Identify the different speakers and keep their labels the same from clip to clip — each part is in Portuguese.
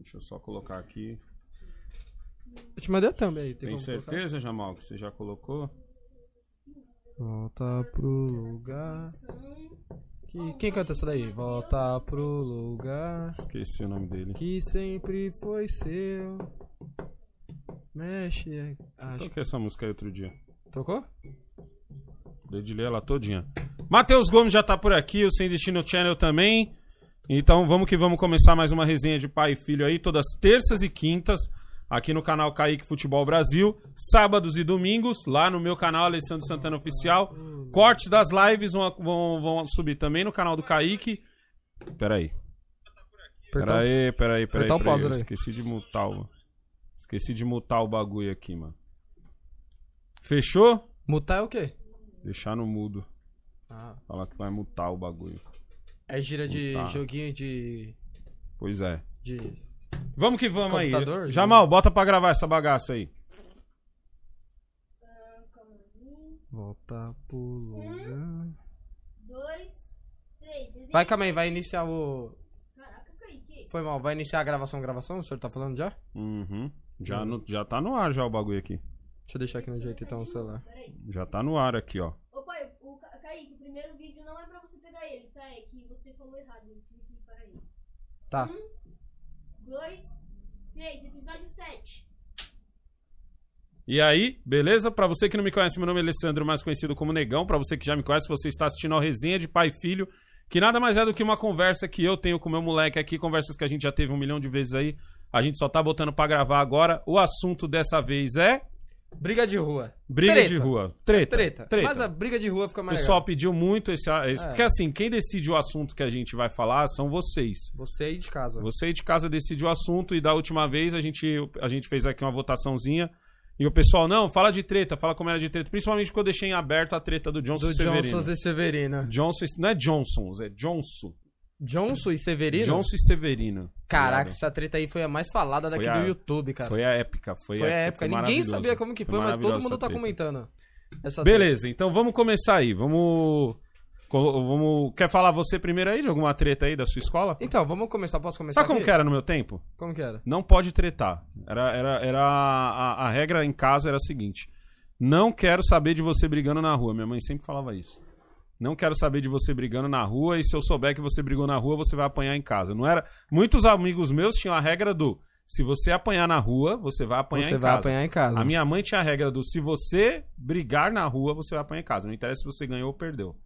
Speaker 1: Deixa eu só colocar aqui.
Speaker 2: Eu te mandei a thumb aí.
Speaker 1: Tem certeza, Jamal, que você já colocou?
Speaker 2: Volta pro lugar. Que... Quem canta essa daí? Volta pro lugar
Speaker 1: Esqueci o nome dele.
Speaker 2: que sempre foi seu. Mexe. Ah, Acho...
Speaker 1: Toquei essa música aí outro dia.
Speaker 2: Tocou?
Speaker 1: Dedilhei ela todinha. Matheus Gomes já tá por aqui, o Sem Destino Channel também. Então vamos que vamos começar mais uma resenha de pai e filho aí, todas terças e quintas, aqui no canal Kaique Futebol Brasil, sábados e domingos, lá no meu canal Alessandro Santana Oficial. Cortes das lives vão, vão, vão subir também no canal do Kaique. Peraí.
Speaker 2: Apertar- um-
Speaker 1: Peraí, peraí, peraí.
Speaker 2: apertar o
Speaker 1: peraí,
Speaker 2: pause,
Speaker 1: eu
Speaker 2: né?
Speaker 1: Esqueci de mutar o. Esqueci de mutar o bagulho aqui, mano. Fechou?
Speaker 2: Mutar é o quê?
Speaker 1: Deixar no mudo.
Speaker 2: Ah,
Speaker 1: Fala que vai mutar o bagulho.
Speaker 2: é gira de
Speaker 1: Mutar.
Speaker 2: joguinho de.
Speaker 1: Pois é.
Speaker 2: de...
Speaker 1: Vamos que vamos
Speaker 2: Computador,
Speaker 1: aí. Jamal,
Speaker 2: Jamal.
Speaker 1: bota pra gravar essa bagaça aí.
Speaker 2: Volta pro lugar.
Speaker 3: dois, três. Resenha.
Speaker 2: Vai, calma aí, vai iniciar o.
Speaker 3: Caraca, Kaique.
Speaker 2: Foi mal, vai iniciar a gravação, gravação? O senhor tá falando já?
Speaker 1: Uhum. Já, no- já tá no ar já o bagulho aqui.
Speaker 2: Deixa eu deixar aqui no jeito então o celular.
Speaker 3: Peraí.
Speaker 1: Já tá no ar aqui, ó.
Speaker 3: Ô pai, o Ca- Kaique, o primeiro vídeo não é pra você pegar ele, tá? É que você falou errado. Eu tive que parar ele.
Speaker 2: Tá.
Speaker 3: Dois, três, episódio 7.
Speaker 1: E aí, beleza? Pra você que não me conhece, meu nome é Alessandro, mais conhecido como Negão. Pra você que já me conhece, você está assistindo ao Resenha de Pai e Filho, que nada mais é do que uma conversa que eu tenho com meu moleque aqui, conversas que a gente já teve um milhão de vezes aí. A gente só tá botando pra gravar agora. O assunto dessa vez é
Speaker 2: Briga de rua.
Speaker 1: briga
Speaker 2: Treta.
Speaker 1: de rua. Treta.
Speaker 2: Treta. Mas a briga de rua fica
Speaker 1: O
Speaker 2: mais
Speaker 1: pessoal
Speaker 2: legal.
Speaker 1: pediu muito esse, esse-
Speaker 2: É.
Speaker 1: Porque assim, quem decide o assunto que a gente vai falar são vocês.
Speaker 2: Você aí de casa.
Speaker 1: Você aí de casa decide o assunto e da última vez a gente, a gente fez aqui uma votaçãozinha. E o pessoal, não, fala de treta, fala como era de treta. Principalmente quando eu deixei em aberto a treta do Johnson
Speaker 2: Do
Speaker 1: e Severino.
Speaker 2: Johnson e Severino.
Speaker 1: Johnson, não é Johnsons, é Johnson.
Speaker 2: Johnson e Severino?
Speaker 1: Johnson e Severino.
Speaker 2: Caraca,
Speaker 1: Obrigado.
Speaker 2: essa treta aí foi a mais falada daqui
Speaker 1: Foi a-
Speaker 2: do YouTube, cara. Foi,
Speaker 1: Foi a épica, foi,
Speaker 2: a época. Ninguém
Speaker 1: maravilhoso.
Speaker 2: sabia como que foi, mas todo
Speaker 1: maravilhosa
Speaker 2: mundo
Speaker 1: essa
Speaker 2: tá
Speaker 1: treta.
Speaker 2: comentando. Essa
Speaker 1: Beleza, então vamos começar aí. Vamos. co- vamos... Quer falar você primeiro aí de alguma treta aí da sua escola?
Speaker 2: treta. Então, vamos começar. Posso começar
Speaker 1: Sabe como
Speaker 2: aqui?
Speaker 1: que era no meu tempo?
Speaker 2: Como que era?
Speaker 1: Não pode tretar. Era, era, era a, a regra em casa era a seguinte: não quero saber de você brigando na rua. Minha mãe sempre falava isso. Não quero saber de você brigando na rua e se eu souber que você brigou na rua, você vai apanhar em casa. Não era. Muitos amigos meus tinham a regra do se você apanhar na rua, você vai apanhar
Speaker 2: Você
Speaker 1: em
Speaker 2: vai
Speaker 1: casa.
Speaker 2: apanhar em casa.
Speaker 1: A minha mãe tinha a regra do se você brigar na rua, você vai apanhar em casa. Não interessa se você ganhou ou perdeu.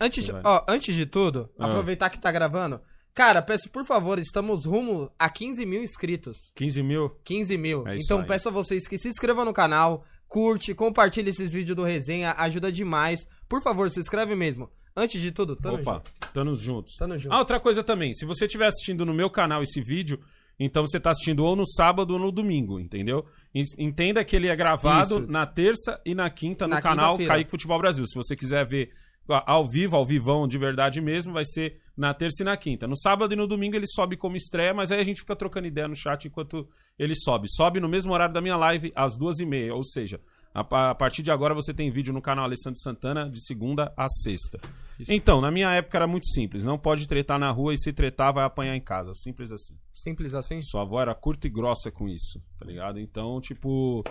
Speaker 2: Antes, de-
Speaker 1: Vai.
Speaker 2: ó, antes de tudo,
Speaker 1: Ah.
Speaker 2: aproveitar que tá gravando. Cara, peço por favor, estamos rumo a 15 mil inscritos.
Speaker 1: 15 mil?
Speaker 2: 15 mil.
Speaker 1: É isso
Speaker 2: então
Speaker 1: aí.
Speaker 2: peço a vocês que se inscrevam no canal, curte, compartilhe esses vídeos do resenha, ajuda demais. Por favor, se inscreve mesmo. Antes de tudo, tamo
Speaker 1: Opa,
Speaker 2: junto.
Speaker 1: tamo juntos.
Speaker 2: Tamo junto.
Speaker 1: Ah, outra coisa também, se você estiver assistindo no meu canal esse vídeo, então você tá assistindo ou no sábado ou no domingo, entendeu? En- Entenda que ele é gravado
Speaker 2: Isso.
Speaker 1: na terça e na quinta no
Speaker 2: Na
Speaker 1: canal
Speaker 2: quinta-feira.
Speaker 1: Kaique Futebol Brasil. Se você quiser ver a- ao vivo, ao vivão de verdade mesmo, vai ser na terça e na quinta. No sábado e no domingo ele sobe como estreia, mas aí a gente fica trocando ideia no chat enquanto ele sobe. Sobe no mesmo horário da minha live, às duas e meia, ou seja... A, pa- a partir de agora você tem vídeo no canal Alessandro Santana de segunda a sexta. Então, na minha época era muito simples. Não pode tretar na rua e se tretar vai apanhar em casa. Simples assim.
Speaker 2: Simples assim?
Speaker 1: Sua avó era curta e grossa com isso, tá ligado? Então, tipo.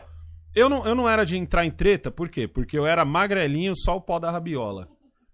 Speaker 1: Eu não, eu não era de entrar em treta, por quê? Porque eu era magrelinho, só o pó da rabiola.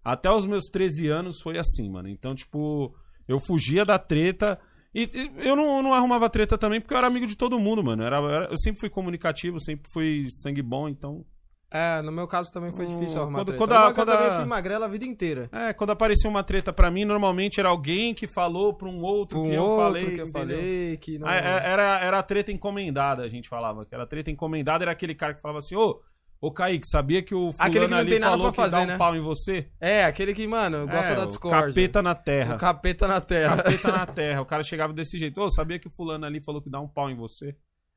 Speaker 1: Até os meus 13 anos foi assim, mano. Então, tipo, eu fugia da treta. E, e eu não, eu não arrumava treta também porque eu era amigo de todo mundo, mano. Eu, era- eu era- eu sempre fui comunicativo, sempre fui sangue bom, então.
Speaker 2: É, no meu caso também foi
Speaker 1: Hum,
Speaker 2: difícil arrumar
Speaker 1: quando-
Speaker 2: treta.
Speaker 1: quando
Speaker 2: Agora
Speaker 1: a-
Speaker 2: que eu
Speaker 1: quando a-
Speaker 2: também fui magrela a vida inteira.
Speaker 1: É, quando aparecia uma treta pra mim, normalmente era alguém que falou pra um outro
Speaker 2: Um
Speaker 1: que eu
Speaker 2: outro
Speaker 1: falei.
Speaker 2: que eu
Speaker 1: entendeu?
Speaker 2: falei, que não...
Speaker 1: Ah, é- Era, era a treta encomendada, a gente falava. Que era a treta encomendada, era aquele cara que falava assim, ô, ô Kaique, sabia que o fulano
Speaker 2: Aquele que não
Speaker 1: ali
Speaker 2: tem nada
Speaker 1: falou
Speaker 2: pra fazer,
Speaker 1: que dá um
Speaker 2: né?
Speaker 1: pau em você?
Speaker 2: É, aquele que, mano, gosta
Speaker 1: É,
Speaker 2: da
Speaker 1: o
Speaker 2: discórdia.
Speaker 1: Capeta na terra.
Speaker 2: O capeta na terra.
Speaker 1: Capeta na terra. O cara chegava desse jeito, ô, sabia que o fulano ali falou que dá um pau em você?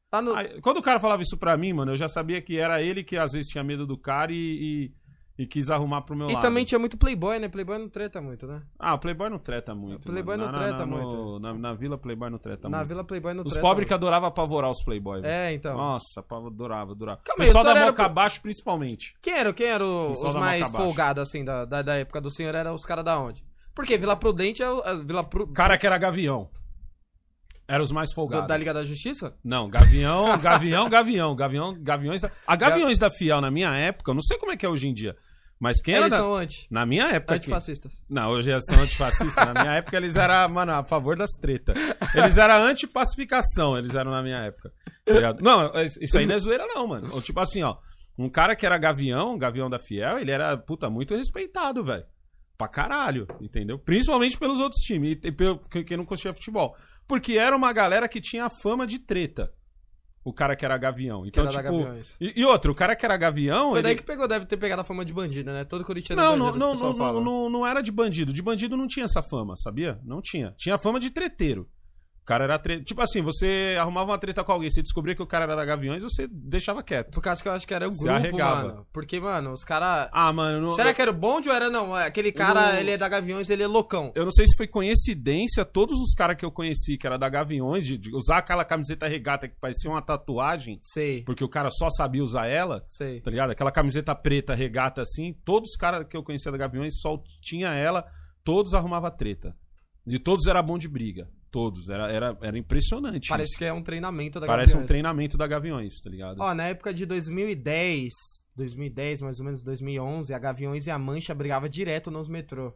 Speaker 2: Tá no...
Speaker 1: Aí, quando o cara falava isso pra mim, mano, eu já sabia que era ele que às vezes tinha medo do cara e... e- e quis arrumar pro meu
Speaker 2: E
Speaker 1: lado.
Speaker 2: também tinha muito playboy, né? Playboy não treta muito, né?
Speaker 1: Ah, o Playboy não treta muito.
Speaker 2: Playboy
Speaker 1: mano.
Speaker 2: não
Speaker 1: Na-
Speaker 2: treta
Speaker 1: na- no-
Speaker 2: muito.
Speaker 1: Na, na vila, Playboy não treta
Speaker 2: Na
Speaker 1: Tá muito.
Speaker 2: Vila Playboy não
Speaker 1: Os
Speaker 2: treta
Speaker 1: pobres que
Speaker 2: muito.
Speaker 1: adoravam apavorar os Playboy. velho.
Speaker 2: É, então.
Speaker 1: Nossa, pava- adorava, adorava.
Speaker 2: Calma aí,
Speaker 1: Pessoal
Speaker 2: o senhor
Speaker 1: da
Speaker 2: era
Speaker 1: Moca
Speaker 2: pro-
Speaker 1: Abaixo, principalmente.
Speaker 2: Quem era, quem era o-
Speaker 1: Pessoal
Speaker 2: os
Speaker 1: da
Speaker 2: mais
Speaker 1: Moca Abaixo.
Speaker 2: folgados, assim, da, da, da época do senhor? Era os caras da onde? Porque Vila Prudente é o... a Vila é Pru...
Speaker 1: Cara que era gavião. Era os mais
Speaker 2: Do-
Speaker 1: folgados.
Speaker 2: da Liga da Justiça?
Speaker 1: Não, Gavião, Gavião, Gavião, Gavião, Gaviões da... A Gaviões da Fiel, na minha época, eu não sei como é que é hoje em dia, mas quem era
Speaker 2: Eles
Speaker 1: da-
Speaker 2: são anti.
Speaker 1: Na minha época... aqui-
Speaker 2: Antifascistas.
Speaker 1: Não, hoje eles são antifascistas. Na minha época, eles eram, mano, a favor das tretas. Eles eram antipacificação, eles eram na minha época. Tá ligado? Não, isso aí não é zoeira, não, mano. Ou, tipo assim, ó. Um cara que era gavião, gavião da Fiel, ele era, puta, muito respeitado, velho. Pra caralho, entendeu? Principalmente pelos outros times, e pelo, que- quem não curtia futebol. Porque era uma galera que tinha fama de treta. O cara que era gavião.
Speaker 2: Que
Speaker 1: Então,
Speaker 2: era da
Speaker 1: tipo.
Speaker 2: Gaviões.
Speaker 1: E, e outro, o cara que era gavião.
Speaker 2: Foi
Speaker 1: ele-
Speaker 2: daí que pegou, deve ter pegado a fama de bandido, né? Todo corintiano
Speaker 1: não,
Speaker 2: é
Speaker 1: não,
Speaker 2: bandido,
Speaker 1: não,
Speaker 2: esse pessoal
Speaker 1: não,
Speaker 2: fala.
Speaker 1: não, não- não era de bandido. De bandido não tinha essa fama, sabia? Não tinha. Tinha fama de treteiro. O cara era tre... Tipo assim, você arrumava uma treta com alguém, você descobria que o cara era da Gaviões, você deixava quieto.
Speaker 2: Por causa que eu acho que era o
Speaker 1: Se
Speaker 2: grupo,
Speaker 1: arregava.
Speaker 2: mano. Porque, mano, os caras...
Speaker 1: Ah, mano, não...
Speaker 2: Será que era o bonde ou era não? É, Aquele cara,
Speaker 1: não-
Speaker 2: ele é da Gaviões, ele é loucão.
Speaker 1: eu não sei se foi coincidência, todos os caras que eu conheci que era da Gaviões, de, de usar aquela camiseta regata que parecia uma tatuagem,
Speaker 2: Sei,
Speaker 1: porque o cara só sabia usar ela,
Speaker 2: sei.
Speaker 1: tá ligado? Aquela camiseta preta regata assim, todos os caras que eu conhecia da Gaviões só tinha ela, todos arrumava treta. E todos era bom de briga. Todos. Era, era, era impressionante.
Speaker 2: Parece que é um treinamento da
Speaker 1: Parece um
Speaker 2: Gaviões.
Speaker 1: treinamento da Gaviões, tá ligado?
Speaker 2: Ó, na época de 2010, 2010, mais ou menos 2011, a Gaviões e a Mancha brigava direto nos metrô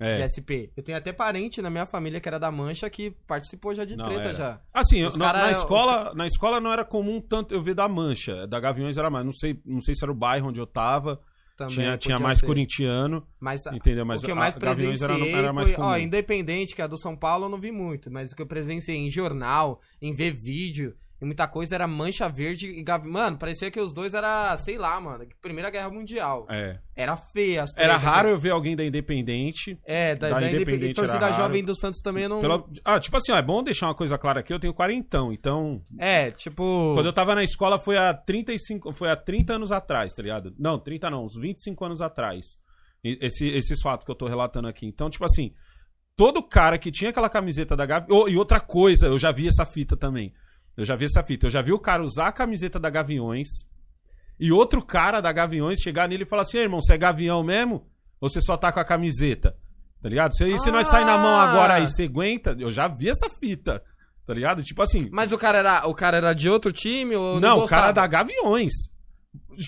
Speaker 2: de
Speaker 1: é.
Speaker 2: SP. Eu tenho até parente na minha família que era da Mancha que participou já de
Speaker 1: Não,
Speaker 2: treta
Speaker 1: era.
Speaker 2: já.
Speaker 1: Assim, eu-
Speaker 2: Os
Speaker 1: na,
Speaker 2: cara- é
Speaker 1: na
Speaker 2: os
Speaker 1: escola, na escola não era comum tanto eu ver da Mancha. Da Gaviões era mais. Não sei, não sei se era o bairro onde eu tava.
Speaker 2: Também
Speaker 1: tinha tinha
Speaker 2: podia
Speaker 1: mais
Speaker 2: ser.
Speaker 1: corintiano,
Speaker 2: Mas a-
Speaker 1: entendeu? Mas
Speaker 2: o que eu
Speaker 1: a-
Speaker 2: mais
Speaker 1: Gaviões era,
Speaker 2: presenciei
Speaker 1: era mais
Speaker 2: foi,
Speaker 1: comum.
Speaker 2: ó, independente, que é a do São Paulo eu não vi muito, mas o que eu presenciei em jornal, em ver vídeo, em muita coisa era Mancha Verde e Gavi... Mano, parecia que os dois era, sei lá, mano, Primeira Guerra Mundial.
Speaker 1: É.
Speaker 2: Era feia as
Speaker 1: Era
Speaker 2: tretas,
Speaker 1: raro eu ver alguém da Independente
Speaker 2: É, da,
Speaker 1: Da
Speaker 2: da,
Speaker 1: Independente
Speaker 2: Independente.
Speaker 1: era
Speaker 2: torcida
Speaker 1: raro.
Speaker 2: jovem do Santos também não.
Speaker 1: Pela- Ah, tipo assim, ó, é bom deixar uma coisa clara aqui, eu tenho quarentão, então.
Speaker 2: É, tipo.
Speaker 1: Quando eu tava na escola foi há 35, foi há 30 anos atrás, tá ligado? Não, 30 não, uns 25 anos atrás. E- Esse, esses fatos que eu tô relatando aqui. Então, tipo assim, todo cara que tinha aquela camiseta da Gavi. Oh, e outra coisa, eu já vi essa fita também. Eu já vi essa fita. Eu já vi o cara usar a camiseta da Gaviões e outro cara da Gaviões chegar nele e falar assim: "Ei, irmão, você é Gavião mesmo? Ou você só tá com a camiseta? Tá ligado? Se, e se nós sair na mão agora aí, você aguenta? Eu já vi essa fita. Tá ligado? Tipo assim,
Speaker 2: Mas o cara era, o cara era de outro time ou
Speaker 1: não, o cara
Speaker 2: gostava?
Speaker 1: da Gaviões.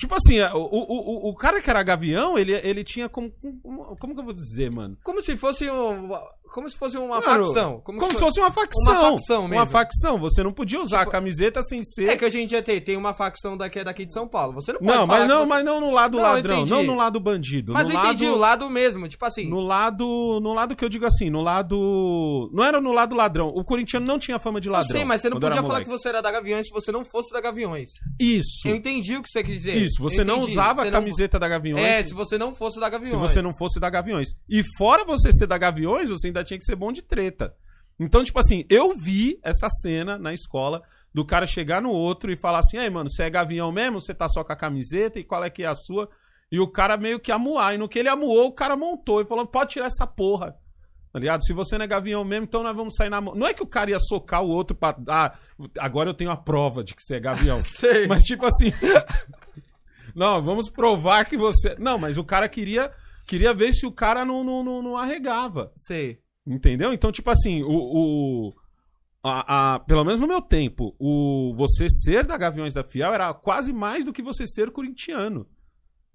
Speaker 1: Tipo assim, o, o, o, o cara que era Gavião, ele, ele tinha como. Como como que eu vou dizer, mano?
Speaker 2: Como se fosse um, como se fosse uma
Speaker 1: Mano,
Speaker 2: facção, como,
Speaker 1: Como
Speaker 2: se
Speaker 1: se fosse
Speaker 2: fosse...
Speaker 1: uma facção.
Speaker 2: uma facção mesmo. Tipo,
Speaker 1: facção. Você não podia usar a camiseta sem ser.
Speaker 2: É que hoje em dia tem, tem uma facção daqui, daqui de São Paulo. Você não pode
Speaker 1: Não,
Speaker 2: falar
Speaker 1: mas
Speaker 2: que
Speaker 1: não,
Speaker 2: você-
Speaker 1: mas não no lado
Speaker 2: Não,
Speaker 1: ladrão,
Speaker 2: entendi.
Speaker 1: não no lado bandido.
Speaker 2: Mas
Speaker 1: no
Speaker 2: eu entendi
Speaker 1: lado,
Speaker 2: o lado mesmo, tipo assim.
Speaker 1: No lado. No lado que eu digo assim, no lado. Não era no lado ladrão. O corintiano não tinha fama de
Speaker 2: Eu
Speaker 1: ladrão.
Speaker 2: sei, mas você não
Speaker 1: quando era
Speaker 2: podia falar que
Speaker 1: moleque.
Speaker 2: você era da Gaviões se você não fosse da Gaviões.
Speaker 1: Isso.
Speaker 2: Eu entendi o que você quis dizer.
Speaker 1: Isso, você
Speaker 2: Eu
Speaker 1: não
Speaker 2: entendi.
Speaker 1: usava
Speaker 2: Você
Speaker 1: a
Speaker 2: não-
Speaker 1: camiseta da Gaviões.
Speaker 2: É, se você não fosse da Gaviões.
Speaker 1: se você não fosse da Gaviões. E fora você ser da Gaviões, você ainda tinha que ser bom de treta. Então, tipo assim, eu vi essa cena na escola do cara chegar no outro e falar assim: aí, mano, você é Gavião mesmo? Você tá só com a camiseta? E qual é que é a sua? E o cara meio que amuar. E no que ele amuou, o cara montou e falou: pode tirar essa porra. Tá ligado? Se você não é Gavião mesmo, então nós vamos sair na mão. Não é que o cara ia socar o outro pra. Ah, agora eu tenho a prova de que você é Gavião.
Speaker 2: Sei.
Speaker 1: Mas tipo assim. não, vamos provar que você. Não, mas o cara queria queria ver se o cara não, não, não, não arregava.
Speaker 2: Sei.
Speaker 1: Entendeu? Então, tipo assim, o. o- a, a- pelo menos no meu tempo, o você ser da Gaviões da Fiel era quase mais do que você ser corintiano.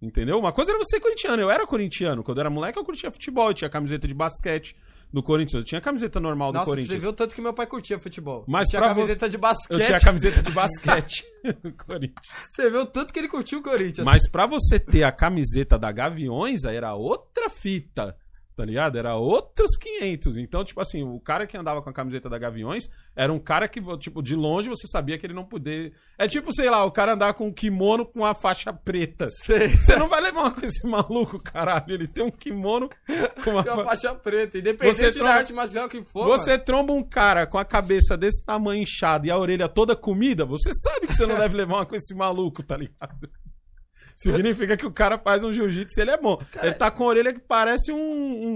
Speaker 1: Entendeu? Uma coisa era você ser corintiano. Eu era corintiano. Quando eu era moleque, eu curtia futebol. Eu tinha camiseta de basquete do Corinthians. Eu tinha camiseta normal do
Speaker 2: Nossa, você
Speaker 1: Corinthians.
Speaker 2: viu o tanto que meu pai curtia futebol.
Speaker 1: Mas
Speaker 2: tinha
Speaker 1: pra
Speaker 2: camiseta de basquete.
Speaker 1: Eu tinha camiseta de basquete do Corinthians.
Speaker 2: Você viu o tanto que ele curtiu o Corinthians.
Speaker 1: Mas pra você ter a camiseta da Gaviões, aí era outra fita, tá ligado? Era outros 500. Então, tipo assim, o cara que andava com a camiseta da Gaviões era um cara que, tipo, de longe você sabia que ele não podia. É tipo, sei lá, o cara andar com um kimono com uma faixa preta.
Speaker 2: Sei.
Speaker 1: Você não vai levar uma com esse maluco, caralho. Ele tem um kimono com uma
Speaker 2: Tem
Speaker 1: fa...
Speaker 2: uma faixa preta, independente
Speaker 1: Você
Speaker 2: da
Speaker 1: troca-
Speaker 2: arte marcial que for.
Speaker 1: Você tromba um cara com a cabeça desse tamanho inchada e a orelha toda comida, você sabe que você não deve levar uma com esse maluco, tá ligado? Significa que o cara faz um jiu-jitsu e ele é bom. Ele tá com a orelha que parece um,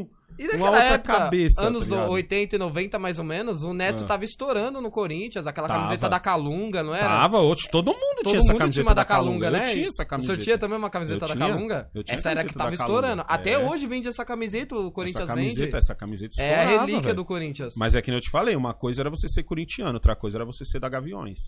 Speaker 1: um,
Speaker 2: E
Speaker 1: Uma
Speaker 2: naquela
Speaker 1: outra
Speaker 2: época,
Speaker 1: cabeça,
Speaker 2: anos
Speaker 1: tá
Speaker 2: do
Speaker 1: ligado?
Speaker 2: 80 e 90 mais ou menos, o Neto
Speaker 1: Ah.
Speaker 2: tava estourando no Corinthians, aquela
Speaker 1: Tava.
Speaker 2: camiseta da Calunga, não era?
Speaker 1: Tava, hoje todo mundo
Speaker 2: Todo
Speaker 1: tinha essa
Speaker 2: mundo
Speaker 1: camiseta
Speaker 2: tinha uma da
Speaker 1: da Calunga,
Speaker 2: Calunga, né?
Speaker 1: Eu tinha essa
Speaker 2: O
Speaker 1: camiseta.
Speaker 2: senhor tinha também uma camiseta
Speaker 1: Eu
Speaker 2: da
Speaker 1: tinha.
Speaker 2: Calunga?
Speaker 1: Eu tinha
Speaker 2: essa
Speaker 1: a
Speaker 2: era que
Speaker 1: camiseta da
Speaker 2: tava
Speaker 1: Calunga.
Speaker 2: estourando. Até
Speaker 1: É.
Speaker 2: hoje vende essa camiseta, o Corinthians
Speaker 1: essa camiseta,
Speaker 2: vende.
Speaker 1: essa camiseta
Speaker 2: É a
Speaker 1: estourava,
Speaker 2: relíquia
Speaker 1: velho.
Speaker 2: do Corinthians.
Speaker 1: Mas é que nem eu te falei, uma coisa era você ser corintiano, outra coisa era você ser da Gaviões.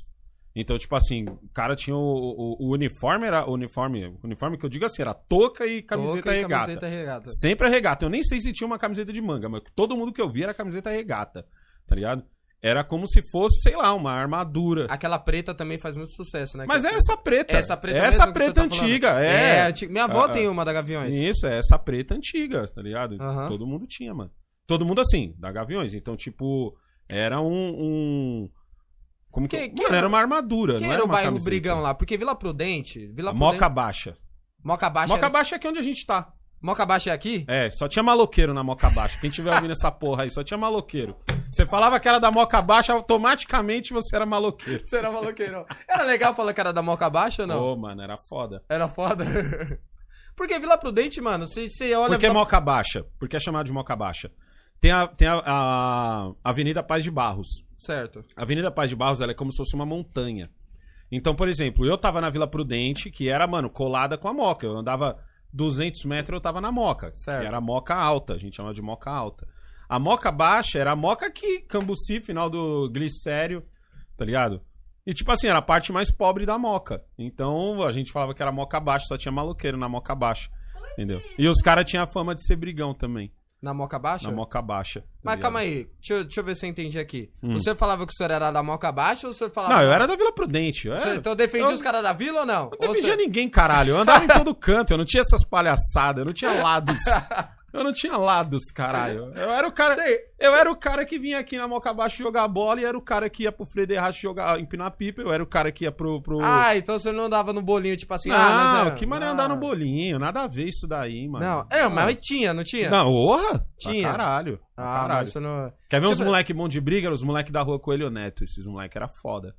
Speaker 1: Então, tipo assim, o cara tinha o, o- o uniforme, era o uniforme, o uniforme que eu digo assim, era touca e camiseta é
Speaker 2: Toca e
Speaker 1: regata.
Speaker 2: Camiseta é regata.
Speaker 1: Sempre a regata. Eu nem sei se tinha uma camiseta de manga, mas todo mundo que eu via era camiseta regata, tá ligado? Era como se fosse, sei lá, uma armadura.
Speaker 2: Aquela preta também faz muito sucesso, né?
Speaker 1: Mas
Speaker 2: Que-
Speaker 1: é essa preta.
Speaker 2: Essa preta
Speaker 1: Essa
Speaker 2: mesmo que
Speaker 1: preta
Speaker 2: você tá
Speaker 1: antiga,
Speaker 2: falando.
Speaker 1: é.
Speaker 2: antiga. Minha avó
Speaker 1: Ah, ah.
Speaker 2: tem uma da Gaviões.
Speaker 1: Isso, é essa preta antiga, tá ligado?
Speaker 2: Aham.
Speaker 1: Todo mundo tinha, mano. Todo mundo assim, da Gaviões. Então, tipo, era um. um- Como que.
Speaker 2: Quem-
Speaker 1: Mano,
Speaker 2: quem era-
Speaker 1: era uma armadura,
Speaker 2: Quem
Speaker 1: não é
Speaker 2: era o
Speaker 1: uma
Speaker 2: bairro
Speaker 1: camiseta.
Speaker 2: Brigão lá? Porque Vila Prudente... Vila Prudente...
Speaker 1: Moca Baixa.
Speaker 2: Moca Baixa.
Speaker 1: Moca
Speaker 2: era-
Speaker 1: Baixa é aqui onde a gente tá.
Speaker 2: Moca Baixa é aqui?
Speaker 1: É, só tinha maloqueiro na Moca Baixa. Quem tiver ouvindo essa porra aí, só tinha maloqueiro. Você falava que era da Moca Baixa, automaticamente você era maloqueiro.
Speaker 2: Você era maloqueiro. Era legal falar que era da Moca Baixa ou não?
Speaker 1: Ô, mano, era foda.
Speaker 2: Era foda. Porque Vila Prudente, mano, você você olha...
Speaker 1: Por que
Speaker 2: Vila-
Speaker 1: Moca Baixa? Por que é chamado de Moca Baixa? Tem a, tem a- a Avenida Paz de Barros.
Speaker 2: Certo.
Speaker 1: A Avenida Paz de Barros ela é como se fosse uma montanha. Então, por exemplo, eu tava na Vila Prudente, que era, mano, colada com a Moca. Eu andava 200 metros, eu tava na Moca.
Speaker 2: Certo.
Speaker 1: Que era a Moca Alta, a gente chama de Moca Alta. A Moca Baixa era a Moca aqui, Cambuci, final do Glicério, tá ligado? E, tipo assim, era a parte mais pobre da Moca. Então, a gente falava que era Moca Baixa, só tinha maloqueiro na Moca Baixa, entendeu? E os caras tinham a fama de ser brigão também,
Speaker 2: Na Moca Baixa?
Speaker 1: na Moca Baixa. tá
Speaker 2: Mas
Speaker 1: ligado?
Speaker 2: calma aí, deixa, eu- deixa eu ver se eu entendi aqui.
Speaker 1: Hum.
Speaker 2: Você falava que o senhor era da Moca Baixa ou você falava...
Speaker 1: Não, eu era da Vila Prudente. Eu
Speaker 2: Você,
Speaker 1: era...
Speaker 2: então defendia
Speaker 1: eu-
Speaker 2: os caras da Vila ou não?
Speaker 1: Eu não
Speaker 2: Ou
Speaker 1: defendia
Speaker 2: você-
Speaker 1: ninguém, caralho. Eu andava em todo canto, eu não tinha essas palhaçadas, eu não tinha lados. Eu não tinha lados, caralho. Eu era o cara,
Speaker 2: Sei.
Speaker 1: eu era o cara que vinha aqui na Moca Abaixo jogar bola e era o cara que ia pro Frederach jogar, empinar pipa, eu era o cara que ia pro... pro...
Speaker 2: Ah, então você não andava no bolinho, tipo assim...
Speaker 1: não,
Speaker 2: ah, nós era-
Speaker 1: que mané
Speaker 2: Ah.
Speaker 1: andar no bolinho, nada a ver isso daí, mano.
Speaker 2: Não, é, mas tinha, não tinha?
Speaker 1: Não, orra!
Speaker 2: Tinha.
Speaker 1: Pra caralho. pra
Speaker 2: Ah,
Speaker 1: caralho.
Speaker 2: mas você não...
Speaker 1: Quer ver uns
Speaker 2: Tipo-
Speaker 1: moleque bom de briga? Era Os moleque da rua Coelho Neto. Esses moleque era foda.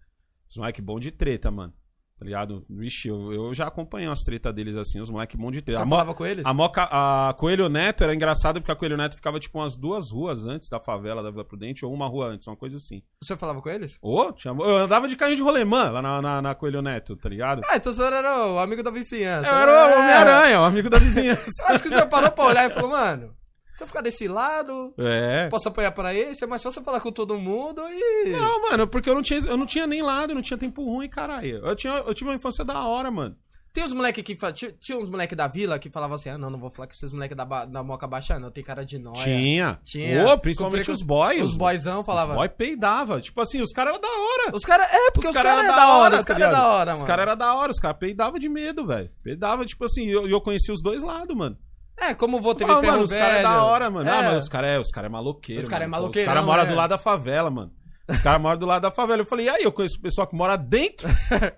Speaker 1: Os moleque bom de treta, mano. Tá ligado? Vixe, eu, eu já acompanhei umas tretas deles assim, os moleque bom de
Speaker 2: Você
Speaker 1: treta. A, mo-
Speaker 2: falava com eles?
Speaker 1: a Moca, a Coelho Neto era engraçado porque a Coelho Neto ficava tipo umas duas ruas antes da favela da Vila Prudente ou uma rua antes, uma coisa assim.
Speaker 2: Você falava com eles?
Speaker 1: Ô, tinha- eu andava de carrinho de rolemã lá na, na, na Coelho Neto, tá ligado?
Speaker 2: Ah, então o senhor era o amigo da vizinhança.
Speaker 1: Eu era
Speaker 2: É.
Speaker 1: o Homem-Aranha, o amigo da vizinhança.
Speaker 2: Acho que o senhor parou pra olhar e falou, mano, se eu ficar desse lado,
Speaker 1: É.
Speaker 2: posso apanhar pra esse, é mais fácil eu falar com todo mundo e.
Speaker 1: Não, mano, porque eu não tinha, eu não tinha nem lado, eu não tinha tempo ruim, caralho. Eu, tinha, eu tive uma infância da hora, mano.
Speaker 2: Tem uns moleque que. fa- Tinha, tinha uns moleque da vila que falavam assim, ah, não, não vou falar com esses moleque da, ba- da moca baixa, não, tem cara de nóia.
Speaker 1: Tinha.
Speaker 2: Tinha.
Speaker 1: Ô, principalmente
Speaker 2: Comprei
Speaker 1: os boys.
Speaker 2: Os boyzão falavam.
Speaker 1: Os boy peidava. Tipo assim, os caras eram da hora.
Speaker 2: Os caras. É, porque os, caras cara é da hora, os
Speaker 1: tá
Speaker 2: caras é
Speaker 1: ligado?
Speaker 2: da hora,
Speaker 1: Os
Speaker 2: mano.
Speaker 1: caras eram da hora, os caras peidavam de medo, velho. Peidava, tipo assim, e eu, e eu conhecia os dois lados, mano.
Speaker 2: É, como vou TV
Speaker 1: Ah,
Speaker 2: Ferro
Speaker 1: mano, os caras é da
Speaker 2: Velho.
Speaker 1: hora, mano. Ah,
Speaker 2: É.
Speaker 1: mas os caras é, os cara é maloqueiro.
Speaker 2: Os cara
Speaker 1: mano.
Speaker 2: é
Speaker 1: Pô,
Speaker 2: maloqueirão,
Speaker 1: Os caras moram
Speaker 2: né?
Speaker 1: do lado da favela, mano. Os caras moram do lado da favela. Eu falei, e aí, eu conheço o pessoal que mora dentro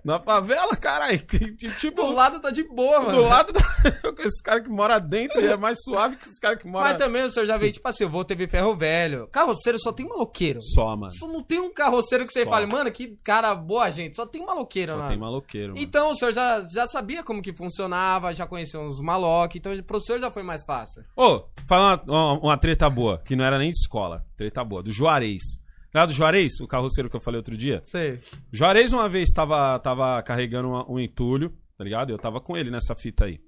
Speaker 1: da favela, caralho. Que- que- Tipo,
Speaker 2: Do lado tá de boa, mano.
Speaker 1: do lado da... Eu conheço os caras que moram dentro e é mais suave que os caras que moram...
Speaker 2: Mas também o senhor já veio, tipo assim, eu vou TV Ferro Velho. Carroceiro só tem maloqueiro.
Speaker 1: Só, mano.
Speaker 2: Só não tem um carroceiro que você
Speaker 1: Só.
Speaker 2: fale, mano, que cara boa, gente. Só tem maloqueiro,
Speaker 1: Só
Speaker 2: né?
Speaker 1: tem maloqueiro, mano.
Speaker 2: Então, o senhor já, já sabia como que funcionava, já conhecia uns maloc, então pro senhor já foi mais fácil.
Speaker 1: Ô, fala uma, uma- uma treta boa, que não era nem de escola. Treta boa, do Juarez. Lá do Juarez, o carroceiro que eu falei outro dia.
Speaker 2: Sei.
Speaker 1: Juarez uma vez tava, tava carregando uma- um entulho, tá ligado? Eu tava com ele nessa fita aí.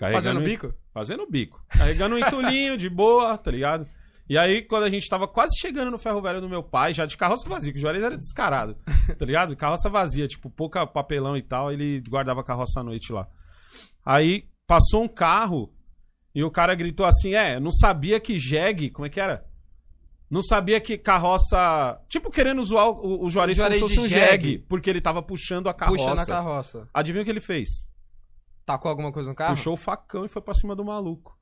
Speaker 2: Fazendo
Speaker 1: um-
Speaker 2: bico?
Speaker 1: Fazendo bico. Carregando um entulhinho de boa, tá ligado? E aí, quando a gente tava quase chegando no ferro velho do meu pai, já de carroça vazia, que o Juarez era descarado, tá ligado? Carroça vazia, tipo, pouca papelão e tal, ele guardava a carroça à noite lá. Aí, passou um carro e o cara gritou assim, é, não sabia que jegue, como é que era? Não sabia que carroça... Tipo, querendo zoar o, o Juarez,
Speaker 2: O Juarez
Speaker 1: como se fosse um
Speaker 2: de
Speaker 1: jegue,
Speaker 2: jegue.
Speaker 1: porque ele tava puxando a carroça.
Speaker 2: Puxando a carroça.
Speaker 1: Adivinha o que ele fez?
Speaker 2: Tacou alguma coisa no carro?
Speaker 1: Puxou o facão e foi pra cima do maluco,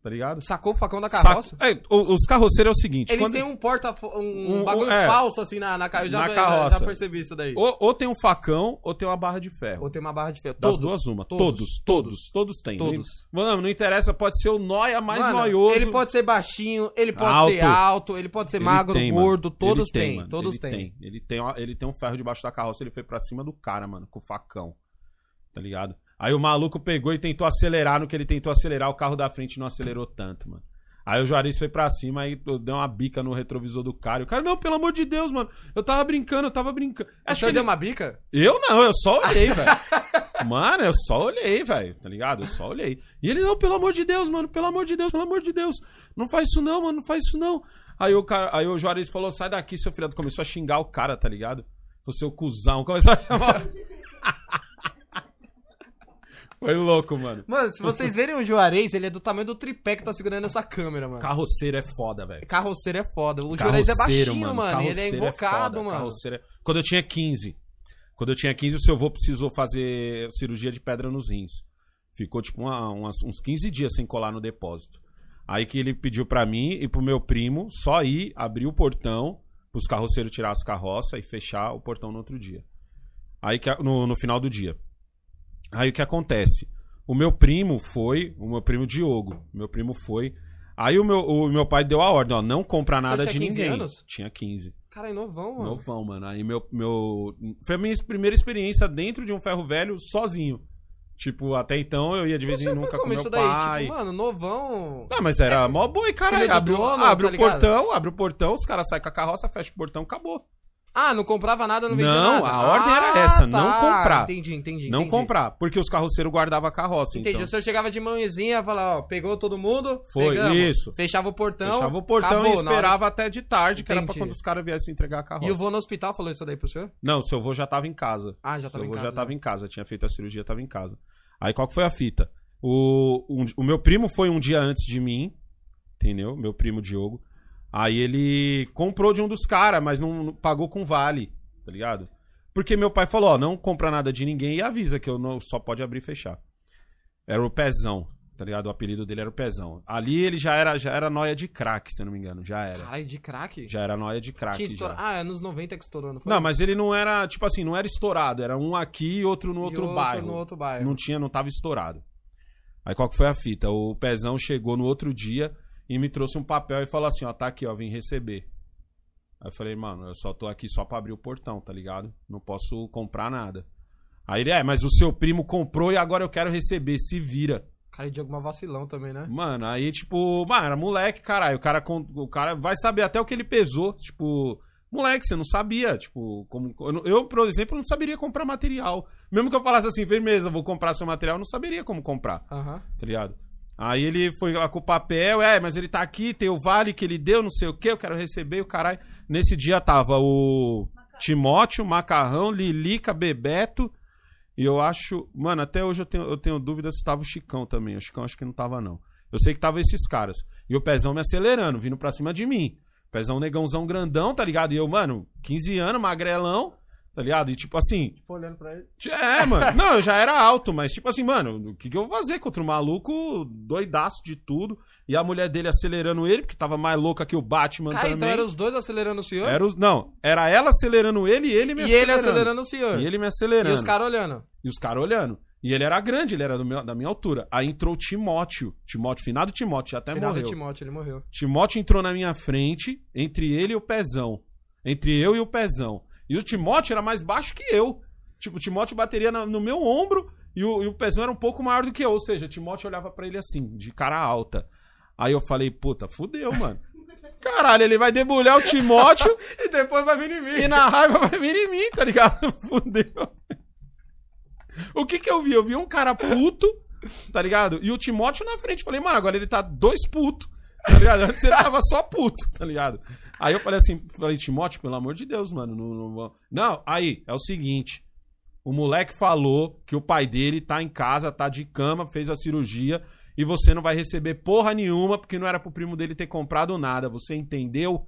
Speaker 1: tá ligado?
Speaker 2: Sacou o facão da carroça?
Speaker 1: Saco- É, o- os carroceiros é o seguinte:
Speaker 2: Eles
Speaker 1: quando-
Speaker 2: têm um porta. um,
Speaker 1: Um-
Speaker 2: bagulho
Speaker 1: um- é.
Speaker 2: falso assim na, na, ca- eu já,
Speaker 1: Na
Speaker 2: eu já-
Speaker 1: carroça.
Speaker 2: já percebi isso daí.
Speaker 1: ou, ou tem um facão ou tem uma barra de ferro.
Speaker 2: Ou tem uma barra de ferro.
Speaker 1: Das
Speaker 2: Todos.
Speaker 1: duas, uma.
Speaker 2: todos,
Speaker 1: Todos, todos, todos, têm. né?
Speaker 2: Todos.
Speaker 1: Mano, não interessa, pode ser o nóia mais
Speaker 2: Mano,
Speaker 1: noioso.
Speaker 2: Ele pode ser baixinho, ele pode ser
Speaker 1: Alto.
Speaker 2: alto, ele pode ser
Speaker 1: Ele
Speaker 2: magro,
Speaker 1: tem, mano.
Speaker 2: gordo,
Speaker 1: Ele
Speaker 2: todos
Speaker 1: tem,
Speaker 2: têm.
Speaker 1: mano.
Speaker 2: Todos
Speaker 1: ele
Speaker 2: têm.
Speaker 1: Ele, tem, ó, ele tem um ferro debaixo da carroça, ele foi pra cima do cara, mano, com o facão. Tá ligado? Aí o maluco pegou e tentou acelerar no que ele tentou acelerar, o carro da frente não acelerou tanto, mano. Aí o Juarez foi pra cima, aí eu dei uma bica no retrovisor do cara. E o cara, não, pelo amor de Deus, mano. Eu tava brincando, eu tava brincando. Acho
Speaker 2: Você é
Speaker 1: que ele-
Speaker 2: deu uma bica?
Speaker 1: Eu não, eu só olhei, velho. Mano, eu só olhei, velho, tá ligado? Eu só olhei. E ele, não, pelo amor de Deus, mano, pelo amor de Deus, pelo amor de Deus. Não faz isso não, mano, não faz isso não. Aí o, cara, aí o Juarez falou, sai daqui, seu filhado. Começou a xingar o cara, tá ligado? O seu cuzão. Começou a chamar... Foi louco, mano.
Speaker 2: Mano, se vocês verem o Juarez, ele é do tamanho do tripé que tá segurando essa câmera, mano.
Speaker 1: Carroceiro é foda, velho.
Speaker 2: Carroceiro é foda. O Juarez é
Speaker 1: Carroceiro,
Speaker 2: baixinho, mano. Ele é
Speaker 1: Carroceiro
Speaker 2: invocado,
Speaker 1: foda,
Speaker 2: mano.
Speaker 1: carroceiro é- Quando eu tinha 15. Quando eu tinha 15, o seu avô precisou fazer cirurgia de pedra nos rins. Ficou, tipo, uma- umas- uns 15 dias sem colar no depósito. Aí que ele pediu pra mim e pro meu primo só ir, abrir o portão, pros carroceiros tirar as carroças e fechar o portão no outro dia. Aí que, a- no, no final do dia. Aí o que acontece? O meu primo foi, o meu primo Diogo, meu primo foi. Aí o meu, o meu pai deu a ordem, ó, não comprar nada
Speaker 2: tinha
Speaker 1: de
Speaker 2: 15
Speaker 1: ninguém.
Speaker 2: anos?
Speaker 1: Tinha 15.
Speaker 2: Cara, é novão, mano.
Speaker 1: Novão, mano. Aí meu, meu. Foi a minha primeira experiência dentro de um ferro velho sozinho. Tipo, até então eu ia de vez em
Speaker 2: Você foi
Speaker 1: nunca com
Speaker 2: como
Speaker 1: meu
Speaker 2: isso daí?
Speaker 1: pai.
Speaker 2: Tipo, mano, novão.
Speaker 1: Ah, mas era mó boi,
Speaker 2: Filho
Speaker 1: caralho.
Speaker 2: do
Speaker 1: Abre, o-
Speaker 2: dono,
Speaker 1: abre
Speaker 2: tá
Speaker 1: o
Speaker 2: ligado?
Speaker 1: portão, abre o portão, os caras saem com a carroça, fecha o portão, acabou.
Speaker 2: Ah, não comprava nada, não vendia
Speaker 1: Não,
Speaker 2: nada.
Speaker 1: a ordem era
Speaker 2: Ah,
Speaker 1: essa, não comprar.
Speaker 2: Entendi, entendi.
Speaker 1: Não
Speaker 2: entendi.
Speaker 1: comprar, porque os carroceiros guardavam a carroça,
Speaker 2: Entendi. O
Speaker 1: então.
Speaker 2: senhor chegava de mãozinha e falava, ó, pegou todo mundo?
Speaker 1: Foi,
Speaker 2: pegamos.
Speaker 1: isso.
Speaker 2: Fechava o portão.
Speaker 1: Fechava o portão
Speaker 2: acabou,
Speaker 1: e
Speaker 2: na hora-
Speaker 1: esperava até de tarde, que era pra
Speaker 2: Entendi.
Speaker 1: quando os caras viessem entregar a carroça.
Speaker 2: E o vô no hospital falou isso daí pro senhor?
Speaker 1: Não, seu avô já tava em casa.
Speaker 2: Ah,
Speaker 1: seu
Speaker 2: já tava em
Speaker 1: avô
Speaker 2: casa,
Speaker 1: já tava em casa, tinha feito a cirurgia, tava em casa. Aí qual que foi a fita? O, um- o meu primo foi um dia antes de mim, entendeu? Meu primo Diogo. Aí ele comprou de um dos caras, mas não, não pagou com vale, tá ligado? Porque meu pai falou, ó, não compra nada de ninguém e avisa que eu não só pode abrir e fechar. Era o Pezão, tá ligado? O apelido dele era o Pezão. Ali ele já era já era noia de crack, se eu não me engano, já era.
Speaker 2: Caralho, de craque?
Speaker 1: Já era noia de crack.
Speaker 2: Tinha
Speaker 1: já.
Speaker 2: estourado. Ah, anos 90 que estourou, não foi?
Speaker 1: Não, mas ele não era, tipo assim, não era estourado. Era um aqui e outro no
Speaker 2: E
Speaker 1: outro, bairro.
Speaker 2: No outro bairro.
Speaker 1: Não tinha, não tava estourado. Aí qual que foi a fita? O Pezão chegou no outro dia e me trouxe um papel e falou assim, ó, tá aqui, ó, vim receber. Aí eu falei, mano, eu só tô aqui só pra abrir o portão, tá ligado? Não posso comprar nada. Aí ele, é, mas o seu primo comprou e agora eu quero receber, se vira.
Speaker 2: Cara, de alguma vacilão também, né?
Speaker 1: Mano, aí, tipo, mano, era moleque, caralho. O cara, con- o cara vai saber até o que ele pesou. Tipo, moleque, você não sabia. Tipo, como. eu não- Eu, por exemplo, não saberia comprar material. Mesmo que eu falasse assim, firmeza, vou comprar seu material, eu não saberia como comprar,
Speaker 2: Aham.
Speaker 1: tá ligado? Aí ele foi lá com o papel, é, mas ele tá aqui, tem o vale que ele deu, não sei o que, eu quero receber, o caralho. Nesse dia tava o Timóteo, Macarrão, Lilica, Bebeto. E eu acho. Mano, até hoje eu tenho, eu tenho dúvida se tava o Chicão também. O Chicão acho que não tava, não. Eu sei que tava esses caras. E o Pezão me acelerando, vindo pra cima de mim. Pezão negãozão grandão, tá ligado? E eu, mano, 15 anos, magrelão, tá ligado? E tipo assim,
Speaker 2: Tipo, olhando pra ele.
Speaker 1: é, mano. Não, eu já era alto, mas tipo assim, mano, o que, que eu vou fazer contra um maluco doidaço de tudo? E a mulher dele acelerando ele, porque tava mais louca que o Batman
Speaker 2: Cara,
Speaker 1: também.
Speaker 2: então eram os dois acelerando o senhor?
Speaker 1: Era os- Não, era ela acelerando ele e ele me
Speaker 2: E ele acelerando o senhor.
Speaker 1: E ele me
Speaker 2: E
Speaker 1: acelerando.
Speaker 2: os caras olhando.
Speaker 1: E os caras olhando. E ele era grande, ele era do meu- da minha altura. Aí entrou o Timóteo. Timóteo, finado Timóteo, já até
Speaker 2: Final do
Speaker 1: morreu.
Speaker 2: Timóteo, ele morreu.
Speaker 1: Timóteo entrou na minha frente, entre ele e o Pezão. Entre eu e o Pezão. E o Timóteo era mais baixo que eu. Tipo, o Timóteo bateria na- no meu ombro e o, e o Pezão era um pouco maior do que eu. Ou seja, o Timóteo olhava pra ele assim, de cara alta. Aí eu falei, puta, fudeu, mano. Caralho, ele vai debulhar o Timóteo
Speaker 2: E depois vai vir em mim.
Speaker 1: e na raiva vai vir em mim, tá ligado? Fudeu. O que que eu vi? Eu vi um cara puto, tá ligado? E o Timóteo na frente. Falei, mano, agora ele tá dois putos, tá ligado? Antes ele tava só puto, tá ligado? Aí eu falei assim, falei, Timóteo, pelo amor de Deus, mano. Não, não, não, aí, é o seguinte. O moleque falou que o pai dele tá em casa, tá de cama, fez a cirurgia e você não vai receber porra nenhuma porque não era pro primo dele ter comprado nada. Você entendeu?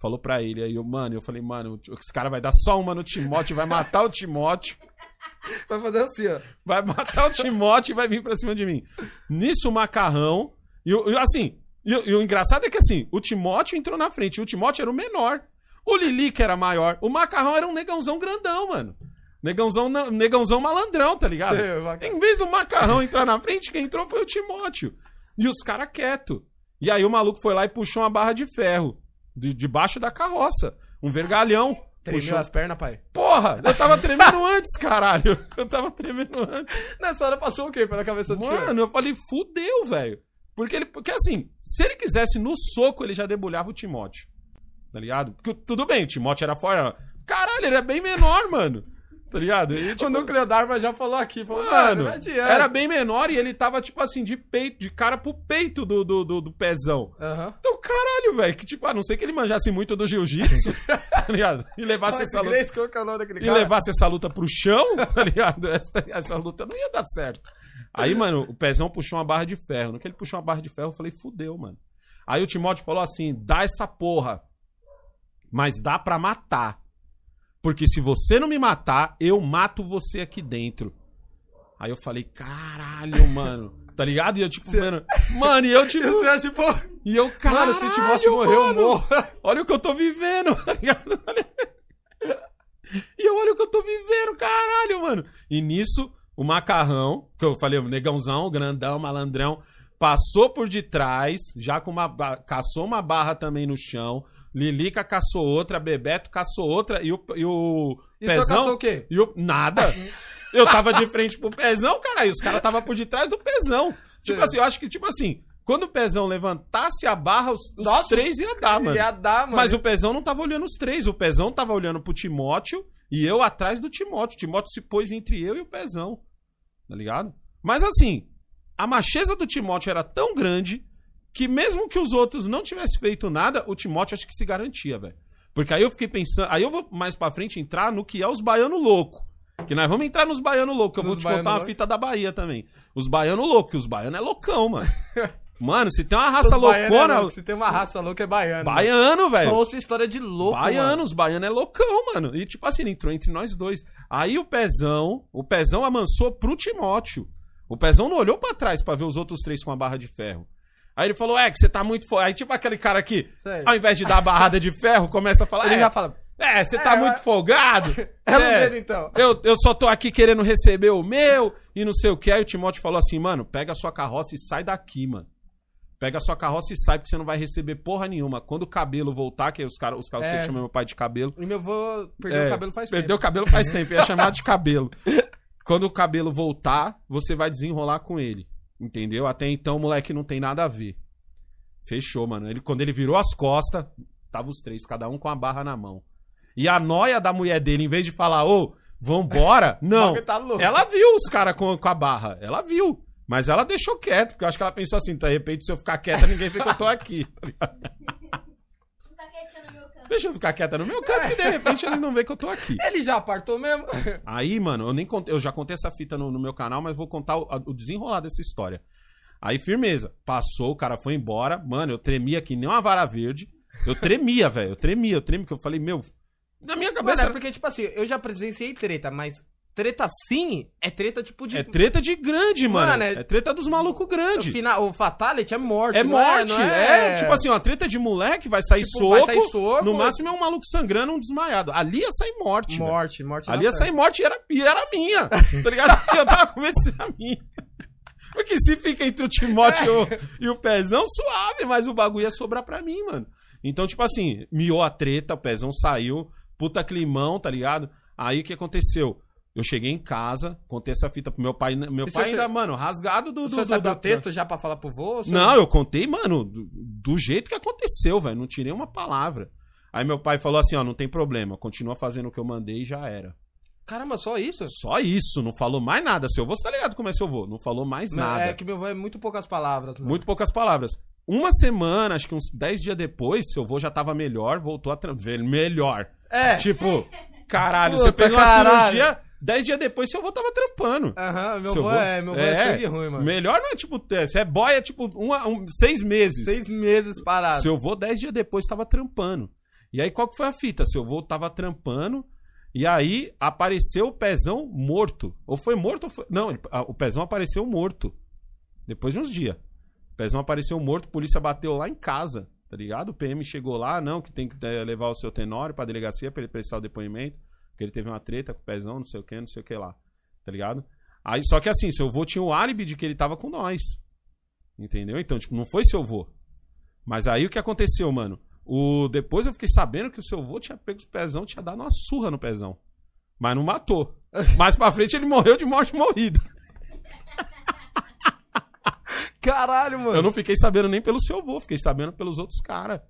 Speaker 1: Falou pra ele. Aí eu, mano, eu falei, mano, esse cara vai dar só uma no Timóteo, vai matar o Timóteo.
Speaker 2: Vai fazer assim, ó.
Speaker 1: Vai matar o Timóteo e vai vir pra cima de mim. Nisso, o macarrão. E, o- e assim, e, o- e o engraçado é que assim, o Timóteo entrou na frente. E o Timóteo era o menor. O Lili, que era maior. O macarrão era um negãozão grandão, mano. Negãozão, na- negãozão malandrão, tá ligado?
Speaker 2: Sei, vai-
Speaker 1: Em vez do macarrão entrar na frente, quem entrou foi o Timóteo. E os caras quieto. E aí o maluco foi lá e puxou uma barra de ferro. de- Debaixo da carroça. Um vergalhão.
Speaker 2: Tremeu
Speaker 1: Puxou-
Speaker 2: as pernas, pai.
Speaker 1: Porra, eu tava tremendo antes, caralho. Eu tava tremendo antes.
Speaker 2: Nessa hora passou o quê pela cabeça do senhor?
Speaker 1: Mano, eu falei, fudeu, velho. Porque ele. Porque assim, se ele quisesse no soco, ele já debulhava o Timóteo. Tá ligado? Porque tudo bem, o Timóteo era fora. Caralho, ele era bem menor, mano. Tá ligado? Ele, tipo,
Speaker 2: O núcleo d'arma já falou aqui, falou, mano,
Speaker 1: Mano,
Speaker 2: não adianta.
Speaker 1: era bem menor e ele tava, tipo assim, de peito, de cara pro peito do, do, do, do pezão.
Speaker 2: Aham.
Speaker 1: Então, caralho, velho, que tipo, a não ser que ele manjasse muito do jiu-jitsu, tá ligado? E levasse
Speaker 2: Nossa,
Speaker 1: essa
Speaker 2: o
Speaker 1: luta,
Speaker 2: Grace, qual que é o nome daquele
Speaker 1: e
Speaker 2: cara?
Speaker 1: levasse essa luta pro chão, tá ligado? Essa, essa luta não ia dar certo. Aí, mano, o pezão puxou uma barra de ferro. No que ele puxou uma barra de ferro, eu falei, fudeu, mano. Aí o Timóteo falou assim: dá essa porra, mas dá pra matar. Porque se você não me matar, eu mato você aqui dentro. Aí eu falei, caralho, mano. Tá ligado? E eu, tipo, mano, mano, e eu, tipo,
Speaker 2: E você, tipo,
Speaker 1: e eu,
Speaker 2: mano,
Speaker 1: caralho,
Speaker 2: se o Timóteo morreu,
Speaker 1: mano.
Speaker 2: morra.
Speaker 1: Olha o que eu tô vivendo, tá ligado? Olha- E eu olho o que eu tô vivendo, caralho, mano. E nisso, o macarrão, que eu falei, o negãozão, grandão, malandrão, passou por de trás, já com uma. ba- caçou uma barra também no chão. Lilica caçou outra, Bebeto caçou outra, e o. E o
Speaker 2: E só caçou o quê?
Speaker 1: e o- nada. Eu tava de frente pro pezão, cara, e os caras tava por detrás do pezão. Tipo
Speaker 2: Sim.
Speaker 1: assim, eu acho que, tipo assim, quando o pezão levantasse a barra, os, os
Speaker 2: Nossa,
Speaker 1: três ia dar, mano.
Speaker 2: Ia dar, mano.
Speaker 1: Mas o Pezão não tava olhando os três. O Pezão tava olhando pro Timóteo e eu atrás do Timóteo. O Timóteo se pôs entre eu e o Pezão. Tá ligado? Mas assim, a macheza do Timóteo era tão grande que mesmo que os outros não tivessem feito nada, o Timóteo acho que se garantia, velho. Porque aí eu fiquei pensando... Aí eu vou mais pra frente entrar no que é os baiano louco. Que nós vamos entrar nos baiano louco. que Eu
Speaker 2: Nos
Speaker 1: vou te contar
Speaker 2: baiano
Speaker 1: uma
Speaker 2: louco?
Speaker 1: fita da Bahia também. Os baiano louco. que Os baiano é loucão, mano. mano, se tem uma
Speaker 2: Os
Speaker 1: raça
Speaker 2: baianos é
Speaker 1: loucona...
Speaker 2: louco, Se tem uma raça louca, é baiano.
Speaker 1: Baiano, velho.
Speaker 2: Só essa história de louco, mano.
Speaker 1: Baianos, baiano é loucão, mano. E tipo assim, ele entrou entre nós dois. Aí o Pezão, o Pezão amansou pro Timóteo. O Pezão não olhou pra trás pra ver os outros três com a barra de ferro. Aí ele falou, é, que você tá muito fo-" Aí tipo aquele cara aqui,
Speaker 2: Sério.
Speaker 1: ao invés de dar a barrada de ferro, começa a falar,
Speaker 2: Ele
Speaker 1: é,
Speaker 2: já fala,
Speaker 1: é, você tá
Speaker 2: É,
Speaker 1: muito
Speaker 2: mas-
Speaker 1: folgado.
Speaker 2: é o
Speaker 1: É,
Speaker 2: dedo então.
Speaker 1: eu, eu só tô aqui querendo receber o meu e não sei o que. Aí o Timóteo falou assim, mano, pega a sua carroça e sai daqui, mano. Pega a sua carroça e sai, porque você não vai receber porra nenhuma. Quando o cabelo voltar, que os caras os cara,
Speaker 2: É.
Speaker 1: sempre chamam meu pai de cabelo.
Speaker 2: E meu vô perdeu
Speaker 1: É,
Speaker 2: o cabelo faz
Speaker 1: Perdeu o cabelo faz tempo, ia chamar de cabelo. Quando o cabelo voltar, você vai desenrolar com ele. Entendeu? Até então o moleque não tem nada a ver. Fechou, mano. Ele, quando ele virou as costas, tava os três, cada um com a barra na mão. E a noia da mulher dele, em vez de falar, ô, vambora,
Speaker 2: tempo. O
Speaker 1: não.
Speaker 2: bagulho Tá louco.
Speaker 1: Ela viu os caras com, com a barra. Ela viu. Mas ela deixou quieto, porque eu acho que ela pensou assim, de repente, se eu ficar quieta, ninguém vê que eu tô aqui. tá ligado?
Speaker 3: Não tá quietinha no meu canto.
Speaker 1: Deixa eu ficar quieta no meu canto, que de repente eles não vê que eu tô aqui.
Speaker 2: Ele já apartou mesmo?
Speaker 1: Aí, mano, eu nem contei, eu já contei essa fita no, no meu canal, mas vou contar o, a- o desenrolar dessa história. Aí, firmeza. Passou, o cara foi embora. Mano, eu tremia que nem uma vara verde. Eu tremia, velho. Eu tremia, eu tremia, porque eu falei, meu. Na minha
Speaker 2: Mano,
Speaker 1: cabeça.
Speaker 2: é porque, tipo assim, eu já presenciei treta, mas treta sim é treta, tipo, de...
Speaker 1: É treta de grande, mano.
Speaker 2: Mano, é-
Speaker 1: é... treta dos malucos
Speaker 2: o,
Speaker 1: grandes.
Speaker 2: final, o Fatality é morte,
Speaker 1: É
Speaker 2: não
Speaker 1: morte,
Speaker 2: não
Speaker 1: é, Tipo assim, uma treta de moleque vai sair,
Speaker 2: Tipo,
Speaker 1: soco,
Speaker 2: vai sair soco.
Speaker 1: No máximo é um maluco sangrando, um desmaiado. Ali ia sair morte. velho.
Speaker 2: Morte, é. morte.
Speaker 1: Ali ia sair morte e era, e era minha. Tá ligado? eu tava com medo de ser a minha. Porque se fica entre o Timóteo e,
Speaker 2: É.
Speaker 1: o, e o Pezão, suave, mas o bagulho ia sobrar pra mim, mano. Então, tipo assim, miou a treta, o Pezão saiu, puta climão, tá ligado? Aí o que aconteceu? Eu cheguei em casa, contei essa fita pro meu pai. Meu
Speaker 2: E
Speaker 1: pai
Speaker 2: você
Speaker 1: ainda,
Speaker 2: che-
Speaker 1: mano, rasgado do. do,
Speaker 2: Você
Speaker 1: do-
Speaker 2: sabe
Speaker 1: do-
Speaker 2: o texto já pra falar pro vô? Você-
Speaker 1: Não, eu contei, mano, do, do jeito que aconteceu, velho. Não tirei uma palavra. Aí meu pai falou assim: ó, não tem problema, continua fazendo o que eu mandei e já era.
Speaker 2: Caramba, só isso?
Speaker 1: Só isso, não falou mais nada. Seu avô, você tá ligado como é seu avô? Não falou mais
Speaker 2: Mano,
Speaker 1: nada.
Speaker 2: É que meu vô é muito poucas palavras, mano.
Speaker 1: Muito poucas palavras. Uma semana, acho que uns 10 dias depois, seu avô já tava melhor, voltou a. tra- ver- Melhor.
Speaker 2: É.
Speaker 1: Tipo, caralho,
Speaker 2: Puta,
Speaker 1: você assim, fez uma
Speaker 2: caralho.
Speaker 1: cirurgia, 10 dias depois seu avô tava trampando.
Speaker 2: Aham, meu
Speaker 1: Seu
Speaker 2: vô
Speaker 1: vô-
Speaker 2: é, meu vô é,
Speaker 1: É.
Speaker 2: sangue ruim, mano.
Speaker 1: Melhor não é tipo. é, Se é boy, é tipo uma, um, seis meses.
Speaker 2: Seis meses parado.
Speaker 1: Seu avô, dez dias depois, tava trampando. E aí, qual que foi a fita? Seu avô tava trampando, e aí apareceu o pezão morto. Ou foi morto ou foi... Não, ele- ah, o pezão apareceu morto. Depois de uns dias. O pezão apareceu morto, a polícia bateu lá em casa, tá ligado? O PM chegou lá, não, que tem que eh, levar o seu Tenório pra delegacia pra ele prestar o depoimento, porque ele teve uma treta com o pezão, não sei o que, não sei o que lá, tá ligado? Aí, só que assim, seu avô tinha o álibi de que ele tava com nós. Entendeu? Então, tipo, não foi seu avô. Mas aí o que aconteceu, mano? O... Depois eu fiquei sabendo que o seu avô tinha pego os pezão, tinha dado uma surra no pezão. Mas não matou. Mais pra frente ele morreu de morte morrida.
Speaker 2: Caralho, mano.
Speaker 1: Eu não fiquei sabendo nem pelo seu avô, fiquei sabendo pelos outros caras.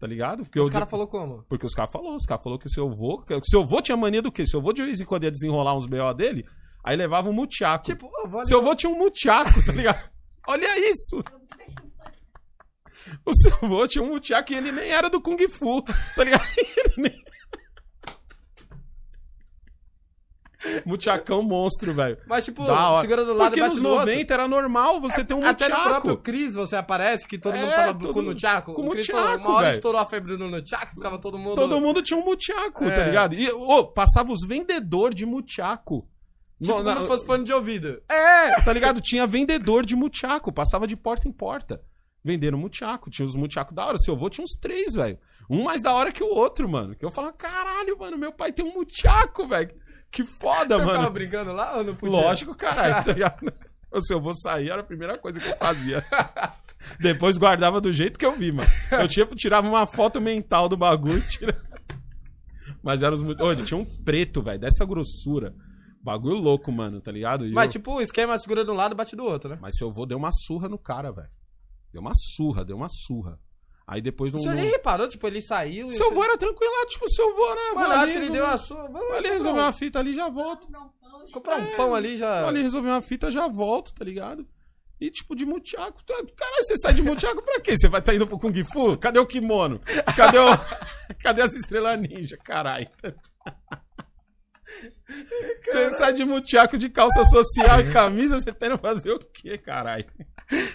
Speaker 1: Tá ligado? Porque
Speaker 2: Os
Speaker 1: eu-
Speaker 2: caras falaram como?
Speaker 1: Porque os caras falaram, os caras falaram que o seu avô. Que o seu avô tinha mania do quê? Seu avô de vez em quando ia desenrolar uns BO dele, aí levava um mutiaco.
Speaker 2: Tipo, ó, vou ali-
Speaker 1: seu avô tinha um mutiaco, tá ligado? Olha isso! O seu avô tinha um mutiaco e ele nem era do Kung Fu, tá ligado? Ele nem... Mutiacão monstro, velho.
Speaker 2: Mas, tipo,
Speaker 1: Da hora.
Speaker 2: segura do lado
Speaker 1: Porque
Speaker 2: e bate
Speaker 1: nos
Speaker 2: no outro.
Speaker 1: 90 era normal você ter um
Speaker 2: Até no próprio
Speaker 1: mutiaco.
Speaker 2: Cris você aparece, que todo
Speaker 1: É,
Speaker 2: mundo tava
Speaker 1: todo
Speaker 2: com o
Speaker 1: mundo-
Speaker 2: Nunchaku.
Speaker 1: com
Speaker 2: o Cris
Speaker 1: Nunchaku,
Speaker 2: falou, uma hora
Speaker 1: velho.
Speaker 2: estourou a febre do Nunchaku, ficava todo mundo...
Speaker 1: Todo mundo tinha um mutiaco, tá
Speaker 2: É.
Speaker 1: ligado? E ô, passava os vendedores de mutiaco.
Speaker 2: Tipo,
Speaker 1: No-
Speaker 2: como
Speaker 1: na-
Speaker 2: se fosse fone de ouvido.
Speaker 1: É, tá ligado? Tinha vendedor de mutiaco, passava de porta em porta. Vendendo mutiaco, tinha os mutiaco da hora. Seu avô tinha uns três, velho. Um mais da hora que o outro, mano. Que eu falava, caralho, mano, meu pai tem um mutiaco, velho. Que foda,
Speaker 2: Você ficava
Speaker 1: mano.
Speaker 2: brincando lá ou não podia?
Speaker 1: Lógico, caralho, tá ligado? O seu avô saía, era a primeira coisa que eu fazia. Depois guardava do jeito que eu vi, mano. Eu tipo, tirava uma foto mental do bagulho e tirava. Mas eram os mutiacos. Ô, ele tinha um preto, velho, dessa grossura. Bagulho louco, mano, tá ligado? E eu-
Speaker 2: Mas, tipo, o esquema segura de um lado e bate do outro, né?
Speaker 1: mas seu avô deu uma surra no cara, velho. Deu uma surra, deu uma surra. Aí depois um
Speaker 2: O
Speaker 1: não.
Speaker 2: senhor nem reparou, tipo, ele saiu... e
Speaker 1: Seu
Speaker 2: você-
Speaker 1: avô era tranquilo, lá, tipo, seu avô, né?
Speaker 2: Mano,
Speaker 1: vou
Speaker 2: eu
Speaker 1: ali
Speaker 2: acho que ele
Speaker 1: resolver-
Speaker 2: deu a sua...
Speaker 1: Vou ali resolver uma fita ali já volto.
Speaker 3: Comprar um pão, acho
Speaker 2: Comprar um
Speaker 1: É.
Speaker 2: pão ali já...
Speaker 1: Vou ali resolver uma fita já volto, tá ligado? E tipo, de mutiaco. tá- Caralho, você sai de mutiaco pra quê? Você vai tá indo pro Kung Fu? Cadê o kimono? Cadê o. Cadê as estrelas ninja? Caralho. Você sai de mutiaco de calça social e camisa, você tá indo fazer o quê, caralho?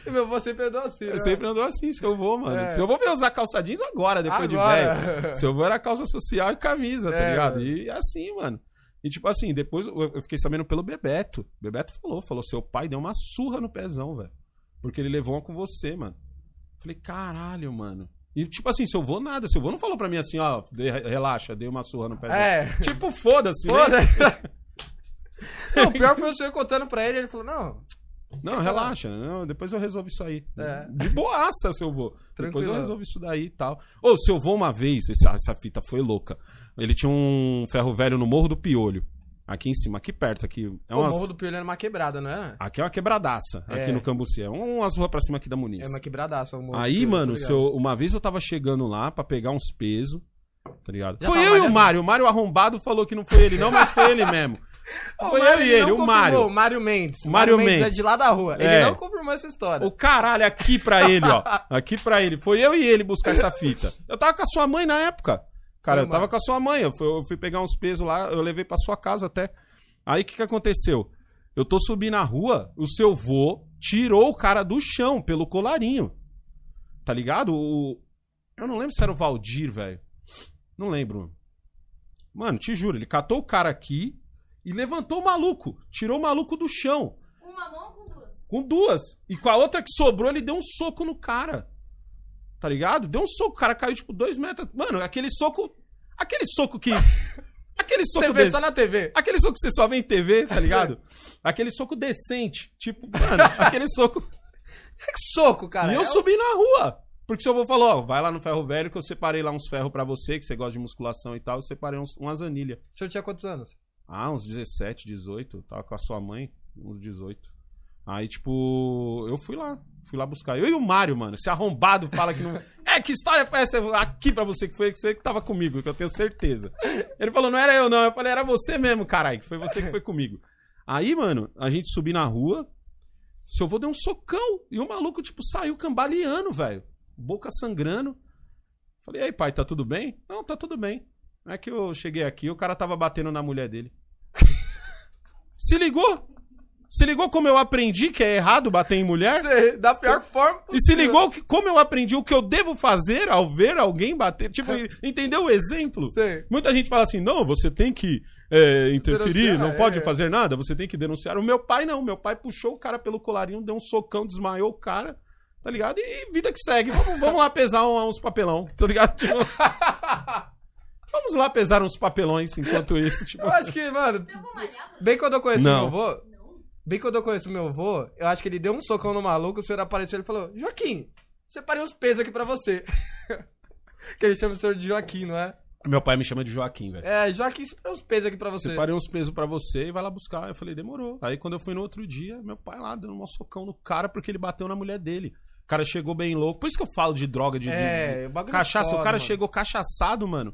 Speaker 2: E meu avô sempre andou assim,
Speaker 1: Eu
Speaker 2: né?
Speaker 1: sempre andou assim, se eu vou, mano.
Speaker 2: É.
Speaker 1: Se eu vou ver usar calça jeans agora, depois
Speaker 2: Agora.
Speaker 1: de velho. Se eu vou era calça social e camisa, tá
Speaker 2: É,
Speaker 1: ligado?
Speaker 2: mano.
Speaker 1: E assim, mano. E tipo assim, depois eu eu fiquei sabendo pelo Bebeto. Bebeto falou, falou, seu pai deu uma surra no pezão, velho. Porque ele levou uma com você, mano. Falei, caralho, mano. E tipo assim, se eu vou nada, se eu vou não falou pra mim assim, ó, de- relaxa, dei uma surra no pezão.
Speaker 2: É.
Speaker 1: Tipo, foda-se, né?
Speaker 2: Foda. Não, o pior foi o senhor contando pra ele, ele falou, não,
Speaker 1: Não, relaxa. Não, depois eu resolvo isso aí.
Speaker 2: É.
Speaker 1: De boaça, seu vô. Depois eu
Speaker 2: Tranquilão.
Speaker 1: resolvo isso daí e tal. Ô, seu vô uma vez, esse- essa fita foi louca. Ele tinha um ferro velho no Morro do Piolho. Aqui em cima, aqui perto, aqui. É
Speaker 2: o
Speaker 1: umas-
Speaker 2: Morro do Piolho era uma quebrada, não é?
Speaker 1: Aqui é uma quebradaça, aqui
Speaker 2: É.
Speaker 1: no Cambuci. É umas ruas pra cima aqui da Muniz.
Speaker 2: É uma quebradaça o Morro do
Speaker 1: Aí,
Speaker 2: Piolho, tá
Speaker 1: mano,
Speaker 2: tô ligado.
Speaker 1: se eu- uma vez eu tava chegando lá pra pegar uns pesos, tá ligado?
Speaker 2: Já
Speaker 1: foi
Speaker 2: tava
Speaker 1: eu e o
Speaker 2: malhando.
Speaker 1: Mário. O Mário arrombado falou que não foi ele, não, mas foi ele mesmo.
Speaker 2: Ô,
Speaker 1: foi
Speaker 2: Mário,
Speaker 1: eu e ele,
Speaker 2: não
Speaker 1: o
Speaker 2: confirmou,
Speaker 1: Mário.
Speaker 2: O Mário Mendes.
Speaker 1: O Mário
Speaker 2: é
Speaker 1: Mendes.
Speaker 2: de lá da rua.
Speaker 1: É.
Speaker 2: Ele não confirmou essa história.
Speaker 1: O caralho, aqui pra ele, ó. Aqui pra ele. Foi eu e ele buscar essa fita. Eu tava com a sua mãe na época. Cara,
Speaker 2: Foi,
Speaker 1: eu tava
Speaker 2: mano.
Speaker 1: com a sua mãe. Eu fui, eu fui pegar uns pesos lá, eu levei pra sua casa até. Aí o que que aconteceu? Eu tô subindo na rua, o seu vô tirou o cara do chão pelo colarinho. Tá ligado? O... Eu não lembro se era o Valdir, velho. Não lembro. Mano, te juro, ele catou o cara aqui e levantou o maluco. Tirou o maluco do chão.
Speaker 3: Com um. uma mão ou com duas?
Speaker 1: Com duas. E com a outra que sobrou, ele deu um soco no cara. Tá ligado? Deu um soco, o cara caiu, tipo, dois metros. Mano, aquele soco. Aquele soco que. Aquele
Speaker 2: Você
Speaker 1: soco
Speaker 2: vê
Speaker 1: desse.
Speaker 2: só na TV.
Speaker 1: Aquele soco que você só vê em TV, tá ligado? Aquele soco decente. Tipo, mano, aquele soco.
Speaker 2: Que soco, cara.
Speaker 1: E eu
Speaker 2: É
Speaker 1: subi na rua. Porque seu avô falou, ó, vai lá no ferro velho que eu separei lá uns ferros pra você, que você gosta de musculação e tal. Eu separei uns, umas anilhas.
Speaker 2: O senhor tinha quantos anos?
Speaker 1: Ah, uns 17, 18. Tava com a sua mãe, uns 18. Aí, tipo, eu fui lá. Fui lá buscar. Eu e o Mário, mano. Esse arrombado fala que não. É, que história foi essa aqui pra você que foi que você que tava comigo, que eu tenho certeza. Ele falou, não era eu, não. Eu falei, era você mesmo, caralho, que foi você que foi comigo. Aí, mano, a gente subi na rua. Seu avô deu um socão. E o maluco, tipo, saiu cambaleando, velho. Boca sangrando. Falei, e aí, pai, tá tudo bem? Não, tá tudo bem. É que eu cheguei aqui, o cara tava batendo na mulher dele. Se ligou? Se ligou como eu aprendi que é errado bater em mulher?
Speaker 2: Você- da pior forma
Speaker 1: E se
Speaker 2: possível.
Speaker 1: ligou que, como eu aprendi o que eu devo fazer ao ver alguém bater? Tipo,
Speaker 2: É.
Speaker 1: entendeu o exemplo?
Speaker 2: Sei.
Speaker 1: Muita gente fala assim, não, você tem que é, interferir,
Speaker 2: Denunciar,
Speaker 1: não pode
Speaker 2: é.
Speaker 1: fazer nada, você tem que denunciar. O meu pai não, meu pai puxou o cara pelo colarinho, deu um socão, desmaiou o cara, tá ligado? E vida que segue, vamos, vamos lá pesar um- uns papelão, tá ligado? Tipo, vamos lá pesar uns papelões enquanto isso, tipo...
Speaker 2: Eu acho que, mano,
Speaker 3: Eu vou malhar, mano.
Speaker 2: bem quando eu conheço
Speaker 1: Não.
Speaker 2: meu avô,
Speaker 3: Não.
Speaker 2: bem quando eu conheço meu avô, eu acho que ele deu um socão no maluco, o senhor apareceu e ele falou, Joaquim, separei uns pesos aqui pra você. que ele chama o senhor de Joaquim, não é?
Speaker 1: Meu pai me chama de Joaquim, velho.
Speaker 2: É, já que separei uns pesos aqui pra você. é.
Speaker 1: Separei uns pesos pra você e vai lá buscar. Eu falei, demorou. Aí quando eu fui no outro dia, meu pai lá dando um socão no cara porque ele bateu na mulher dele. O cara chegou bem louco. Por isso que eu falo de droga, de, de- de
Speaker 2: É, o bagulho é
Speaker 1: cachaça.
Speaker 2: foda,
Speaker 1: o cara
Speaker 2: mano.
Speaker 1: chegou cachaçado, mano.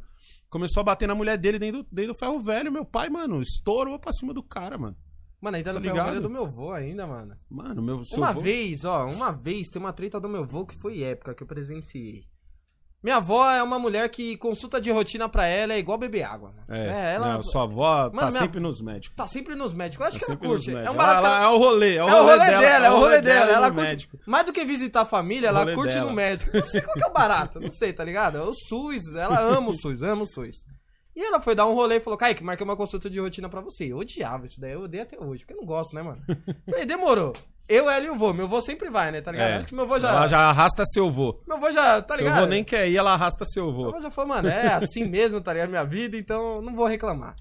Speaker 1: Começou a bater na mulher dele dentro, do- dentro do ferro velho. Meu pai, mano, estourou pra cima do cara, mano.
Speaker 2: Mano, ainda
Speaker 1: Tá
Speaker 2: não foi a
Speaker 1: ligado?
Speaker 2: do meu avô ainda, mano.
Speaker 1: Mano, meu seu
Speaker 2: uma
Speaker 1: vô-
Speaker 2: vez, ó, uma vez tem uma treta do meu avô que foi época que eu presenciei. Minha avó é uma mulher que consulta de rotina pra ela é igual beber água, mano.
Speaker 1: É,
Speaker 2: né, ela
Speaker 1: não, sua avó tá
Speaker 2: Mano, minha-
Speaker 1: sempre nos médicos.
Speaker 2: tá sempre nos médicos. Eu
Speaker 1: Tá
Speaker 2: acho que ela
Speaker 1: sempre nos
Speaker 2: curte. É
Speaker 1: médicos.
Speaker 2: um
Speaker 1: Ela-
Speaker 2: barato que ela-
Speaker 1: ela- é o rolê, é o rolê, dela,
Speaker 2: é o rolê dela.
Speaker 1: e
Speaker 2: Ela
Speaker 1: no
Speaker 2: curte.
Speaker 1: médico.
Speaker 2: Mais do que visitar a
Speaker 1: O
Speaker 2: família, ela
Speaker 1: rolê
Speaker 2: curte ir
Speaker 1: dela.
Speaker 2: no médico. Não sei qual que é o barato, não sei, tá ligado? É o SUS, ela ama o SUS, ama o SUS. E ela foi dar um rolê e falou, Kaique, marquei uma consulta de rotina pra você. Eu odiava isso daí, eu odeio até hoje, porque eu não gosto, né, mano? Falei, demorou. Eu, ela e o vô. Meu vô sempre vai, né, tá ligado?
Speaker 1: É.
Speaker 2: Acho que meu vô já...
Speaker 1: Ela já arrasta seu vô.
Speaker 2: Meu vô já, tá
Speaker 1: seu
Speaker 2: ligado?
Speaker 1: vô nem quer ir, ela arrasta seu
Speaker 2: Meu
Speaker 1: vô.
Speaker 2: vô já falou, mano, é assim mesmo, tá ligado? Minha vida, então não vou reclamar.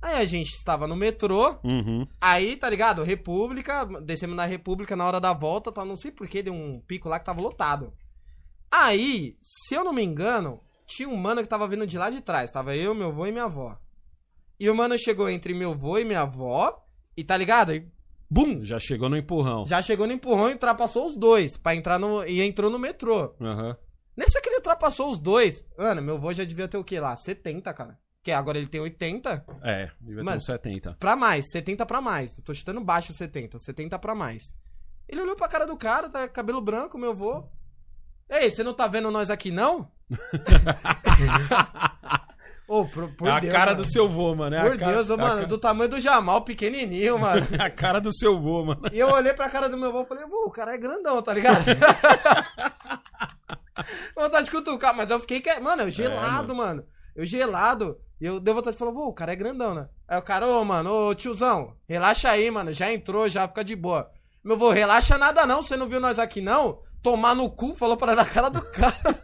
Speaker 2: Aí a gente estava no metrô,
Speaker 1: Uhum.
Speaker 2: Aí, tá ligado? República, descemos na República na hora da volta, tá? Não sei porquê, deu um pico lá que tava lotado. Aí, se eu não me engano, tinha um mano que tava vindo de lá de trás. Tava eu, meu avô e minha avó. E o mano chegou entre meu avô e minha avó, e tá ligado? E bum!
Speaker 1: Já chegou no empurrão.
Speaker 2: Já chegou no empurrão e ultrapassou os dois pra entrar no. E entrou no metrô.
Speaker 1: Aham.
Speaker 2: Nessa que ele ultrapassou os dois, mano, meu avô já devia ter o quê lá? 70, cara. Que agora ele tem 80.
Speaker 1: É, devia ter
Speaker 2: Mano,
Speaker 1: uns então. 70.
Speaker 2: Pra mais, 70 pra mais. Eu tô chutando baixo 70, 70 pra mais. Ele olhou pra cara do cara, tá cabelo branco, meu avô. Ei, você não tá vendo nós aqui, não? Ô, por, por
Speaker 1: é a
Speaker 2: Deus,
Speaker 1: cara
Speaker 2: mano.
Speaker 1: do seu vô, mano. É a
Speaker 2: Por
Speaker 1: cara-
Speaker 2: Deus, ô,
Speaker 1: é a
Speaker 2: mano,
Speaker 1: ca-
Speaker 2: do tamanho do Jamal, pequenininho, mano.
Speaker 1: É a cara do seu vô, mano.
Speaker 2: E eu olhei pra cara do meu avô e falei, vô, o cara é grandão, tá ligado? vontade de cutucar, mas eu fiquei, que... mano, eu gelado,
Speaker 1: É, mano.
Speaker 2: mano. Eu gelado. E eu dei vontade de falar, vô, o cara é grandão, né? Aí o cara, ô, mano, ô, tiozão, relaxa aí, mano. Já entrou, já fica de boa. Meu vô, relaxa nada não, você não viu nós aqui não? Tomar no cu, falou pra na cara do cara.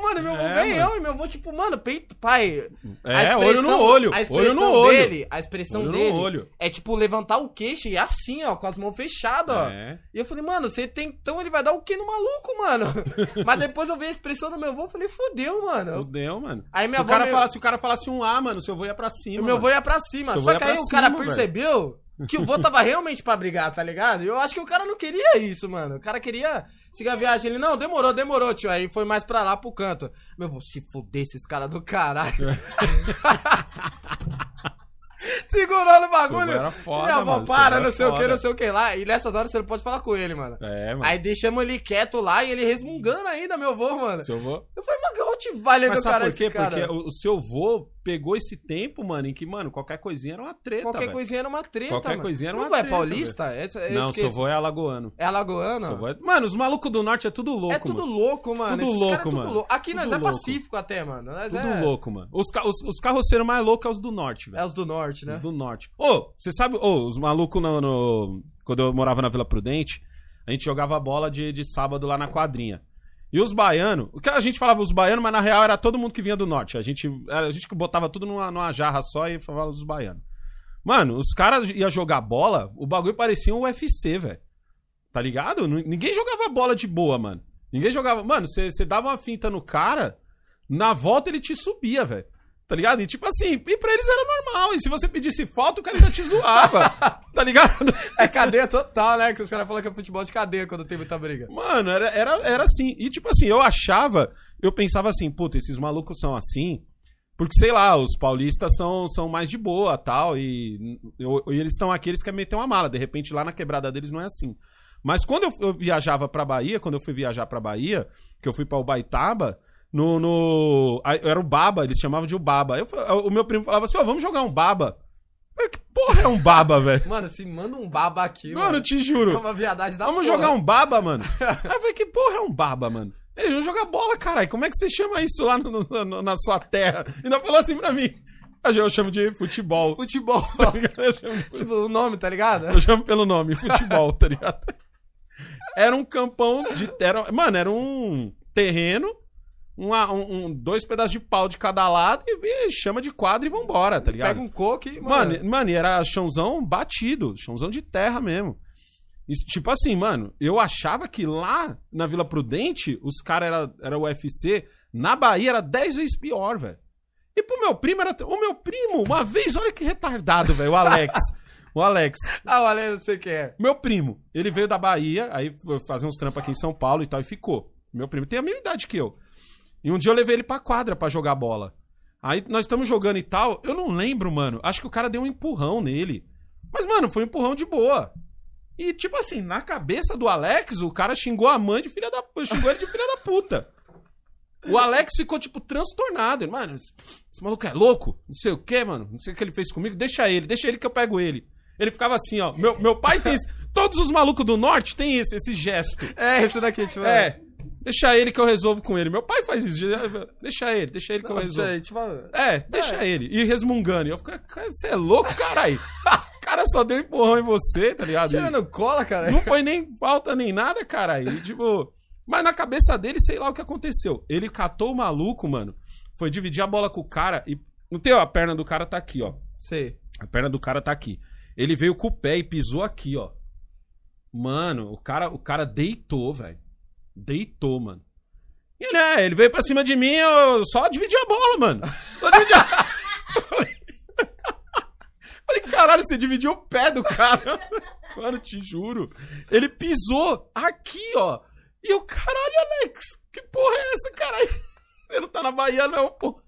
Speaker 2: Mano, e meu vô
Speaker 1: É,
Speaker 2: ganhou, e meu vô, tipo, mano, peito, pai. a
Speaker 1: É, olho no
Speaker 2: expressão-
Speaker 1: olho.
Speaker 2: A
Speaker 1: Olho
Speaker 2: expressão
Speaker 1: no olho.
Speaker 2: dele, a expressão
Speaker 1: Olho
Speaker 2: dele
Speaker 1: no olho.
Speaker 2: é tipo levantar o queixo e assim, ó, com as mãos fechadas, ó.
Speaker 1: É.
Speaker 2: E eu falei, mano, você tem. Então ele vai dar o quê no maluco, mano? Mas depois eu vi a expressão do meu avô, eu falei, fudeu, mano.
Speaker 1: Fudeu, mano.
Speaker 2: Aí minha
Speaker 1: Se o,
Speaker 2: avó.
Speaker 1: cara
Speaker 2: meio-
Speaker 1: falasse, se o cara falasse um A, mano, seu vô ia pra cima.
Speaker 2: o meu
Speaker 1: mano.
Speaker 2: avô ia pra cima.
Speaker 1: Seu
Speaker 2: Só
Speaker 1: vô
Speaker 2: que
Speaker 1: ia
Speaker 2: aí
Speaker 1: pra
Speaker 2: o cara
Speaker 1: cima, velho.
Speaker 2: percebeu que o vô tava realmente pra brigar, tá ligado? Eu acho que o cara não queria isso, mano. O cara queria seguir a viagem. Ele, não, demorou, demorou, tio. Aí foi mais pra lá pro canto. Meu avô, se fuder esses caras do caralho. Segurando o
Speaker 1: Seu vô
Speaker 2: bagulho.
Speaker 1: era foda,
Speaker 2: Minha avó
Speaker 1: mano. Seu
Speaker 2: para,
Speaker 1: vô
Speaker 2: não
Speaker 1: era
Speaker 2: sei o que,
Speaker 1: foda.
Speaker 2: não sei o que lá. E nessas horas você não pode falar com ele, mano.
Speaker 1: É, mano.
Speaker 2: Aí deixamos ele quieto lá e ele resmungando ainda, meu avô, mano.
Speaker 1: Seu vô...
Speaker 2: Eu falei, mano, que Rottweiler
Speaker 1: Mas
Speaker 2: do
Speaker 1: sabe
Speaker 2: cara
Speaker 1: por quê?
Speaker 2: esse cara.
Speaker 1: Porque o, o seu vô pegou esse tempo, mano, em que, mano, qualquer coisinha era uma treta,
Speaker 2: Qualquer
Speaker 1: velho.
Speaker 2: coisinha era uma treta,
Speaker 1: Qualquer
Speaker 2: mano.
Speaker 1: coisinha era uma
Speaker 2: Meu avô
Speaker 1: treta,
Speaker 2: é paulista? Essa, eu
Speaker 1: Não,
Speaker 2: esqueço.
Speaker 1: seu vô é alagoano.
Speaker 2: É alagoano?
Speaker 1: Seu vô é- Mano, os malucos do norte é tudo louco,
Speaker 2: é tudo
Speaker 1: mano.
Speaker 2: louco, mano.
Speaker 1: Tudo
Speaker 2: Esses
Speaker 1: louco,
Speaker 2: caras é tudo
Speaker 1: mano.
Speaker 2: louco. Aqui nós
Speaker 1: Tudo
Speaker 2: é
Speaker 1: louco.
Speaker 2: pacífico até, mano. Nós
Speaker 1: Tudo
Speaker 2: é...
Speaker 1: louco, mano. Os, ca- os, os carroceiros mais loucos é os do norte, velho.
Speaker 2: É os do norte, né?
Speaker 1: Os do norte. Ô, você sabe, ô, os malucos no, no- Quando eu morava na Vila Prudente, a gente jogava bola de, de sábado lá na quadrinha. E os baianos, o que a gente falava os baianos, mas na real era todo mundo que vinha do norte. A gente, era a gente que botava tudo numa, numa jarra só e falava os baianos. Mano, os caras iam jogar bola, o bagulho parecia um UFC, velho. Tá ligado? Nu- Ninguém jogava bola de boa, mano. Ninguém jogava. Mano, você dava uma finta no cara, na volta ele te subia, velho. Tá ligado? E tipo assim, e pra eles era normal. E se você pedisse falta, o cara ainda te zoava. tá ligado?
Speaker 2: É cadeia total, né? Que os caras falam que é futebol de cadeia quando tem muita briga.
Speaker 1: Mano, era, era, era assim. E tipo assim, eu achava, eu pensava assim, puta, esses malucos são assim. Porque, sei lá, os paulistas são, são mais de boa tal. E, eu- e eles estão aqui, eles querem meter uma mala. De repente, lá na quebrada deles não é assim. Mas quando eu, eu viajava pra Bahia, quando eu fui viajar pra Bahia, que eu fui pra Ubaitaba, no. no aí era o Baba, eles chamavam de o Baba. Eu fa- o meu primo falava assim: ó, vamos jogar um Baba. Eu falei, que porra é um Baba, velho?
Speaker 2: Mano, se manda um baba aqui,
Speaker 1: Mano, eu
Speaker 2: mano.
Speaker 1: te
Speaker 2: É
Speaker 1: juro.
Speaker 2: uma viadagem da
Speaker 1: Vamos
Speaker 2: porra.
Speaker 1: jogar um baba, mano. Aí eu falei, que porra é um baba, mano? Eles vão jogar bola, caralho. Como é que você chama isso lá no- no- no- na sua terra? Ainda falou assim pra mim. Aí Eu chamo de futebol.
Speaker 2: Futebol.
Speaker 1: tá ligado? Eu chamo, de-
Speaker 2: tipo, o nome, tá ligado?
Speaker 1: eu chamo pelo nome, futebol, tá ligado? Era um campão de. Era, mano, era um terreno, uma- um, um- dois pedaços de pau de cada lado e, e chama de quadra e vambora, tá ligado?
Speaker 2: Pega um coco e, mano...
Speaker 1: Mano, mano, e era chãozão batido, chãozão de terra mesmo. E, tipo assim, mano, eu achava que lá na Vila Prudente, os caras era, era UFC, Na Bahia era 10 vezes pior, velho. E pro meu primo era. O meu primo, uma vez, olha que retardado, velho. O Alex. o Alex.
Speaker 2: Ah, o Ale, não sei quem é.
Speaker 1: Meu primo, ele veio da Bahia, aí foi fazer uns trampos aqui em São Paulo e tal, e ficou. Meu primo tem a mesma idade que eu. E um dia eu levei ele pra quadra pra jogar bola. Aí nós estamos jogando e tal, eu não lembro, mano. Acho que o cara deu um empurrão nele. Mas, mano, foi um empurrão de boa. E, tipo assim, na cabeça do Alex, o cara xingou a mãe de filha da puta. Xingou ele de filha da puta. O Alex ficou, tipo, transtornado. Ele, Mano, esse esse maluco é louco. Não sei o que, mano. Não sei o que ele fez comigo. Deixa ele, deixa ele que eu pego ele. Ele ficava assim, ó. Meu, meu pai tem. esse- Todos os malucos do norte têm esse, esse gesto.
Speaker 2: É, esse daqui, tipo.
Speaker 1: É. Deixa ele que eu resolvo com ele. Meu pai faz isso. Deixa ele, deixa ele que eu
Speaker 2: Não, isso
Speaker 1: resolvo.
Speaker 2: aí, tipo.
Speaker 1: É, deixa ele. E resmungando. E eu ficava, "Cara, você é louco, caralho. O cara só deu empurrão em você, tá ligado?
Speaker 2: Cheirando cola, cara.
Speaker 1: Não foi nem falta nem nada, cara. E, tipo, mas na cabeça dele, sei lá o que aconteceu. Ele catou o maluco, mano. Foi dividir a bola com o cara e. Não tem, ó, a perna do cara tá aqui, ó.
Speaker 2: Sei.
Speaker 1: A perna do cara tá aqui. Ele veio com o pé e pisou aqui, ó. Mano, o cara, o cara deitou, velho. Deitou, mano. E né, ele veio pra cima de mim, eu só dividi a bola, mano. Só dividi a... Falei, caralho, você dividiu o pé do cara. Mano, te juro. Ele pisou aqui, ó. E eu, caralho, Alex, que porra é essa, caralho? Você não tá na Bahia, não, pô.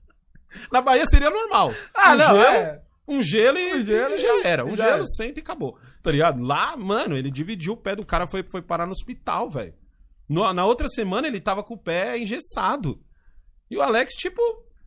Speaker 1: Na Bahia seria normal.
Speaker 2: Ah,
Speaker 1: Um
Speaker 2: não,
Speaker 1: gelo,
Speaker 2: é.
Speaker 1: um gelo e
Speaker 2: Um gelo
Speaker 1: e já era. Um
Speaker 2: já
Speaker 1: gelo,
Speaker 2: era.
Speaker 1: senta e acabou. Tá ligado? Lá, mano, ele dividiu o pé do cara, foi, foi parar no hospital, velho. No- Na outra semana ele tava com o pé engessado. E o Alex, tipo,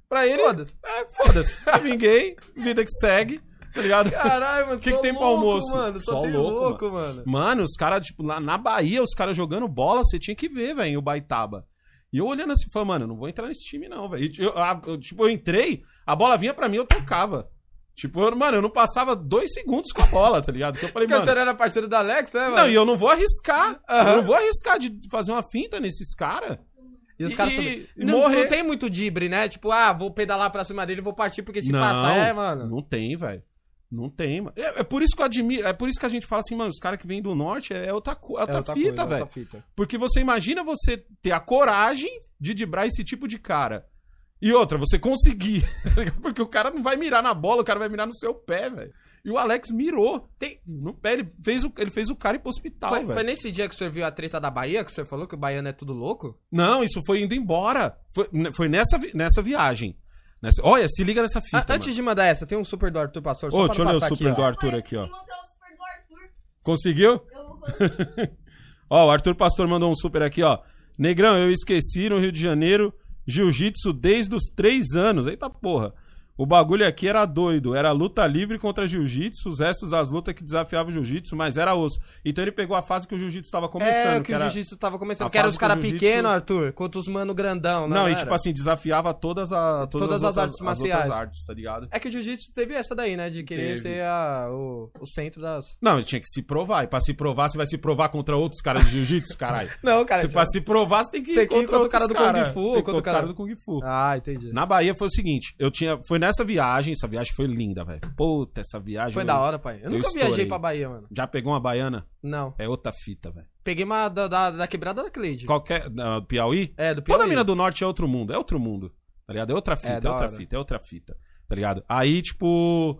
Speaker 1: pra ele.
Speaker 2: Foda-se.
Speaker 1: É, foda-se. Eu vinguei, vida que segue, tá ligado?
Speaker 2: Caralho, mano.
Speaker 1: Que que
Speaker 2: só
Speaker 1: tem pra
Speaker 2: louco,
Speaker 1: almoço?
Speaker 2: Mano, só,
Speaker 1: Só
Speaker 2: tem
Speaker 1: louco,
Speaker 2: louco, mano.
Speaker 1: Mano, os caras, tipo, lá na Bahia, os caras jogando bola, você tinha que ver, velho, o Baitaba. E eu olhando assim, falando, mano, não vou entrar nesse time, não, velho. E eu- a- eu, Tipo, eu entrei, a bola vinha pra mim, eu tocava. Tipo, eu- mano, eu não passava dois segundos com a bola, tá ligado? Então eu falei,
Speaker 2: Porque
Speaker 1: mano.
Speaker 2: você era parceiro da Alex, né, mano?
Speaker 1: Não, é e Uhum. eu não vou arriscar.
Speaker 2: Aham.
Speaker 1: Eu não vou arriscar de fazer uma finta nesses caras.
Speaker 2: E os
Speaker 1: E-
Speaker 2: caras
Speaker 1: e-
Speaker 2: sobre...
Speaker 1: e
Speaker 2: não,
Speaker 1: morrer.
Speaker 2: não tem muito dibre, né? Tipo, ah, vou pedalar pra cima dele e vou partir, porque se
Speaker 1: Não,
Speaker 2: passar, é, mano.
Speaker 1: Não tem, velho. Não tem, mano. É, é por isso que eu admiro, é por isso que a gente fala assim, mano, os caras que vêm do norte é, é outra, co- é outra fita, velho. Porque você imagina você ter a coragem de dibrar esse tipo de cara. E outra, você conseguir. Porque o cara não vai mirar na bola, o cara vai mirar no seu pé, velho. E o Alex mirou. Tem... No pé, ele fez, o... ele fez o cara ir pro hospital,
Speaker 2: Foi,
Speaker 1: Tá, velho.
Speaker 2: foi nesse dia que você viu a treta da Bahia, que você falou que o baiano é tudo louco?
Speaker 1: Não, isso foi indo embora. Foi, foi nessa, vi- nessa viagem. Nessa- Olha, se liga nessa fita,
Speaker 2: Ah, antes de mandar essa, tem um super do Arthur Pastor, só
Speaker 1: Ô,
Speaker 2: pra
Speaker 1: deixa eu
Speaker 2: não
Speaker 1: ler o
Speaker 2: passar
Speaker 1: super
Speaker 2: aqui,
Speaker 1: do
Speaker 2: ó.
Speaker 1: Arthur aqui, ó.
Speaker 3: Se mostrar o super do Arthur,
Speaker 1: Conseguiu?
Speaker 3: eu vou...
Speaker 1: Ó, o Arthur Pastor mandou um super aqui, ó. Negrão, eu esqueci no Rio de Janeiro jiu-jitsu desde os três anos. Eita porra. O bagulho aqui era doido. Era luta livre contra jiu-jitsu, os restos das lutas que desafiavam o jiu-jitsu, mas era osso. Então ele pegou a fase que o jiu-jitsu tava começando.
Speaker 2: É, que
Speaker 1: que era-
Speaker 2: o jiu-jitsu tava começando.
Speaker 1: a
Speaker 2: Que era
Speaker 1: fase
Speaker 2: os
Speaker 1: que o
Speaker 2: caras
Speaker 1: jiu-jitsu-
Speaker 2: pequenos, Arthur, contra os mano grandão, né,
Speaker 1: Não,
Speaker 2: não
Speaker 1: e
Speaker 2: era?
Speaker 1: tipo assim, desafiava todas, a, todas,
Speaker 2: Todas
Speaker 1: as,
Speaker 2: as
Speaker 1: outras-
Speaker 2: artes
Speaker 1: outras
Speaker 2: marciais.
Speaker 1: artes, tá ligado?
Speaker 2: É que o jiu-jitsu teve essa daí, né? De querer
Speaker 1: Teve.
Speaker 2: ser a- o, o centro das...
Speaker 1: Não, ele tinha que se provar. E pra se provar, você vai se provar contra outros caras de jiu-jitsu, caralho.
Speaker 2: Não, cara.
Speaker 1: Se
Speaker 2: tipo-
Speaker 1: pra se provar, você tem que ir
Speaker 2: Tem que ir contra o
Speaker 1: outros
Speaker 2: cara do Kung
Speaker 1: caras. Tem
Speaker 2: Fu,
Speaker 1: que
Speaker 2: contra o
Speaker 1: contra o cara
Speaker 2: cara-
Speaker 1: do Kung Fu.
Speaker 2: Ah, entendi.
Speaker 1: Na Bahia foi o seguinte, eu tinha, foi nessa viagem, essa viagem foi linda, velho. Puta, essa viagem.
Speaker 2: Foi
Speaker 1: eu-
Speaker 2: da hora, pai. Eu,
Speaker 1: eu
Speaker 2: nunca
Speaker 1: estourei.
Speaker 2: viajei pra Bahia, mano.
Speaker 1: Já pegou uma baiana?
Speaker 2: Não.
Speaker 1: É outra fita, velho.
Speaker 2: Peguei uma da, da, da quebrada da Cleide.
Speaker 1: Qualquer ah, Piauí?
Speaker 2: É, do Piauí.
Speaker 1: Toda mina do norte é outro mundo, é outro mundo. Tá ligado? É outra fita, é,
Speaker 2: da
Speaker 1: outra
Speaker 2: hora.
Speaker 1: fita, é outra fita. Tá ligado? Aí, tipo,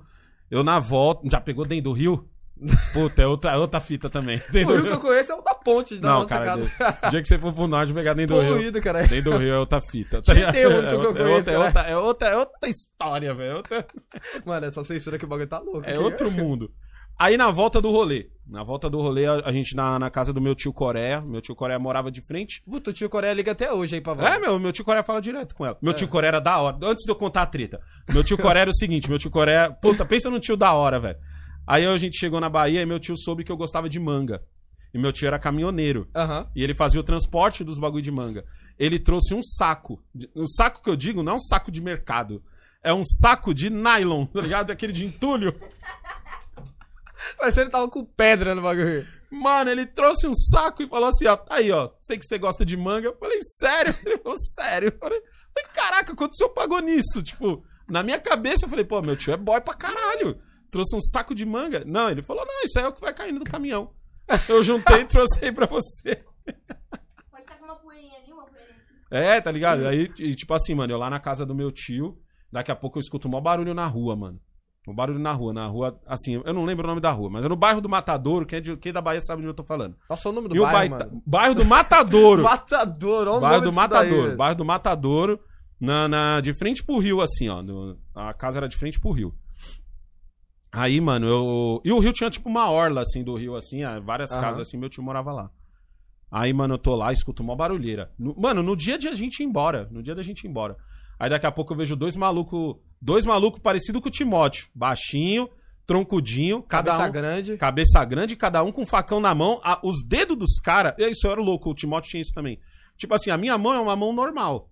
Speaker 1: eu na volta, já pegou dentro do rio? Puta, é outra, é outra fita também. Dentro
Speaker 2: O
Speaker 1: do
Speaker 2: rio que eu conheço é o da ponte da
Speaker 1: Não,
Speaker 2: nossa
Speaker 1: cara,
Speaker 2: casa. Tá
Speaker 1: Deus. o dia que você for pro norte, pegar dentro do rio.
Speaker 2: Poluído, cara.
Speaker 1: Dentro do rio é outra fita.
Speaker 2: Tinha que ter um que eu
Speaker 1: É outra- é outra- é
Speaker 2: conheço, né?
Speaker 1: outra- é outra- é outra história, velho. É outra-
Speaker 2: Mano, é só censura que o bagulho tá louco.
Speaker 1: É
Speaker 2: Que-
Speaker 1: outro mundo. Aí na volta do rolê. Na volta do rolê, a, a gente na, na casa do meu tio Coreia. Meu tio Coreia morava de frente.
Speaker 2: Puta, o tio Coreia liga até hoje aí pra
Speaker 1: É,
Speaker 2: você.
Speaker 1: meu, meu tio Coreia fala direto com ela. Meu tio Coreia era da hora. Antes de eu contar a treta. Meu tio Coreia era o seguinte, meu tio Coreia... Puta, pensa num tio da hora, velho. Aí a gente chegou na Bahia e meu tio soube que eu gostava de manga. E meu tio era caminhoneiro.
Speaker 2: Aham.
Speaker 1: E ele fazia o transporte dos bagulho de manga. Ele trouxe um saco. De- O saco que eu digo não é um saco de mercado. É um saco de nylon, tá ligado? Aquele de entulho.
Speaker 2: Mas ele tava com pedra no bagulho.
Speaker 1: Mano, ele trouxe um saco e falou assim, ó, "Tá aí, ó, sei que você gosta de manga. Eu falei, sério? Ele falou, sério. Eu falei, "Mas caraca, quanto o senhor pagou nisso? Tipo, na minha cabeça eu falei, pô, meu tio é boy pra caralho. Trouxe um saco de manga. Não, ele falou, não, isso aí é o que vai caindo do caminhão. Eu juntei e trouxe aí pra você.
Speaker 3: Pode estar com uma poeirinha ali, uma poeirinha aqui.
Speaker 1: É, tá ligado? Aí, e, tipo assim, mano, eu lá na casa do meu tio, daqui a pouco eu escuto um maior barulho na rua, mano. Um barulho na rua, na rua, assim, eu não lembro o nome da rua, mas é no bairro do Matadouro, quem é, de- quem é da Bahia sabe de onde eu tô falando.
Speaker 2: Nossa, o nome do
Speaker 1: e o
Speaker 2: bairro,
Speaker 1: baita-
Speaker 2: mano.
Speaker 1: bairro do Matadouro.
Speaker 2: Matadouro, olha o
Speaker 1: bairro
Speaker 2: nome
Speaker 1: do
Speaker 2: disso daí.
Speaker 1: Matadouro, bairro do Matadouro, na, na- de frente pro rio, assim, ó. no- a casa era de frente pro rio. Aí, mano, eu. E o rio tinha tipo uma orla, assim, do rio, assim, ah, várias
Speaker 2: Aham.
Speaker 1: casas, assim, meu tio morava lá. Aí, mano, eu tô lá, escuto uma barulheira. No- mano, no dia de a gente ir embora, no dia da gente ir embora. Aí daqui a pouco eu vejo dois malucos, dois malucos parecidos com o Timóteo, baixinho, troncudinho, cada
Speaker 2: Cabeça
Speaker 1: um
Speaker 2: grande.
Speaker 1: Cabeça grande, cada um com um facão na mão. a- os dedos dos caras. Isso eu era louco, o Timóteo tinha isso também. Tipo assim, a minha mão é uma mão normal.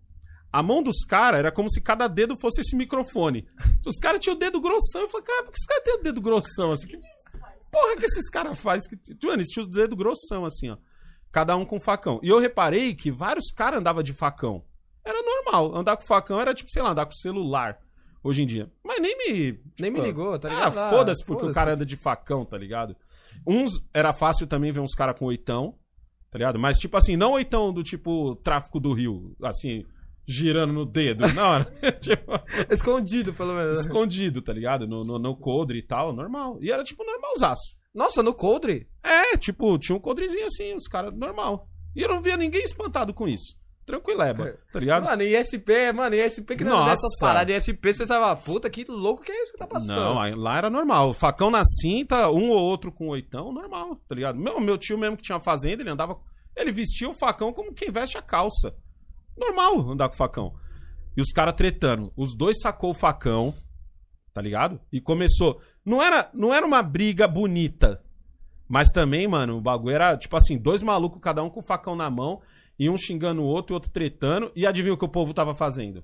Speaker 1: A mão dos caras era como se cada dedo fosse esse microfone. Os caras tinham o dedo grossão. Eu falei, cara, por que esses caras têm o dedo grossão? Assim, que porra que esses caras fazem? Que... Mano, eles tinham os dedos grossão, assim, ó. Cada um com facão. E eu reparei que vários caras andavam de facão. Era normal. Andar com facão era tipo, sei lá, andar com celular. Hoje em dia. Mas nem me.
Speaker 2: Nem me
Speaker 1: tipo,
Speaker 2: ligou, tá ligado?
Speaker 1: ah, foda-se, porque o
Speaker 2: foda-se.
Speaker 1: cara anda de facão, tá ligado? Uns era fácil também ver uns caras com oitão, tá ligado? Mas, tipo assim, não oitão do tipo tráfico do Rio, assim, girando no dedo, não, era, tipo,
Speaker 2: Escondido, pelo menos.
Speaker 1: escondido, tá ligado? No, no, no coldre e tal, normal. E era tipo normalzaço.
Speaker 2: Nossa, no coldre?
Speaker 1: É, tipo, tinha um coldrezinho assim, os caras normal. E eu não via ninguém espantado com isso. Tranquileba, tá ligado?
Speaker 2: Mano, ISP, mano, ISP que não é
Speaker 1: Nossa.
Speaker 2: dessas paradas. ISP, você sabe, puta, que louco que é isso que tá passando.
Speaker 1: Não, aí lá era normal. Facão na cinta, um ou outro com oitão, normal, tá ligado? Meu, meu tio mesmo que tinha fazenda, ele andava. Ele vestia o facão como quem veste a calça. Normal andar com facão. E os caras tretando. Os dois sacou o facão, tá ligado? E começou. Não era, não era uma briga bonita. Mas também, mano, o bagulho era, tipo assim, dois malucos, cada um com o facão na mão, e um xingando o outro, e o outro tretando. E adivinha o que o povo tava fazendo?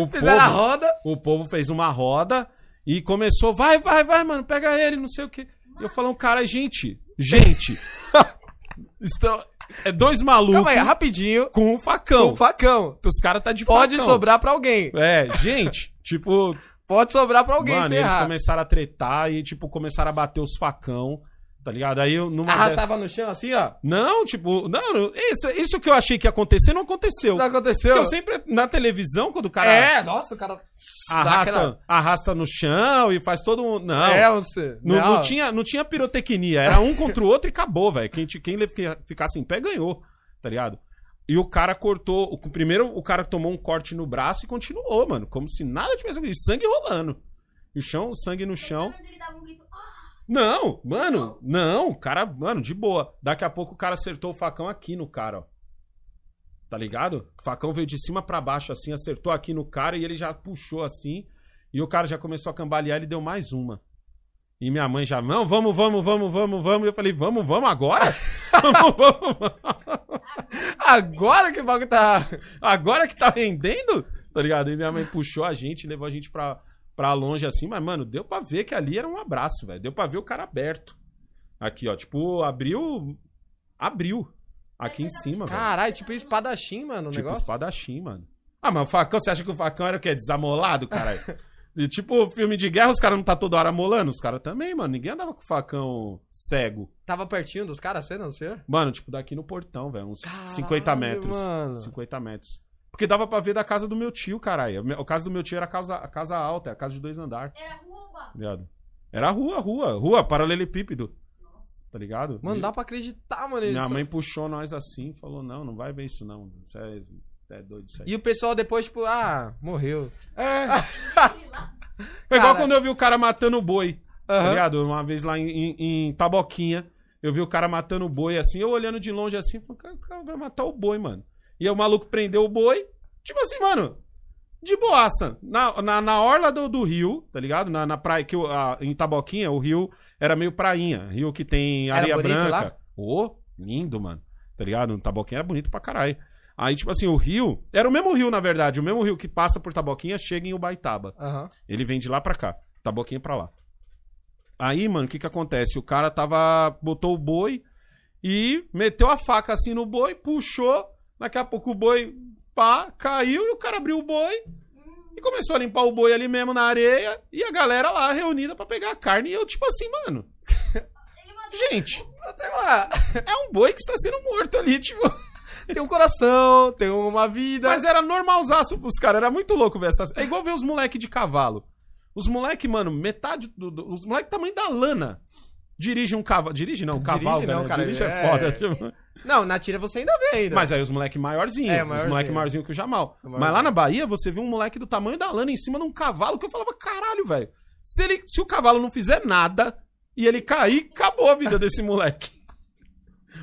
Speaker 1: O
Speaker 2: Fizeram a roda.
Speaker 1: o povo fez uma roda e começou, vai, vai, vai, mano, pega ele, não sei o quê. E eu falando, cara, gente, gente. estão, é dois malucos
Speaker 2: Calma aí, rapidinho.
Speaker 1: com um facão.
Speaker 2: Com facão.
Speaker 1: Os caras tá de
Speaker 2: Pode
Speaker 1: facão.
Speaker 2: sobrar pra alguém.
Speaker 1: É, gente, tipo,
Speaker 2: Pode sobrar pra alguém,
Speaker 1: mano,
Speaker 2: se
Speaker 1: eles
Speaker 2: errar.
Speaker 1: começaram a tretar e, tipo, começaram a bater os facão, tá ligado? Aí eu numa. de-
Speaker 2: Arrastava no chão assim, ó.
Speaker 1: Não, tipo, não, não, isso, isso que eu achei que ia acontecer não aconteceu.
Speaker 2: Não aconteceu?
Speaker 1: Porque eu sempre, na televisão, quando o cara
Speaker 2: É, nossa, o cara. dá
Speaker 1: arrasta,
Speaker 2: aquela-
Speaker 1: arrasta no chão e faz todo um. Não.
Speaker 2: É, você.
Speaker 1: Não, não tinha, não tinha pirotecnia, era um contra o outro e acabou, velho. Quem, ti- quem le- fi- ficasse em pé ganhou, tá ligado? E o cara cortou. O, primeiro o cara tomou um corte no braço e continuou, mano. Como se nada tivesse acontecido. Sangue rolando. E o chão, o sangue no chão.
Speaker 3: Mas ele dava um grito. Ah,
Speaker 1: Não, mano, não, o cara, mano, de boa. Daqui a pouco o cara acertou o facão aqui no cara, ó. Tá ligado? O facão veio de cima pra baixo, assim, acertou aqui no cara e ele já puxou assim. E o cara já começou a cambalear, ele deu mais uma. E minha mãe já, não, vamos, vamos, vamos, vamos, vamos. E eu falei, vamos, vamos agora? vamos, vamos, vamos.
Speaker 2: Agora que o bagulho tá.
Speaker 1: Agora que tá rendendo? Tá ligado? E minha mãe puxou a gente, levou a gente pra, pra longe assim, mas, mano, deu pra ver que ali era um abraço, velho. Deu pra ver o cara aberto. Aqui, ó, tipo, abriu. Abriu. Aqui em cima, velho.
Speaker 2: Caralho, tipo espadachim, mano, o
Speaker 1: Tipo
Speaker 2: negócio.
Speaker 1: espadachim, mano. Ah, mas o facão, você acha que o facão era o quê? Desamolado, caralho? E, tipo, filme de guerra, os caras não tá toda hora amolando. Os caras também, mano. Ninguém andava com facão cego.
Speaker 2: Tava pertinho dos caras, você não sei?
Speaker 1: Mano, tipo, daqui no portão, velho. Uns
Speaker 2: Caralho,
Speaker 1: 50 metros.
Speaker 2: mano.
Speaker 1: 50 metros. Porque dava pra ver da casa do meu tio, caralho. O casa do meu tio era a casa, a casa alta, a casa de dois andares,
Speaker 3: era rua ou bar?
Speaker 1: ligado? Era rua, rua, rua, paralelepípedo,
Speaker 3: Nossa.
Speaker 1: tá ligado?
Speaker 2: Mano,
Speaker 1: E
Speaker 2: dá pra acreditar, mano.
Speaker 1: Minha
Speaker 2: eles-
Speaker 1: mãe puxou nós assim e falou, não, não vai ver isso não. Isso é, é doido isso aí.
Speaker 2: E o pessoal depois, tipo, ah, morreu.
Speaker 1: É,
Speaker 3: Ele lá.
Speaker 1: é igual
Speaker 2: Ah, Cara.
Speaker 1: quando eu vi o cara matando o boi, tá
Speaker 2: Aham.
Speaker 1: ligado? Uma vez lá em, em- em Taboquinha, eu vi o cara matando o boi assim, eu olhando de longe assim, falei, cara, o cara vai matar o boi, mano. E aí o maluco prendeu o boi, tipo assim, mano, de boaça. Na, na, na orla do, do rio, tá ligado? Na, na praia, que o- a- em Taboquinha, o rio era meio prainha. Rio que tem
Speaker 2: Era
Speaker 1: areia
Speaker 2: bonito
Speaker 1: branca.
Speaker 2: lá?
Speaker 1: Ô, lindo, mano. Tá ligado? Taboquinha era bonito pra caralho. Aí, tipo assim, o rio. Era o mesmo rio, na verdade. O mesmo rio que passa por Taboquinha chega em Ubaitaba.
Speaker 2: Aham.
Speaker 1: Ele vem de lá pra cá. Tá boquinha pra lá. Aí, mano, o que que acontece? O cara tava. botou o boi e meteu a faca assim no boi, puxou. Daqui a pouco o boi pá, caiu e o cara abriu o boi e começou a limpar o boi ali mesmo na areia e a galera lá reunida pra pegar a carne. E eu, tipo assim, mano.
Speaker 3: Ele matou.
Speaker 1: Gente,
Speaker 2: Sei lá.
Speaker 1: é um boi que está sendo morto ali, tipo.
Speaker 2: Tem um coração, tem uma vida.
Speaker 1: Mas era normalzaço pros caras, era muito louco ver essas. É igual ver os moleque de cavalo. Os moleque, mano, metade do. do- os moleque tamanho da lana. Dirige um cavalo. Dirige não,
Speaker 2: Dirige
Speaker 1: cavalo,
Speaker 2: não,
Speaker 1: né?
Speaker 2: cara,
Speaker 1: Dirige é,
Speaker 2: é-
Speaker 1: foda. tipo.
Speaker 2: Não, na tira você ainda vê ainda.
Speaker 1: Mas aí os moleque maiorzinho.
Speaker 2: É,
Speaker 1: Os
Speaker 2: maiorzinho.
Speaker 1: moleque maiorzinho que o Jamal.
Speaker 2: O
Speaker 1: Mas lá
Speaker 2: maiorzinho.
Speaker 1: na Bahia, você viu um moleque do tamanho da lana em cima de um cavalo que eu falava, caralho, velho. Se, ele- se o cavalo não fizer nada e ele cair, acabou a vida desse moleque.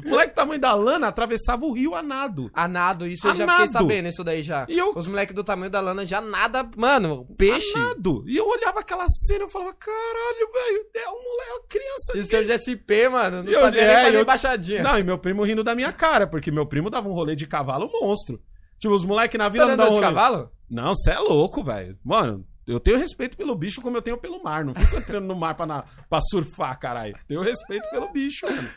Speaker 1: O moleque do tamanho da lana atravessava o rio a nado.
Speaker 2: A nado, isso eu
Speaker 1: A
Speaker 2: já fiquei
Speaker 1: nado.
Speaker 2: sabendo, isso daí já.
Speaker 1: E eu-
Speaker 2: Os moleques do tamanho da lana já nada, mano, peixe.
Speaker 1: Anado. E eu olhava aquela cena e falava, caralho, velho, é um moleque, é uma criança.
Speaker 2: Isso é o GSP, mano, não
Speaker 1: E eu-
Speaker 2: sabia
Speaker 1: é,
Speaker 2: nem fazer
Speaker 1: eu-
Speaker 2: embaixadinha.
Speaker 1: Não, e meu primo rindo da minha cara, porque meu primo dava um rolê de cavalo monstro. Tipo, os moleque na
Speaker 2: Você
Speaker 1: vila não
Speaker 2: andou
Speaker 1: dão
Speaker 2: de
Speaker 1: rolê.
Speaker 2: cavalo?
Speaker 1: Não, você é louco, velho. Mano, eu tenho respeito pelo bicho como eu tenho pelo mar. Não fico entrando no mar pra, na- pra surfar, caralho. Tenho respeito pelo bicho, mano.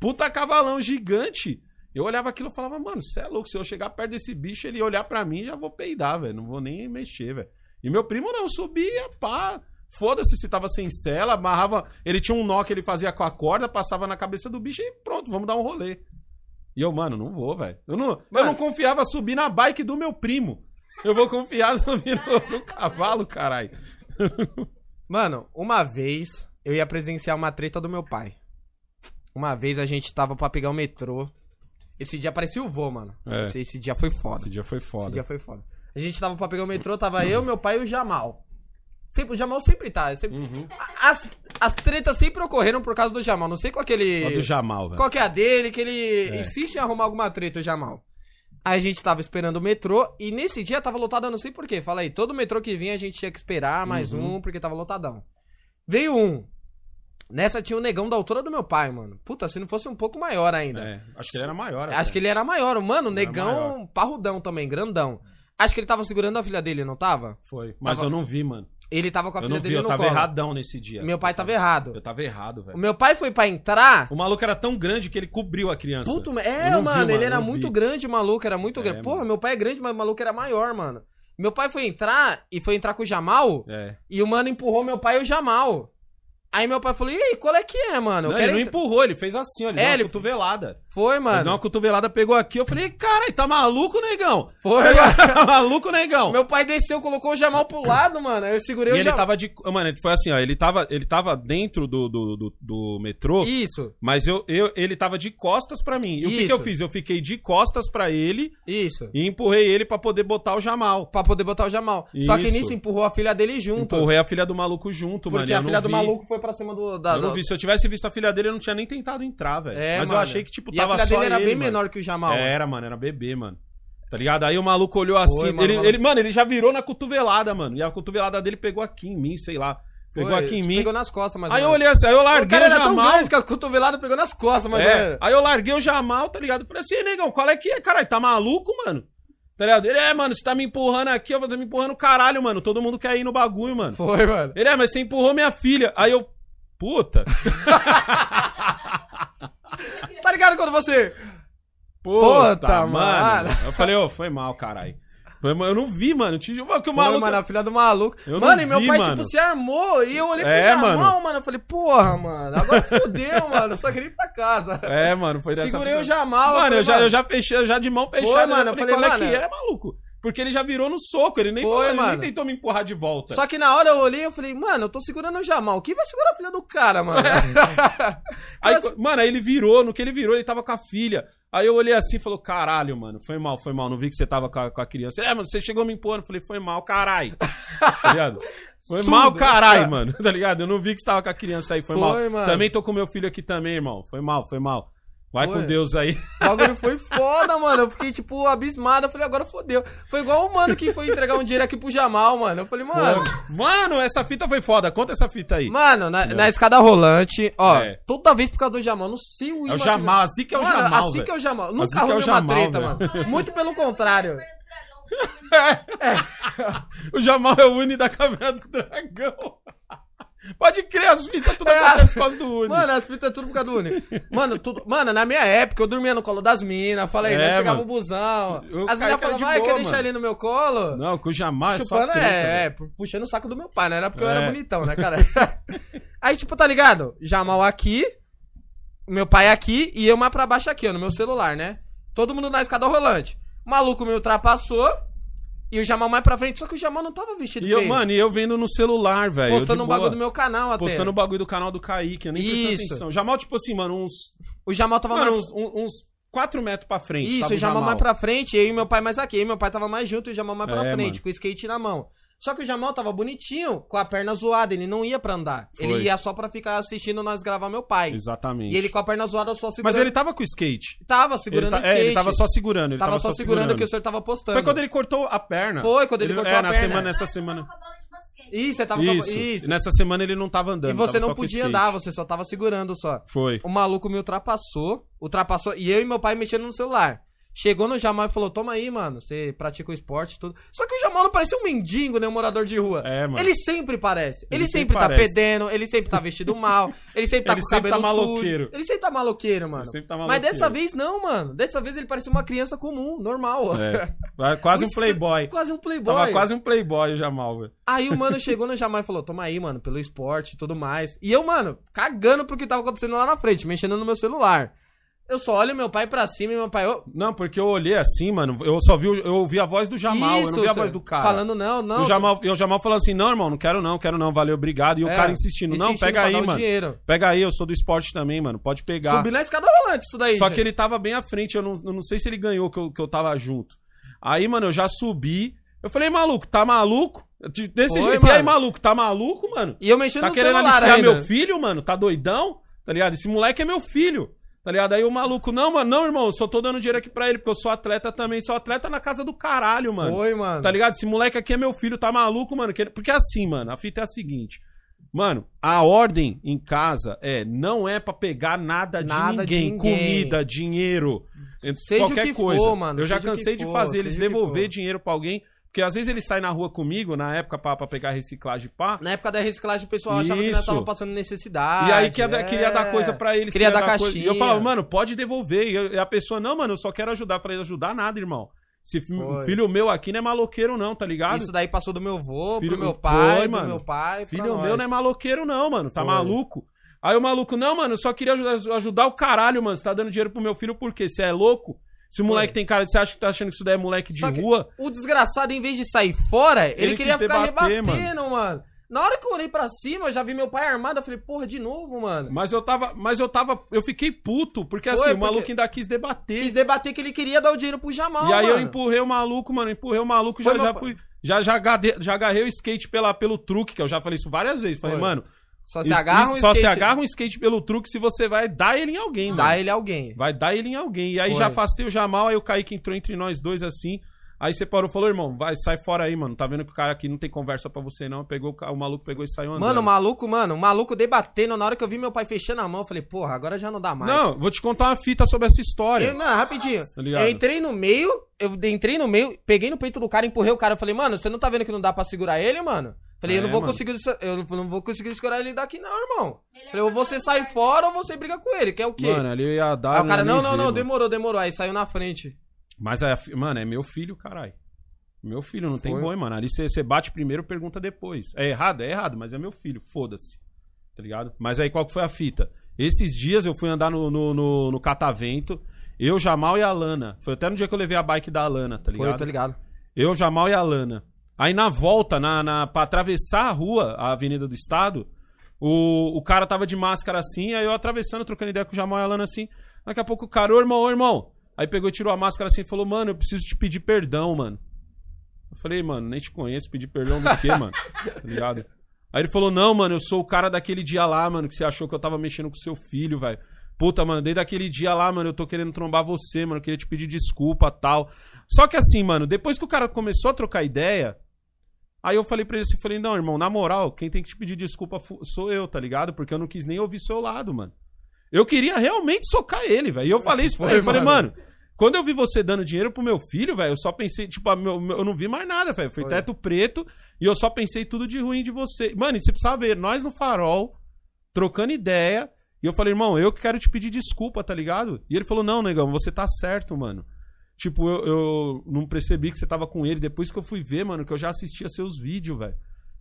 Speaker 1: Puta cavalão gigante. Eu olhava aquilo e falava, mano, você é louco. Se eu chegar perto desse bicho, ele olhar pra mim, já vou peidar, velho. Não vou nem mexer, velho. E meu primo não, subia, pá. Foda-se se tava sem sela, amarrava. Ele tinha um nó que ele fazia com a corda, passava na cabeça do bicho e pronto, vamos dar um rolê. E eu, mano, não vou, velho. Eu não, eu
Speaker 2: Mano.
Speaker 1: não confiava subir na bike do meu primo. Eu vou confiar subir no, no cavalo, caralho.
Speaker 2: Mano, uma vez eu ia presenciar uma treta do meu pai. Uma vez a gente tava pra pegar o metrô. Esse dia parecia o vô, mano.
Speaker 1: É.
Speaker 2: Esse, esse dia foi foda.
Speaker 1: Esse dia foi
Speaker 2: Esse
Speaker 1: foda.
Speaker 2: dia foi foda. A gente tava pra pegar o metrô, tava eu, meu pai e o Jamal. Sempre, o Jamal sempre tá. sempre-
Speaker 1: Uhum.
Speaker 2: As, as tretas sempre ocorreram por causa do Jamal. Não sei com aquele.
Speaker 1: A do Jamal, velho.
Speaker 2: Qual que é a dele, que ele
Speaker 1: É.
Speaker 2: insiste em arrumar alguma treta, o Jamal. Aí a gente tava esperando o metrô e nesse dia tava lotado, eu não sei porquê. Fala aí, todo metrô que vinha a gente tinha que esperar mais
Speaker 1: Uhum.
Speaker 2: um, porque tava lotadão. Veio um. Nessa tinha o negão da altura do meu pai, mano. Puta, se não fosse um pouco maior ainda.
Speaker 1: É, acho que ele era maior.
Speaker 2: Acho que ele era maior, mano.
Speaker 1: Ele era
Speaker 2: negão parrudão também, grandão. Acho que ele tava segurando a filha dele, não tava?
Speaker 1: Foi. Mas
Speaker 2: Tava-
Speaker 1: eu não vi, mano.
Speaker 2: Ele tava com a
Speaker 1: Eu
Speaker 2: filha
Speaker 1: não vi,
Speaker 2: dele
Speaker 1: eu
Speaker 2: no
Speaker 1: tava
Speaker 2: colo.
Speaker 1: erradão nesse dia.
Speaker 2: Meu pai tava errado.
Speaker 1: Eu tava errado,
Speaker 2: O
Speaker 1: velho.
Speaker 2: meu pai foi pra entrar.
Speaker 1: O maluco era tão grande que ele cobriu a criança.
Speaker 2: Puto, ma-
Speaker 1: Eu
Speaker 2: é,
Speaker 1: não vi,
Speaker 2: mano,
Speaker 1: mano,
Speaker 2: ele
Speaker 1: eu
Speaker 2: era
Speaker 1: não
Speaker 2: muito
Speaker 1: vi.
Speaker 2: grande, o maluco era muito
Speaker 1: É,
Speaker 2: grande. Porra,
Speaker 1: mano.
Speaker 2: meu pai é grande, mas o maluco era maior, mano. Meu pai foi entrar e foi entrar com o Jamal
Speaker 1: É.
Speaker 2: e o mano empurrou meu pai e o Jamal. Aí meu pai falou: "E aí, qual é que é, mano? Eu
Speaker 1: Não, ele
Speaker 2: quero
Speaker 1: não
Speaker 2: entrar."
Speaker 1: empurrou, ele fez assim, ó. Ele
Speaker 2: É,
Speaker 1: deu uma
Speaker 2: ele-
Speaker 1: cotovelada.
Speaker 2: Foi,
Speaker 1: Ele deu
Speaker 2: mano.
Speaker 1: uma cotovelada, pegou aqui, eu falei, caralho, tá maluco, negão?
Speaker 2: Foi, mano.
Speaker 1: tá maluco, negão?
Speaker 2: Meu pai desceu, colocou o Jamal pro lado, mano. Aí eu segurei
Speaker 1: E
Speaker 2: o
Speaker 1: ele
Speaker 2: Jamal.
Speaker 1: tava de. Mano, ele foi assim, ó. Ele tava, ele tava dentro do, do, do, do metrô,
Speaker 2: Isso,
Speaker 1: mas eu, eu, ele tava de costas pra mim. E o que, que
Speaker 2: Isso.
Speaker 1: eu fiz? Eu fiquei de costas pra ele
Speaker 2: isso.
Speaker 1: e empurrei ele pra poder botar o Jamal.
Speaker 2: Pra poder botar o Jamal. Só que
Speaker 1: Isso.
Speaker 2: nisso empurrou a filha dele junto.
Speaker 1: Empurrei a filha do maluco junto, mano.
Speaker 2: Então. porque
Speaker 1: e eu
Speaker 2: a
Speaker 1: não
Speaker 2: filha do
Speaker 1: vi.
Speaker 2: maluco foi pra cima do. Da,
Speaker 1: Eu não
Speaker 2: do-
Speaker 1: vi. Se eu tivesse visto a filha dele, eu não tinha nem tentado entrar, velho.
Speaker 2: É,
Speaker 1: mas eu
Speaker 2: mano.
Speaker 1: achei que, tipo,
Speaker 2: E a
Speaker 1: tava
Speaker 2: filha
Speaker 1: só
Speaker 2: dele era
Speaker 1: ele,
Speaker 2: bem
Speaker 1: mano. É,
Speaker 2: menor que o Jamal.
Speaker 1: Era, mano, era bebê, mano. Tá ligado? Aí o maluco olhou assim.
Speaker 2: mano,
Speaker 1: ele,
Speaker 2: o
Speaker 1: ele-
Speaker 2: maluco-
Speaker 1: mano. Ele, já virou na cotovelada, mano. E a cotovelada dele pegou aqui em mim, sei lá. Pegou
Speaker 2: Foi,
Speaker 1: aqui em
Speaker 2: se
Speaker 1: mim.
Speaker 2: Pegou nas costas, mas.
Speaker 1: Aí eu olhei assim, aí eu
Speaker 2: o
Speaker 1: larguei
Speaker 2: cara
Speaker 1: o
Speaker 2: era tão
Speaker 1: Jamal.
Speaker 2: grande que a cotovelada pegou nas costas, mas.
Speaker 1: É,
Speaker 2: olha-
Speaker 1: aí eu larguei o Jamal, tá ligado? Falei assim, "Ei, negão, qual é que é, caralho? Tá maluco, mano? Tá ligado? Ele, é, mano, você tá me empurrando aqui, eu vou tá me empurrando o caralho, mano. Todo mundo quer ir no bagulho, mano.
Speaker 2: Foi, mano.
Speaker 1: Ele, é, mas você empurrou minha filha. Aí eu, puta.
Speaker 2: Tá ligado quando você.
Speaker 1: Puta,
Speaker 2: Puta,
Speaker 1: mano.
Speaker 2: mano.
Speaker 1: Eu falei, ô, foi mal, caralho. Foi mal, Eu não vi, mano. Eu te juro, mano, que o
Speaker 2: Foi,
Speaker 1: maluco...
Speaker 2: mano, a filha do maluco.
Speaker 1: Eu não
Speaker 2: mano, e meu
Speaker 1: vi,
Speaker 2: pai,
Speaker 1: mano.
Speaker 2: tipo, se armou e eu olhei pro
Speaker 1: É,
Speaker 2: Jamal, mano.
Speaker 1: mano.
Speaker 2: Eu falei, porra, mano, agora fudeu, mano. Eu só queria ir pra casa.
Speaker 1: É, mano, foi dessa...
Speaker 2: Segurei o Jamal.
Speaker 1: Mano,
Speaker 2: falei,
Speaker 1: eu já, eu já fechei, eu já de mão fechada.
Speaker 2: mano, eu
Speaker 1: falei,
Speaker 2: falei,
Speaker 1: qual é
Speaker 2: mano,
Speaker 1: que é, maluco? Porque ele já virou no soco, ele nem,
Speaker 2: Foi,
Speaker 1: falou, ele
Speaker 2: mano.
Speaker 1: nem tentou me empurrar de volta.
Speaker 2: Só que na hora eu olhei e falei, mano, eu tô segurando o Jamal. Quem vai segurar a filha do cara, mano?
Speaker 1: Aí, co- mano, aí ele virou, no que ele virou, ele tava com a filha. Aí eu olhei assim e falou, caralho, mano, foi mal, foi mal. Não vi que você tava com a, com a criança. É, mano, você chegou me empurrando. Eu Falei, foi mal, caralho. Tá ligado? Foi
Speaker 2: Surdo,
Speaker 1: mal,
Speaker 2: né,
Speaker 1: caralho,
Speaker 2: cara?
Speaker 1: mano. Tá ligado? Eu não vi que você tava com a criança aí, foi,
Speaker 2: Foi,
Speaker 1: mal.
Speaker 2: mano.
Speaker 1: Também tô com meu filho aqui também, irmão. Foi mal, foi mal. Vai
Speaker 2: Foi.
Speaker 1: com Deus aí.
Speaker 2: O bagulho foi foda, mano. Eu fiquei, tipo, abismado. Eu falei, agora fodeu. Foi igual o mano que foi entregar um dinheiro aqui pro Jamal, mano. Eu falei, mano.
Speaker 1: Mano, essa fita foi foda. Conta essa fita aí.
Speaker 2: Mano, na, na escada rolante, ó,
Speaker 1: É.
Speaker 2: toda vez por causa do Jamal, não sei o
Speaker 1: é o
Speaker 2: Ima-
Speaker 1: Jamal, assim que é o
Speaker 2: mano,
Speaker 1: Jamal,
Speaker 2: assim
Speaker 1: velho.
Speaker 2: que é o Jamal. Nunca
Speaker 1: Assim que é o
Speaker 2: arrumei uma
Speaker 1: Jamal,
Speaker 2: treta,
Speaker 1: velho.
Speaker 2: mano. Muito pelo contrário.
Speaker 1: O Jamal é o Uni da Caverna do Dragão. Pode crer, as fitas tudo
Speaker 2: É.
Speaker 1: acontece por causa do Uni.
Speaker 2: Mano, as fitas é tudo por causa do Uni. Mano, tudo... mano, na minha época eu dormia no colo das minas, falei,
Speaker 1: É,
Speaker 2: nós pegava
Speaker 1: mano.
Speaker 2: o busão.
Speaker 1: Eu caí
Speaker 2: As minas
Speaker 1: que era de
Speaker 2: falavam, ai,
Speaker 1: boa,
Speaker 2: quer deixar
Speaker 1: mano."
Speaker 2: ele no meu colo?
Speaker 1: Não, com o Jamal é só
Speaker 2: Chupando,
Speaker 1: treta,
Speaker 2: é,
Speaker 1: velho.
Speaker 2: é, pu- puxando o saco do meu pai, né? Era porque eu
Speaker 1: É.
Speaker 2: era bonitão, né, cara? Aí, tipo, tá ligado? Jamal aqui, meu pai aqui e eu mais pra baixo aqui, ó, no meu celular, né? Todo mundo na escada rolante. O maluco me ultrapassou e o Jamal mais pra frente. Só que o Jamal não tava vestido
Speaker 1: E eu,
Speaker 2: feio.
Speaker 1: mano, e eu vendo no celular, velho. eu de
Speaker 2: é, postando um
Speaker 1: boa,
Speaker 2: bagulho do meu canal até.
Speaker 1: Postando o bagulho do canal do Kaique, eu nem prestei
Speaker 2: Isso.
Speaker 1: atenção. Jamal, tipo assim, mano, uns.
Speaker 2: O Jamal tava
Speaker 1: Mano,
Speaker 2: mais...
Speaker 1: uns, um- uns 4 metros pra frente.
Speaker 2: Isso,
Speaker 1: tava
Speaker 2: o Jamal mais pra frente, eu e meu pai mais aqui. Eu e meu pai tava mais junto e o Jamal mais pra
Speaker 1: É,
Speaker 2: frente,
Speaker 1: mano.
Speaker 2: com o skate na mão. Só que o Jamal tava bonitinho, com a perna zoada, ele não ia pra andar.
Speaker 1: Foi.
Speaker 2: Ele ia só pra ficar assistindo nós gravar meu pai.
Speaker 1: Exatamente.
Speaker 2: E ele com a perna zoada só segurando.
Speaker 1: Mas ele tava com o skate.
Speaker 2: tava
Speaker 1: Ele,
Speaker 2: segurando
Speaker 1: ta-
Speaker 2: o skate.
Speaker 1: é, ele tava só segurando. Ele
Speaker 2: Tava só segurando, o que o senhor tava postando.
Speaker 1: Foi quando ele cortou a perna.
Speaker 2: Foi quando ele cortou
Speaker 1: é,
Speaker 2: a
Speaker 1: na
Speaker 2: perna.
Speaker 1: Semana, essa
Speaker 3: Ah, eu
Speaker 1: semana.
Speaker 3: tava com a bola de basquete.
Speaker 2: Isso, você tava com a-
Speaker 1: Isso.
Speaker 2: Isso.
Speaker 1: Nessa semana ele não tava andando.
Speaker 2: E você
Speaker 1: tava só
Speaker 2: não
Speaker 1: com
Speaker 2: podia
Speaker 1: skate.
Speaker 2: andar, você só tava segurando só.
Speaker 1: Foi.
Speaker 2: O maluco me ultrapassou, ultrapassou, e eu e meu pai mexendo no celular. Chegou no Jamal e falou: Toma aí, mano, você pratica o esporte e tudo. Só que o Jamal não parecia um mendigo, né? Um morador de rua.
Speaker 1: É, mano.
Speaker 2: Ele sempre parece. Ele,
Speaker 1: Ele
Speaker 2: sempre,
Speaker 1: sempre
Speaker 2: tá
Speaker 1: parece.
Speaker 2: fedendo, ele sempre tá vestido mal, ele sempre tá
Speaker 1: Ele
Speaker 2: com o
Speaker 1: sempre
Speaker 2: cabelo
Speaker 1: tá
Speaker 2: sujo.
Speaker 1: maloqueiro.
Speaker 2: Ele sempre tá maloqueiro, mano.
Speaker 1: Ele sempre tá
Speaker 2: Mas
Speaker 1: maloqueiro.
Speaker 2: dessa vez não, mano. Dessa vez ele parecia uma criança comum, normal.
Speaker 1: É. Quase um playboy.
Speaker 2: Quase um playboy.
Speaker 1: Tava quase um playboy o Jamal, velho.
Speaker 2: Aí o mano chegou no Jamal e falou: Toma aí, mano, pelo esporte e tudo mais. E eu, mano, cagando pro que tava acontecendo lá na frente, mexendo no meu celular. Eu só olho meu pai pra cima e meu pai. ô,
Speaker 1: Não, porque eu olhei assim, mano, eu só vi, o- eu ouvi a voz do Jamal, eu não vi a
Speaker 2: seu-
Speaker 1: voz do cara.
Speaker 2: Falando, não, não.
Speaker 1: o Jamal, e o Jamal falou assim: "Não, irmão, não quero não, quero não, valeu, obrigado". E o
Speaker 2: É,
Speaker 1: cara insistindo: "Não,
Speaker 2: insistindo
Speaker 1: pega
Speaker 2: pra
Speaker 1: aí,
Speaker 2: dar o
Speaker 1: mano.
Speaker 2: Dinheiro.
Speaker 1: Pega aí, eu sou do esporte também, mano, pode pegar".
Speaker 2: Subi na escada rolante isso daí.
Speaker 1: Só
Speaker 2: gente.
Speaker 1: que ele tava bem à frente, eu não, eu não sei se ele ganhou, que eu, que eu tava junto. Aí, mano, eu já subi. Eu falei, maluco, tá maluco? De- Desse
Speaker 2: Foi,
Speaker 1: jeito. E aí,
Speaker 2: mano.
Speaker 1: maluco, tá maluco, mano?
Speaker 2: E eu mexendo
Speaker 1: Tá
Speaker 2: no
Speaker 1: querendo
Speaker 2: celular
Speaker 1: aliciar
Speaker 2: ainda.
Speaker 1: meu filho, mano? Tá doidão? Tá ligado? Esse moleque é meu filho. Tá ligado? Aí o maluco, não, mano, não, irmão, eu só tô dando dinheiro aqui pra ele, porque eu sou atleta também, sou atleta na casa do caralho, mano.
Speaker 2: Foi, mano.
Speaker 1: Tá ligado? Esse moleque aqui é meu filho, tá maluco, mano? Que- Porque assim, mano, a fita é a seguinte. Mano, a ordem em casa é não é pra pegar nada de,
Speaker 2: Nada de
Speaker 1: ninguém,
Speaker 2: ninguém.
Speaker 1: Comida, dinheiro, eh,
Speaker 2: Seja o
Speaker 1: qualquer
Speaker 2: que for,
Speaker 1: coisa.
Speaker 2: mano,
Speaker 1: Eu já
Speaker 2: seja o que
Speaker 1: cansei de
Speaker 2: for,
Speaker 1: fazer eles
Speaker 2: seja o que for.
Speaker 1: devolver dinheiro pra alguém, porque às vezes eles saem na rua comigo, na época pra, pra pegar reciclagem e pá.
Speaker 2: Na época da reciclagem, o pessoal achava que nós
Speaker 1: Isso.
Speaker 2: tava passando necessidade.
Speaker 1: e aí queria, dar-
Speaker 2: é.
Speaker 1: queria dar coisa pra eles.
Speaker 2: Queria dar
Speaker 1: coisa. E eu
Speaker 2: caixinha.
Speaker 1: falava, mano, pode devolver. E, eu- e a pessoa, não, mano, eu só quero ajudar. Eu falei, ajudar nada, irmão. Esse fi-
Speaker 2: Foi.
Speaker 1: filho meu aqui não é maloqueiro, não, tá ligado?
Speaker 2: Isso daí passou do meu avô,
Speaker 1: Filho-
Speaker 2: pro meu pai,
Speaker 1: Foi,
Speaker 2: pro
Speaker 1: mano.
Speaker 2: meu pai. pra
Speaker 1: Filho meu
Speaker 2: nós.
Speaker 1: não é maloqueiro, não, mano. Tá
Speaker 2: Foi.
Speaker 1: maluco? Aí o maluco, não, mano, eu só queria ajudar, ajudar o caralho, mano. Você tá dando dinheiro pro meu filho por quê? Você é louco? Se o moleque tem cara, você acha que tá achando que isso daí é moleque de
Speaker 2: Só que-
Speaker 1: rua?
Speaker 2: O desgraçado, em vez de sair fora, ele,
Speaker 1: Ele
Speaker 2: queria
Speaker 1: quis
Speaker 2: ficar
Speaker 1: debater,
Speaker 2: rebatendo, mano. Na hora que eu olhei pra cima, eu já vi meu pai armado. Eu falei, porra, de novo, mano.
Speaker 1: Mas eu tava. Mas eu tava. Eu fiquei puto, porque
Speaker 2: Foi,
Speaker 1: assim,
Speaker 2: porque-
Speaker 1: o maluco ainda quis debater.
Speaker 2: Quis debater que ele queria dar o dinheiro pro Jamal,
Speaker 1: e aí eu
Speaker 2: mano.
Speaker 1: empurrei o maluco, mano. Empurrei o maluco,
Speaker 2: Foi
Speaker 1: já,
Speaker 2: meu
Speaker 1: já
Speaker 2: pa-
Speaker 1: fui. Já, já, agade- já agarrei o skate pela, pelo truque, que eu já falei isso várias vezes. Falei,
Speaker 2: Foi.
Speaker 1: mano,
Speaker 2: Só se
Speaker 1: isso-
Speaker 2: agarra um
Speaker 1: isso- só se
Speaker 2: skate-
Speaker 1: agarra um skate pelo truque se você vai dar ele em alguém, mano.
Speaker 2: Dá ele alguém.
Speaker 1: Vai dar ele em alguém. E aí
Speaker 2: Foi.
Speaker 1: já afastei o Jamal, aí o Kaique entrou entre nós dois assim. Aí você parou e falou, irmão, vai, sai fora aí, mano. Tá vendo que o cara aqui não tem conversa pra você, não. Pegou, o ca- o maluco pegou e saiu andando.
Speaker 2: Mano, o maluco, mano, o maluco debatendo. Na hora que eu vi meu pai fechando a mão, eu falei, porra, agora já não dá mais.
Speaker 1: Não, vou te contar uma fita sobre essa história.
Speaker 2: Eu, Então, mano, rapidinho.
Speaker 1: Tá ligado?
Speaker 2: eu entrei no meio, eu entrei no meio, peguei no peito do cara, empurrei o cara. Eu falei, mano, você não tá vendo que não dá pra segurar ele, mano? Falei, eu,
Speaker 1: É,
Speaker 2: não vou
Speaker 1: mano.
Speaker 2: conseguir, eu não vou conseguir segurar ele daqui, não, irmão.
Speaker 3: Melhor
Speaker 2: Falei, ou
Speaker 3: passar
Speaker 2: você
Speaker 3: no
Speaker 2: sai
Speaker 3: lugar.
Speaker 2: fora ou você briga com ele, que é o quê?
Speaker 1: Mano, ali eu ia dar.
Speaker 2: Aí o cara,
Speaker 1: ia
Speaker 2: não,
Speaker 1: nem
Speaker 2: não,
Speaker 1: ver,
Speaker 2: não,
Speaker 1: mano. Tá
Speaker 2: demorou, demorou. Aí saiu na frente.
Speaker 1: Mas, aí a fi- mano, é meu filho, caralho. Meu filho, não tem
Speaker 2: Foi.
Speaker 1: boi, mano. Ali você você bate primeiro, pergunta depois. É errado? É errado, mas é meu filho, foda-se. Tá ligado? Mas aí qual que foi a fita? Esses dias eu fui andar no, no, no, no catavento, eu, Jamal e a Lana. Foi até no dia que eu levei a bike da Lana, tá ligado?
Speaker 2: Foi, tá ligado?
Speaker 1: Eu, Jamal e a Lana. Aí na volta, na, na, pra atravessar a rua, a Avenida do Estado, o, o cara tava de máscara assim, aí eu atravessando, trocando ideia com o Jamal e a Lana assim. Daqui a pouco o cara, ô irmão, ô irmão. Aí pegou e tirou a máscara assim e falou, mano, eu preciso te pedir perdão, mano. Eu falei, mano, nem te conheço, pedir perdão do quê, mano? Tá ligado? Aí ele falou, não, mano, eu sou o cara daquele dia lá, mano, que você achou que eu tava mexendo com seu filho, velho. Puta, mano, desde aquele dia lá, mano, eu tô querendo trombar você, mano, eu queria te pedir desculpa tal. Só que assim, mano, depois que o cara começou a trocar ideia, aí eu falei pra ele assim, falei, não, irmão, na moral, quem tem que te pedir desculpa fu- sou eu, tá ligado? Porque eu não quis nem ouvir seu lado, mano. Eu queria realmente socar ele, velho. E eu falei isso pra
Speaker 2: Foi,
Speaker 1: ele. Eu falei,
Speaker 2: mano.
Speaker 1: mano, quando eu vi você dando dinheiro pro meu filho, velho, eu só pensei, tipo, a meu- meu- eu não vi mais nada, velho. Foi,
Speaker 2: Foi.
Speaker 1: teto preto e eu só pensei tudo de ruim de você. Mano, e você precisava ver, nós no farol, trocando ideia. E eu falei, irmão, eu que quero te pedir desculpa, tá ligado? E ele falou, não, negão, você tá certo, mano. Tipo, eu, eu não percebi que você tava com ele. Depois que eu fui ver, mano, que eu já assistia seus vídeos, velho.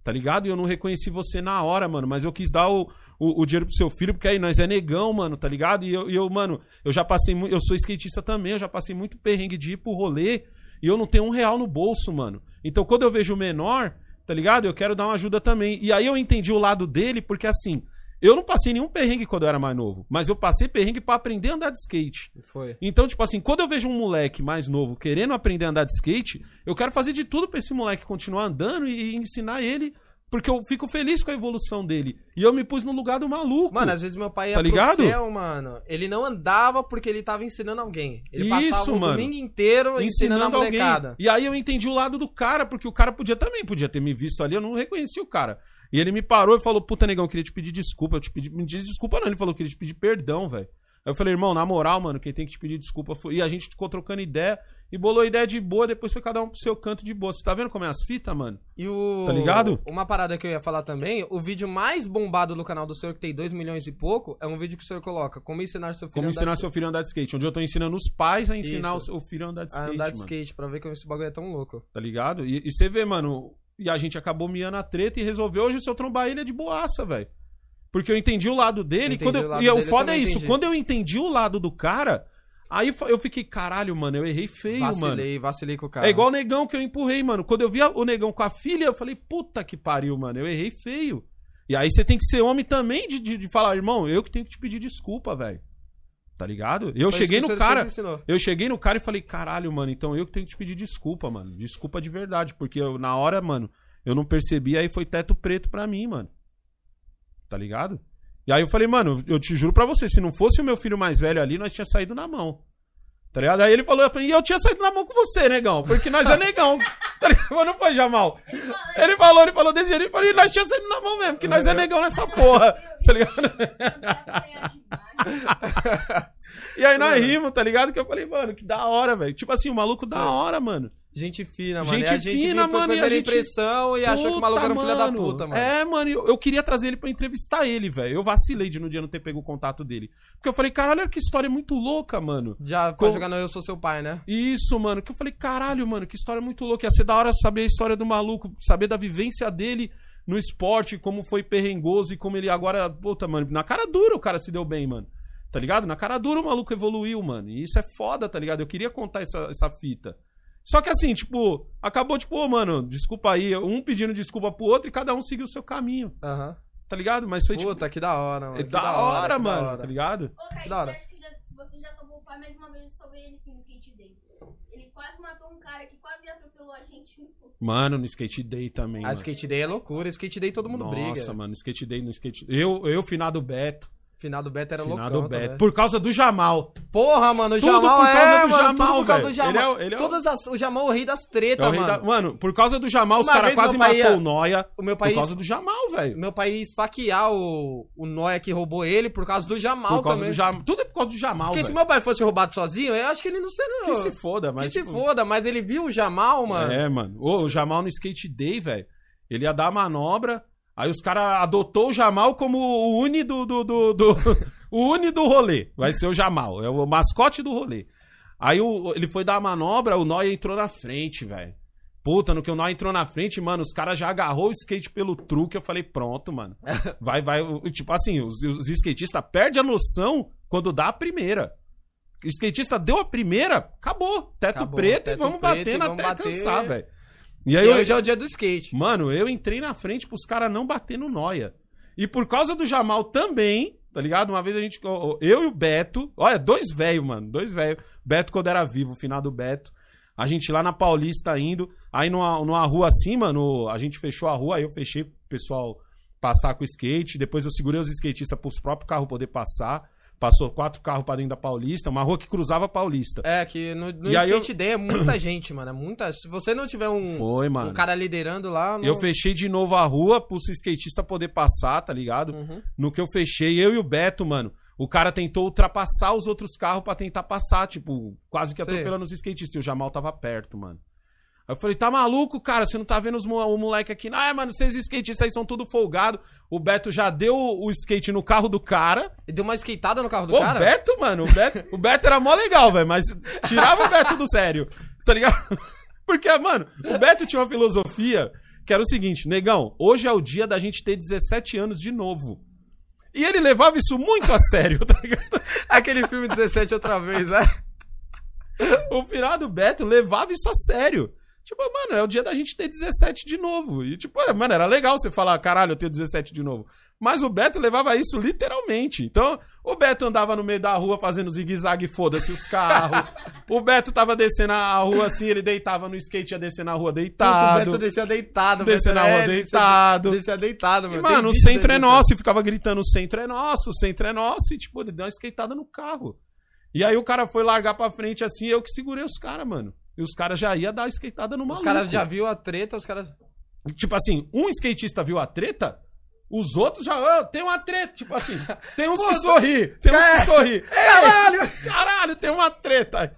Speaker 1: Tá ligado? E eu não reconheci você na hora, mano. Mas eu quis dar o, o, o dinheiro pro seu filho, porque aí nós é negão, mano, tá ligado? E eu, e eu mano, eu já passei muito. Eu sou skatista também, eu já passei muito perrengue de ir pro rolê e eu não tenho um real no bolso, mano. Então quando eu vejo o menor, tá ligado? Eu quero dar uma ajuda também. E aí eu entendi o lado dele, porque assim, eu não passei nenhum perrengue quando eu era mais novo, mas eu passei perrengue pra aprender a andar de skate.
Speaker 2: Foi.
Speaker 1: Então, tipo assim, quando eu vejo um moleque mais novo querendo aprender a andar de skate, eu quero fazer de tudo pra esse moleque continuar andando e, e ensinar ele, porque eu fico feliz com a evolução dele. E eu me pus no lugar do maluco.
Speaker 2: Mano, às vezes meu pai ia
Speaker 1: Tá ligado?
Speaker 2: pro céu, mano. Ele não andava porque ele tava ensinando alguém. Ele
Speaker 1: Isso,
Speaker 2: passava o
Speaker 1: mano.
Speaker 2: domingo inteiro ensinando, a
Speaker 1: alguém.
Speaker 2: molecada.
Speaker 1: E aí eu entendi o lado do cara, porque o cara podia também podia ter me visto ali, eu não reconheci o cara. E ele me parou e falou: "Puta negão, eu queria te pedir desculpa, eu te pedi, me diz desculpa não, ele falou que queria te pedir perdão, velho". Aí eu falei: "Irmão, na moral, mano, quem tem que te pedir desculpa foi e a gente ficou trocando ideia e bolou ideia de boa, depois foi cada um pro seu canto de boa. Você tá vendo como é as fitas, mano?
Speaker 2: E o.
Speaker 1: Tá ligado?
Speaker 2: Uma parada que eu ia falar também, o vídeo mais bombado do canal do senhor, que tem 2 milhões e pouco, é um vídeo que o senhor coloca como ensinar seu filho
Speaker 1: Como
Speaker 2: a andar
Speaker 1: ensinar
Speaker 2: de-
Speaker 1: seu filho a andar de skate, onde eu tô ensinando os pais a ensinar
Speaker 2: Isso.
Speaker 1: o seu filho a andar de
Speaker 2: a
Speaker 1: skate,
Speaker 2: andar de
Speaker 1: mano.
Speaker 2: skate, pra ver como esse bagulho é tão louco.
Speaker 1: Tá ligado? E e você vê, mano, e a gente acabou miando a treta e resolveu. Hoje, se eu trombar ele, é de boaça, velho. Porque eu entendi o lado dele.
Speaker 2: Entendi
Speaker 1: quando eu-
Speaker 2: o lado
Speaker 1: e o
Speaker 2: dele, eu
Speaker 1: foda é
Speaker 2: também
Speaker 1: isso.
Speaker 2: entendi.
Speaker 1: Quando eu entendi o lado do cara, aí fa- eu fiquei, caralho, mano, eu errei feio, mano.
Speaker 2: vacilei, vacilei com o cara.
Speaker 1: É igual o negão que eu empurrei, mano. Quando eu vi a- o negão com a filha, eu falei, puta que pariu, mano, eu errei feio. E aí você tem que ser homem também de, de, de falar, irmão, eu que tenho que te pedir desculpa, velho. Tá ligado? Eu
Speaker 2: Foi
Speaker 1: cheguei
Speaker 2: isso que
Speaker 1: no
Speaker 2: o senhor
Speaker 1: cara.
Speaker 2: sempre ensinou.
Speaker 1: Eu cheguei no cara e falei, caralho, mano, então eu que tenho que te pedir desculpa, mano. Desculpa de verdade, porque eu, na hora, mano, eu não percebi, aí foi teto preto pra mim, mano. Tá ligado? E aí eu falei, mano, eu te juro pra você, se não fosse o meu filho mais velho ali, nós tinha saído na mão. Tá ligado? Aí ele falou, pra mim, e eu tinha saído na mão com você, negão, porque nós é negão. tá ligado? Mas não foi Jamal. Ele falou, ele falou desse jeito, ele falou, e nós tinha saído na mão mesmo, porque nós é negão nessa porra. Tá ligado? E aí nós rimos, tá ligado? Que eu falei, mano, que da hora, velho. Tipo assim, o maluco da hora, mano.
Speaker 2: Gente fina, mano.
Speaker 1: Gente
Speaker 2: e a gente
Speaker 1: fina,
Speaker 2: veio por
Speaker 1: mano, e a
Speaker 2: primeira
Speaker 1: gente-
Speaker 2: impressão e achou que o
Speaker 1: Puta,
Speaker 2: maluco era um filho da puta, mano.
Speaker 1: É, mano, eu, eu queria trazer ele pra entrevistar ele, velho. Eu vacilei de no dia não ter pego o contato dele. Porque eu falei, caralho, olha que história muito louca, mano.
Speaker 2: Já
Speaker 1: Com-
Speaker 2: pode jogar no Eu Sou Seu Pai, né?
Speaker 1: Isso, mano. Que eu falei, caralho, mano, que história muito louca. Ia ser da hora saber a história do maluco, saber da vivência dele no esporte, como foi perrengoso e como ele agora. Puta, mano, na cara dura o cara se deu bem, mano. Tá ligado? Na cara dura o maluco evoluiu, mano. E isso é foda, tá ligado? Eu queria contar essa, essa fita. Só que assim, tipo, acabou, tipo, ô, mano, desculpa aí, um pedindo desculpa pro outro e cada um seguiu o seu caminho,
Speaker 2: Aham.
Speaker 1: tá ligado? Mas foi, tipo,
Speaker 2: Puta, que da hora, mano.
Speaker 1: é
Speaker 2: que
Speaker 1: da, hora,
Speaker 2: que da
Speaker 1: mano,
Speaker 2: hora.
Speaker 1: tá ligado?
Speaker 3: Ô, Kaique,
Speaker 2: Da hora.
Speaker 3: você acha que já, você já salvou o pai mais uma vez? Eu salvei ele sim no skate dele. Ele quase matou um cara que quase atropelou a gente.
Speaker 1: Mano, no skate day também,
Speaker 2: A
Speaker 1: mano.
Speaker 2: Skate Day é loucura. Skate Day todo mundo
Speaker 1: Nossa,
Speaker 2: briga.
Speaker 1: mano, skate day no skate. Eu, eu finado Beto.
Speaker 2: Final do Beto era
Speaker 1: finado
Speaker 2: É loucão.
Speaker 1: Beto.
Speaker 2: também.
Speaker 1: Por causa do Jamal.
Speaker 2: Porra, mano, o
Speaker 1: Tudo
Speaker 2: Jamal
Speaker 1: por causa
Speaker 2: é,
Speaker 1: do
Speaker 2: mano,
Speaker 1: Jamal,
Speaker 2: tudo por causa
Speaker 1: velho.
Speaker 2: do Jamal.
Speaker 1: Ele é o- ele é o-
Speaker 2: Todas as, o Jamal é o rei das
Speaker 1: É o
Speaker 2: tretas,
Speaker 1: rei
Speaker 2: mano.
Speaker 1: da- mano, por causa do Jamal, os
Speaker 2: Uma
Speaker 1: caras
Speaker 2: vez
Speaker 1: quase
Speaker 2: meu pai
Speaker 1: matou
Speaker 2: ia-
Speaker 1: o Noia.
Speaker 2: O meu
Speaker 1: Por
Speaker 2: pai,
Speaker 1: causa do Jamal, velho.
Speaker 2: meu pai ia esfaquear o, o Noia que roubou ele por causa do Jamal
Speaker 1: Por causa
Speaker 2: também.
Speaker 1: do Jamal. Tudo é por causa do Jamal,
Speaker 2: Porque
Speaker 1: velho.
Speaker 2: se meu pai fosse roubado sozinho, eu acho que ele não seria.
Speaker 1: Que se foda, mas.
Speaker 2: que se
Speaker 1: tipo,
Speaker 2: foda, mas ele viu o Jamal, mano.
Speaker 1: É, mano. Ô, o Jamal no skate day, velho. Ele ia dar a manobra. Aí os caras adotou o Jamal como o uni do. do, do, do- o uni do rolê. Vai ser o Jamal. É o mascote do rolê. Aí o- ele foi dar a manobra, o Noia entrou na frente, velho. Puta, no que o Noia entrou na frente, mano, os caras já agarrou o skate pelo truque. Eu falei, pronto, mano. Vai, vai. o- Tipo assim, os, os skatistas perdem a noção quando dá a primeira. O skatista deu a primeira, acabou. Teto
Speaker 2: Acabou,
Speaker 1: preto e
Speaker 2: teto
Speaker 1: vamos
Speaker 2: preto e
Speaker 1: batendo
Speaker 2: vamos
Speaker 1: até
Speaker 2: bater.
Speaker 1: cansar, velho. E
Speaker 2: E
Speaker 1: aí, eu,
Speaker 2: hoje é o dia do skate.
Speaker 1: mano, eu entrei na frente pros caras não bater no Noia. E por causa do Jamal também, tá ligado? Uma vez a gente. Eu e o Beto. Olha, dois velhos, mano. Dois velhos. Beto quando era vivo, o final do Beto. A gente lá na Paulista indo. Aí numa, numa rua assim, mano, a gente fechou a rua, aí eu fechei pro pessoal passar com o skate. Depois eu segurei os skatistas pros próprios carros poder passar. Passou quatro carros pra dentro da Paulista, uma rua que cruzava a Paulista.
Speaker 2: É, que no, no
Speaker 1: E aí
Speaker 2: skate day é muita gente, mano. É muita. Se você não tiver um,
Speaker 1: Foi, mano.
Speaker 2: um cara liderando lá. Não...
Speaker 1: Eu fechei de novo a rua pros skatistas poder passar, tá ligado?
Speaker 2: Uhum.
Speaker 1: No que eu fechei, eu e o Beto, mano, o cara tentou ultrapassar os outros carros pra tentar passar, tipo, quase que
Speaker 2: Sei.
Speaker 1: atropelando os skatistas. E o Jamal tava perto, mano. Aí eu falei, tá maluco, cara? Você não tá vendo os mo- o moleque aqui? Ah, mano, vocês skatistas aí são tudo folgado. O Beto já deu o o skate no carro do cara.
Speaker 2: E deu uma skateada no carro do
Speaker 1: Ô, O
Speaker 2: cara?
Speaker 1: Beto, mano, o Beto, o Beto era mó legal, velho, mas tirava o Beto do sério, tá ligado? Porque, mano, o Beto tinha uma filosofia que era o seguinte, negão, hoje é o dia da gente ter 17 anos de novo. E ele levava isso muito a sério, tá ligado?
Speaker 2: Aquele filme 17 outra vez, né?
Speaker 1: O finado Beto levava isso a sério. Tipo, mano, é o dia da gente ter 17 de novo. E, tipo, era- mano, era legal você falar, caralho, eu tenho 17 de novo. Mas o Beto levava isso literalmente. Então, o Beto andava no meio da rua fazendo zigue-zague, foda-se os carros. o Beto tava descendo a rua assim, ele deitava no skate, ia descer na rua
Speaker 2: Puta, o
Speaker 1: deitado.
Speaker 2: Beto descia deitado,
Speaker 1: Descia Tá,
Speaker 2: Beto,
Speaker 1: na rua
Speaker 2: é, ele descia-
Speaker 1: deitado.
Speaker 2: Descia deitado,
Speaker 1: E,
Speaker 2: mano.
Speaker 1: mano, o centro é nosso. E ficava gritando, o centro é nosso, o centro é nosso. E, tipo, ele deu uma skateada no carro. E aí o cara foi largar pra frente assim, eu que segurei os caras, mano. E os caras já ia dar a skateada no maluco.
Speaker 2: Os caras já viu a treta, os caras.
Speaker 1: Tipo assim, um skatista viu a treta, os outros já... "Ah, tem uma treta. Tipo assim, tem uns
Speaker 2: Pô,
Speaker 1: que
Speaker 2: tá-
Speaker 1: sorri, tem uns
Speaker 2: É.
Speaker 1: que sorri.
Speaker 2: Caralho!
Speaker 1: Caralho, tem uma treta.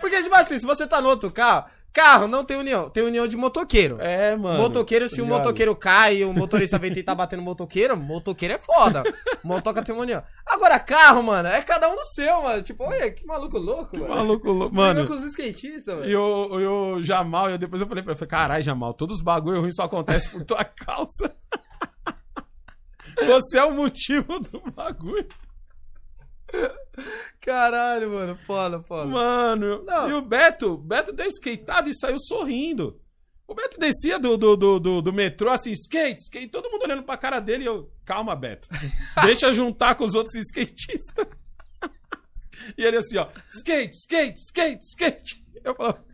Speaker 2: Porque, tipo assim, se você tá no outro carro, carro não tem união, tem união de motoqueiro.
Speaker 1: É, mano.
Speaker 2: motoqueiro, se
Speaker 1: tá
Speaker 2: o
Speaker 1: ligado?
Speaker 2: motoqueiro cai e o motorista vem tentar bater no motoqueiro, motoqueiro é foda. Motoca tem uma união. Agora, carro, mano, é cada um no seu, mano. Tipo, olha, que maluco louco, mano.
Speaker 1: Maluco, lou-
Speaker 2: Brigou
Speaker 1: mano.
Speaker 2: com os skatistas, velho.
Speaker 1: E o, e o Jamal, eu depois eu falei pra ele, eu falei, caralho, Jamal, todos os bagulho ruim só acontece por tua causa. Você é o motivo do bagulho.
Speaker 2: Caralho, mano, foda, foda.
Speaker 1: Mano,
Speaker 2: Não.
Speaker 1: e o Beto, o Beto deu skateado e saiu sorrindo. O Beto descia do, do, do, do, do metrô, assim, skate, skate, todo mundo olhando pra cara dele e eu, calma, Beto, deixa juntar com os outros skatistas. e ele assim, ó, skate, skate, skate, skate. Eu falava...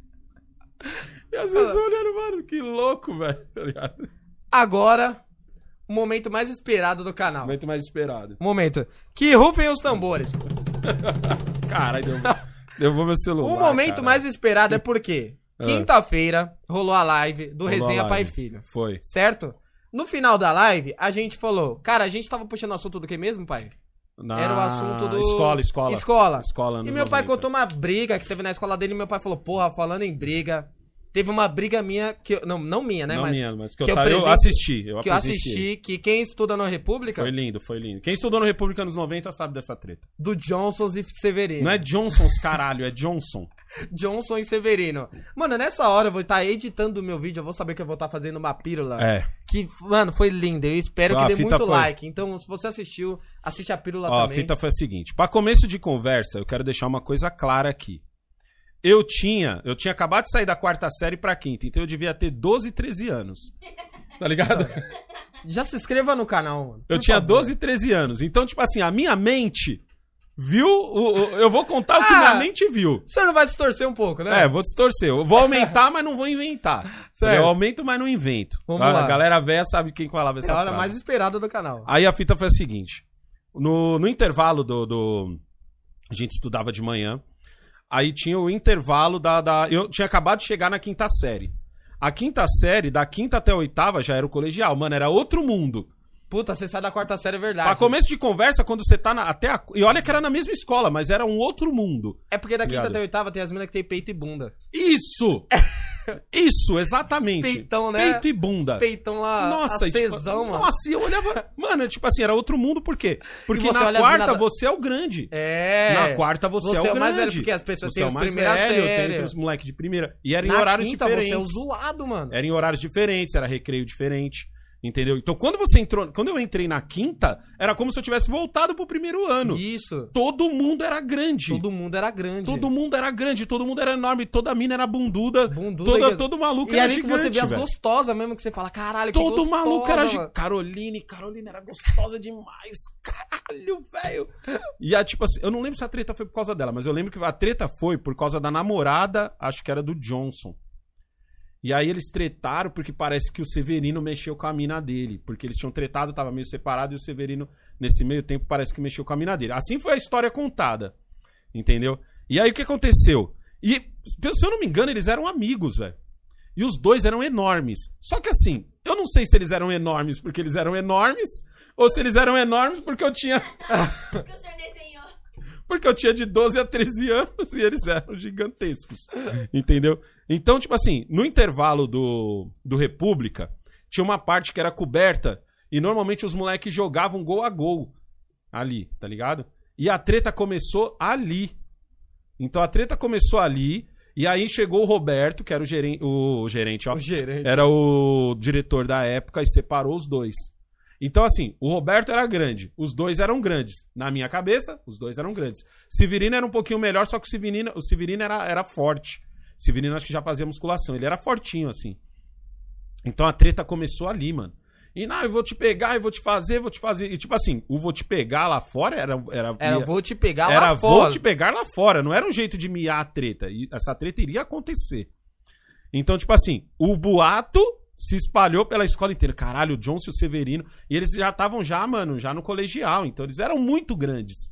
Speaker 1: e as pessoas olhando, mano, que louco, velho, tá ligado?
Speaker 2: Agora, o momento mais esperado do canal.
Speaker 1: Momento mais esperado.
Speaker 2: Momento. Que rufem os tambores.
Speaker 1: Caralho, deu... derrubou meu celular,
Speaker 2: o momento
Speaker 1: caralho.
Speaker 2: mais esperado é porque
Speaker 1: Ah.
Speaker 2: quinta-feira rolou a live do
Speaker 1: Rolou a
Speaker 2: Resenha Pai e
Speaker 1: live.
Speaker 2: Filho.
Speaker 1: Foi.
Speaker 2: Certo? No final da live, a gente falou, cara, a gente tava puxando o assunto do que mesmo, pai?
Speaker 1: Na...
Speaker 2: Era o assunto do.
Speaker 1: Ah, Escola, escola.
Speaker 2: Escola.
Speaker 1: Escola
Speaker 2: E
Speaker 1: anos
Speaker 2: meu pai
Speaker 1: 90.
Speaker 2: contou uma briga que teve na escola dele. E meu pai falou, porra, falando em briga. Teve uma briga minha que. eu- Não, não minha, né?
Speaker 1: Não
Speaker 2: mas
Speaker 1: minha, mas que,
Speaker 2: que
Speaker 1: eu,
Speaker 2: eu
Speaker 1: tava- eu
Speaker 2: presenciei-
Speaker 1: assisti. Eu
Speaker 2: que eu
Speaker 1: presenciei.
Speaker 2: assisti, que quem estuda na República,
Speaker 1: Foi lindo, foi lindo. Quem estudou no República nos 90 sabe dessa treta.
Speaker 2: do Johnson e Severino.
Speaker 1: Não é Johnson's caralho, é Johnson.
Speaker 2: Johnson e Severino. Mano, nessa hora eu vou estar editando o meu vídeo, eu vou saber que eu vou estar fazendo uma pílula.
Speaker 1: É.
Speaker 2: Que, mano, foi linda. Eu espero
Speaker 1: Ah,
Speaker 2: que
Speaker 1: a
Speaker 2: dê
Speaker 1: fita
Speaker 2: muito
Speaker 1: foi-
Speaker 2: like. Então, se você assistiu, assiste a pílula
Speaker 1: Ó, a
Speaker 2: também.
Speaker 1: fita foi a seguinte. Pra começo de conversa, eu quero deixar uma coisa clara aqui. Eu tinha, eu tinha acabado de sair da quarta série pra quinta, então eu devia ter 12, 13 anos. Tá ligado?
Speaker 2: Já se inscreva no canal, mano.
Speaker 1: Eu
Speaker 2: por
Speaker 1: tinha
Speaker 2: favor.
Speaker 1: 12, 13 anos. Então, tipo assim, a minha mente viu. o- o- eu vou contar o que
Speaker 2: Ah!
Speaker 1: minha mente viu.
Speaker 2: O senhor não vai se torcer um pouco, né?
Speaker 1: É, vou distorcer. Eu vou aumentar, mas não vou inventar.
Speaker 2: Certo.
Speaker 1: Eu aumento, mas não invento.
Speaker 2: Vamos
Speaker 1: a,
Speaker 2: lá.
Speaker 1: a galera véia sabe quem falava essa
Speaker 2: É a hora
Speaker 1: frase.
Speaker 2: mais esperada do canal.
Speaker 1: Aí a fita foi a seguinte. No, no intervalo do, do- A gente estudava de manhã. Aí tinha o intervalo da, da- Eu tinha acabado de chegar na quinta série. A quinta série, da quinta até a oitava, já era o colegial. Mano, era outro mundo.
Speaker 2: Puta, você sai da quarta série, é verdade.
Speaker 1: Pra começo de conversa, quando você tá na, até a- E olha que era na mesma escola, mas era um outro mundo.
Speaker 2: É porque da quinta
Speaker 1: Obrigado.
Speaker 2: até oitava tem as minas que tem peito e bunda.
Speaker 1: Isso! Isso, exatamente.
Speaker 2: Os peitão, né?
Speaker 1: Peito e bunda.
Speaker 2: Peitão lá,
Speaker 1: Nossa, e, tipo,
Speaker 2: acesão, mano.
Speaker 1: Nossa, e eu olhava. Mano, é tipo assim, era outro mundo, por quê? Porque
Speaker 2: você
Speaker 1: na
Speaker 2: olha as
Speaker 1: quarta
Speaker 2: mina-
Speaker 1: você é o grande.
Speaker 2: É.
Speaker 1: Na quarta você, é o grande.
Speaker 2: mais velho, porque as pessoas
Speaker 1: Você
Speaker 2: têm
Speaker 1: é
Speaker 2: os
Speaker 1: o mais
Speaker 2: primeiras
Speaker 1: velho,
Speaker 2: séries.
Speaker 1: tem os moleques de primeira. E era em
Speaker 2: Na
Speaker 1: horários
Speaker 2: quinta
Speaker 1: diferentes.
Speaker 2: você é o zoado, mano.
Speaker 1: Era em horários diferentes, era recreio diferente. Entendeu? Então quando você entrou. Quando eu entrei na quinta, era como se eu tivesse voltado pro primeiro ano.
Speaker 2: Isso.
Speaker 1: Todo mundo era grande.
Speaker 2: Todo mundo era grande.
Speaker 1: Todo mundo era grande, todo mundo era enorme, toda mina era bunduda,
Speaker 2: Bunduda,
Speaker 1: toda,
Speaker 2: que-
Speaker 1: todo maluco
Speaker 2: E é
Speaker 1: era
Speaker 2: ali
Speaker 1: gigante,
Speaker 2: que você vê as
Speaker 1: velho.
Speaker 2: gostosas mesmo, que você fala, caralho, que
Speaker 1: Todo
Speaker 2: gostosa,
Speaker 1: maluco era
Speaker 2: mano.
Speaker 1: gigante. Caroline, Caroline era gostosa demais. Caralho, velho. E a, tipo assim, eu não lembro se a treta foi por causa dela, mas eu lembro que a treta foi por causa da namorada, acho que era do Johnson. E aí eles tretaram porque parece que o Severino mexeu com a mina dele. Porque eles tinham tretado, tava meio separado, e o Severino, nesse meio tempo, parece que mexeu com a mina dele. Assim foi a história contada. Entendeu? E aí o que aconteceu? E, se eu não me engano, eles eram amigos, velho. E os dois eram enormes. Só que assim, eu não sei se eles eram enormes porque eles eram enormes, ou se eles eram enormes porque eu tinha.
Speaker 3: Porque o senhor desenhou.
Speaker 1: Porque eu tinha de 12 a 13 anos e eles eram gigantescos. Entendeu? Então, tipo assim, no intervalo do, do República, tinha uma parte que era coberta e normalmente os moleques jogavam gol a gol ali, tá ligado? E a treta começou ali. Então a treta começou ali E aí chegou o Roberto, que era o gerente, o gerente, ó.
Speaker 2: O gerente.
Speaker 1: Era o diretor da época e separou os dois. Então, assim, o Roberto era grande, os dois eram grandes. Na minha cabeça, os dois eram grandes. Severino era um pouquinho melhor, só que o Severino, o Severino era, era forte. Severino acho que já fazia musculação, ele era fortinho, assim. Então a treta começou ali, mano. E não, eu vou te pegar, eu vou te fazer, vou te fazer. E tipo assim, o vou te pegar lá fora era. Era,
Speaker 2: Era, um vou te pegar
Speaker 1: era,
Speaker 2: lá
Speaker 1: vou
Speaker 2: fora.
Speaker 1: te pegar lá fora. Não era um jeito de miar a treta. E essa treta iria acontecer. Então, tipo assim, o boato se espalhou pela escola inteira. Caralho, o Johnson e o Severino. E eles já estavam já, mano, já no colegial. Então, eles eram muito grandes.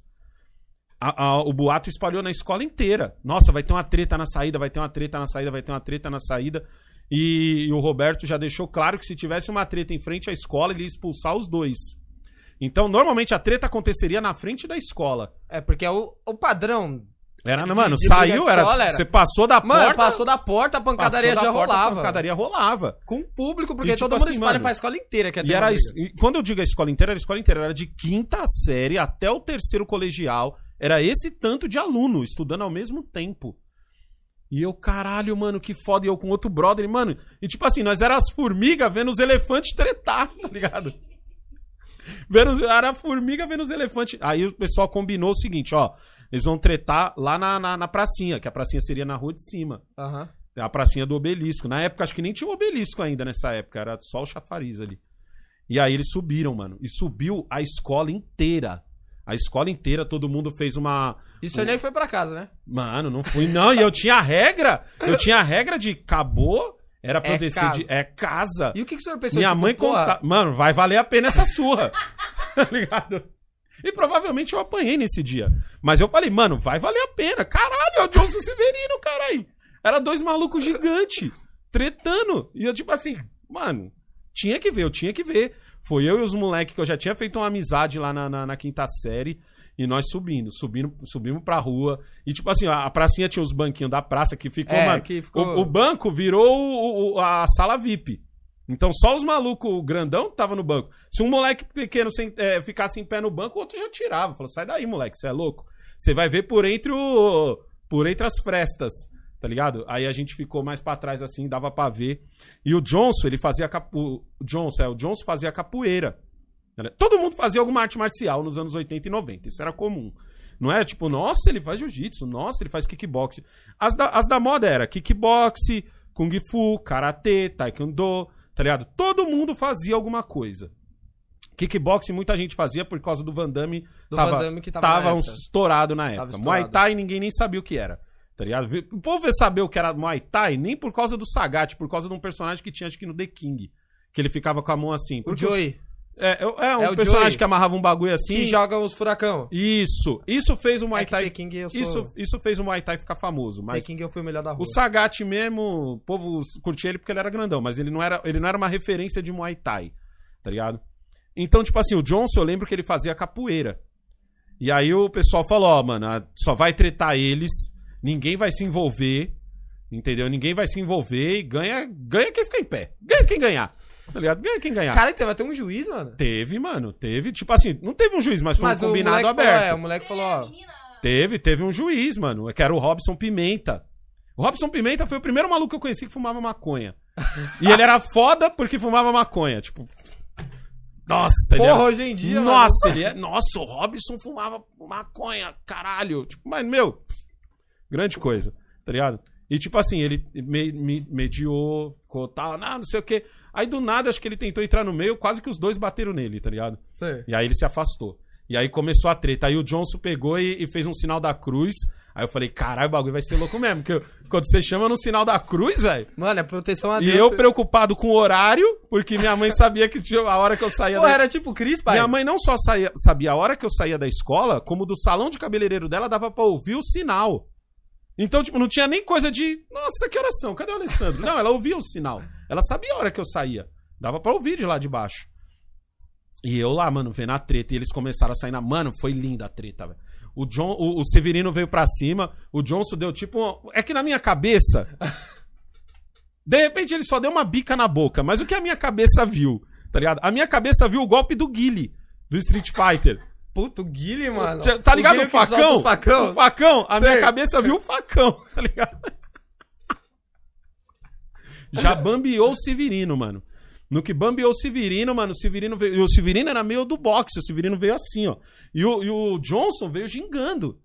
Speaker 1: A- a- o boato espalhou na escola inteira. Nossa, vai ter uma treta na saída, vai ter uma treta na saída, vai ter uma treta na saída. E, e o Roberto já deixou claro que se tivesse uma treta em frente à escola, ele ia expulsar os dois. Então, normalmente a treta aconteceria na frente da escola.
Speaker 2: É porque é o, o padrão.
Speaker 1: Era,
Speaker 2: De-
Speaker 1: mano,
Speaker 2: de briga
Speaker 1: saiu,
Speaker 2: de
Speaker 1: era,
Speaker 2: escola, era.
Speaker 1: Você passou da
Speaker 2: Mano,
Speaker 1: porta.
Speaker 2: passou da porta, a pancadaria
Speaker 1: passou da
Speaker 2: já
Speaker 1: porta,
Speaker 2: rolava.
Speaker 1: A pancadaria rolava.
Speaker 2: Com o público, porque
Speaker 1: E, tipo
Speaker 2: todo mundo
Speaker 1: assim,
Speaker 2: espalha
Speaker 1: mano,
Speaker 2: pra escola inteira. Que
Speaker 1: E era isso. E Quando eu digo a escola inteira, era a escola inteira. Era de quinta série até o terceiro colegial. Era esse tanto de aluno estudando ao mesmo tempo. E eu, caralho, mano, que foda. E eu com outro brother, e, mano. E tipo assim, nós era as formigas vendo os elefantes tretar, tá ligado? Vendo, os- era a formiga vendo os elefantes. Aí o pessoal combinou o seguinte, ó. Eles vão tretar lá na, na, na pracinha, que a pracinha seria na rua de cima.
Speaker 2: Aham.
Speaker 1: A pracinha do obelisco. Na época, acho que nem tinha o obelisco ainda nessa época. Era só o chafariz ali. E aí eles subiram, mano. E subiu a escola inteira. A escola inteira, todo mundo fez uma.
Speaker 2: Isso eu nem foi pra casa, né?
Speaker 1: Mano, não fui, não. E eu tinha a regra. Eu tinha a regra de acabou. Era pra
Speaker 2: É
Speaker 1: eu descer
Speaker 2: casa.
Speaker 1: de. É casa.
Speaker 2: E o que, que o senhor pensou?
Speaker 1: Minha
Speaker 2: Tipo,
Speaker 1: mãe
Speaker 2: porra,
Speaker 1: conta. Mano, vai valer a pena essa surra. tá ligado? E provavelmente eu apanhei nesse dia. Mas eu falei, mano, vai valer a pena. Caralho, é o Johnson Severino, caralho. Era dois malucos gigantes, tretando. E eu, tipo assim, mano, tinha que ver, eu tinha que ver. Foi eu e os moleques que eu já tinha feito uma amizade lá na, na- na quinta série. E nós subindo, subindo, subimos pra rua. E, tipo assim, a, a pracinha tinha os banquinhos da praça que ficou,
Speaker 2: É,
Speaker 1: mano.
Speaker 2: que ficou-
Speaker 1: O, o banco virou o- o- a sala VIP. Então só os malucos, o grandão que tava no banco. Se um moleque pequeno sem- eh, ficasse em pé no banco, o outro já tirava. Falou, sai daí, moleque, você é louco. Você vai ver por entre o. por entre as frestas, tá ligado? Aí a gente ficou mais pra trás assim, dava pra ver. E o Johnson, ele fazia capo... o Johnson, é, o Johnson fazia capoeira. Todo mundo fazia alguma arte marcial nos anos 80 e 90, isso era comum. Não é tipo, nossa, ele faz jiu-jitsu, nossa, ele faz kickboxing. As da, as da moda era kickboxing, kung fu, karatê, taekwondo, tá ligado? Todo mundo fazia alguma coisa. Kickboxing muita gente fazia por causa do Van Damme.
Speaker 2: Do
Speaker 1: tava,
Speaker 2: Van Damme que tava
Speaker 1: tava
Speaker 2: na
Speaker 1: um
Speaker 2: época.
Speaker 1: estourado na época.
Speaker 2: estourado.
Speaker 1: Muay Thai ninguém nem sabia o que era. Tá ligado? Vi- O povo veio saber o que era Muay Thai nem por causa do Sagat, por causa de um personagem que tinha acho que no The King. Que ele ficava com a mão assim.
Speaker 2: O
Speaker 1: Porque os-
Speaker 2: Joey,
Speaker 1: É, é, é um
Speaker 2: É o
Speaker 1: personagem
Speaker 2: Joey.
Speaker 1: que amarrava um bagulho
Speaker 2: que
Speaker 1: assim.
Speaker 2: joga os furacão.
Speaker 1: Isso. Isso fez o Muay
Speaker 2: É que
Speaker 1: Thai.
Speaker 2: Peking, eu sou...
Speaker 1: Isso, isso fez o Muay Thai ficar famoso, mas
Speaker 2: Peking eu fui o melhor da rua.
Speaker 1: o Sagat mesmo, o povo curtia ele porque ele era grandão, mas ele não era, ele não era uma referência de Muay Thai, tá ligado? Então, tipo assim, o Johnson, eu lembro que ele fazia capoeira. E aí o pessoal falou, ó, mano, a- só vai tretar eles, ninguém vai se envolver, entendeu? Ninguém vai se envolver e ganha, ganha quem fica em pé. Ganha quem ganhar, tá ligado? Ganha quem ganhar.
Speaker 2: Cara, então vai ter um juiz, mano.
Speaker 1: Teve, mano, teve, tipo assim, não teve um juiz, mas foi um combinado
Speaker 2: moleque
Speaker 1: aberto.
Speaker 2: Falou, é, o moleque falou,
Speaker 3: a
Speaker 2: ó...
Speaker 3: menina,
Speaker 1: Teve, teve um juiz, mano, que era o Robson Pimenta. O Robson Pimenta foi o primeiro maluco que eu conheci que fumava maconha. E ele era foda porque fumava maconha, tipo. Nossa, ele
Speaker 2: Porra,
Speaker 1: era...
Speaker 2: hoje em dia, mano.
Speaker 1: Nossa, ele é. Nossa, o Robson fumava maconha, caralho. Tipo, mas, meu, grande coisa, tá ligado? E tipo assim, ele me, me- mediou, ficou tal, não, não sei o quê. Aí do nada, acho que ele tentou entrar no meio, quase que os dois bateram nele, tá ligado?
Speaker 2: Sei.
Speaker 1: E aí ele se afastou. E aí começou a treta. Aí o Johnson pegou e, e fez um sinal da cruz. Aí eu falei, caralho, o bagulho vai ser louco mesmo. Porque eu- quando você chama no sinal da cruz, velho.
Speaker 2: Mano, é proteção a
Speaker 1: E
Speaker 2: Deus.
Speaker 1: eu preocupado com o horário, porque minha mãe sabia que tinha a hora que eu saía
Speaker 2: Pô,
Speaker 1: da
Speaker 2: era tipo o Cris, pai.
Speaker 1: Minha mãe não só saía- sabia a hora que eu saía da escola, como do salão de cabeleireiro dela dava pra ouvir o sinal. Então, tipo, não tinha nem coisa de. Nossa, que oração, cadê o Alessandro? Não, ela ouvia o sinal. Ela sabia a hora que eu saía. Dava pra ouvir de lá de baixo. E eu lá, mano, vendo a treta. E eles começaram a sair na. Mano, foi linda a treta, velho. O, John, o, o Severino veio pra cima, o Johnson deu tipo. um- É que na minha cabeça. De repente ele só deu uma bica na boca, mas o que a minha cabeça viu, tá ligado? A minha cabeça viu o golpe do Guile, do Street Fighter.
Speaker 2: Puto, o Guile, mano.
Speaker 1: Tá- tá ligado o,
Speaker 2: Guile que solta
Speaker 1: facão?
Speaker 2: os facão?
Speaker 1: O facão, a minha
Speaker 2: Sei.
Speaker 1: cabeça viu o facão, tá ligado? Já bambiou o Severino, mano. No que bambiou o Severino, mano, o Severino veio. e O Severino era meio do boxe, o Severino veio assim, ó. E o, e o Johnson veio gingando.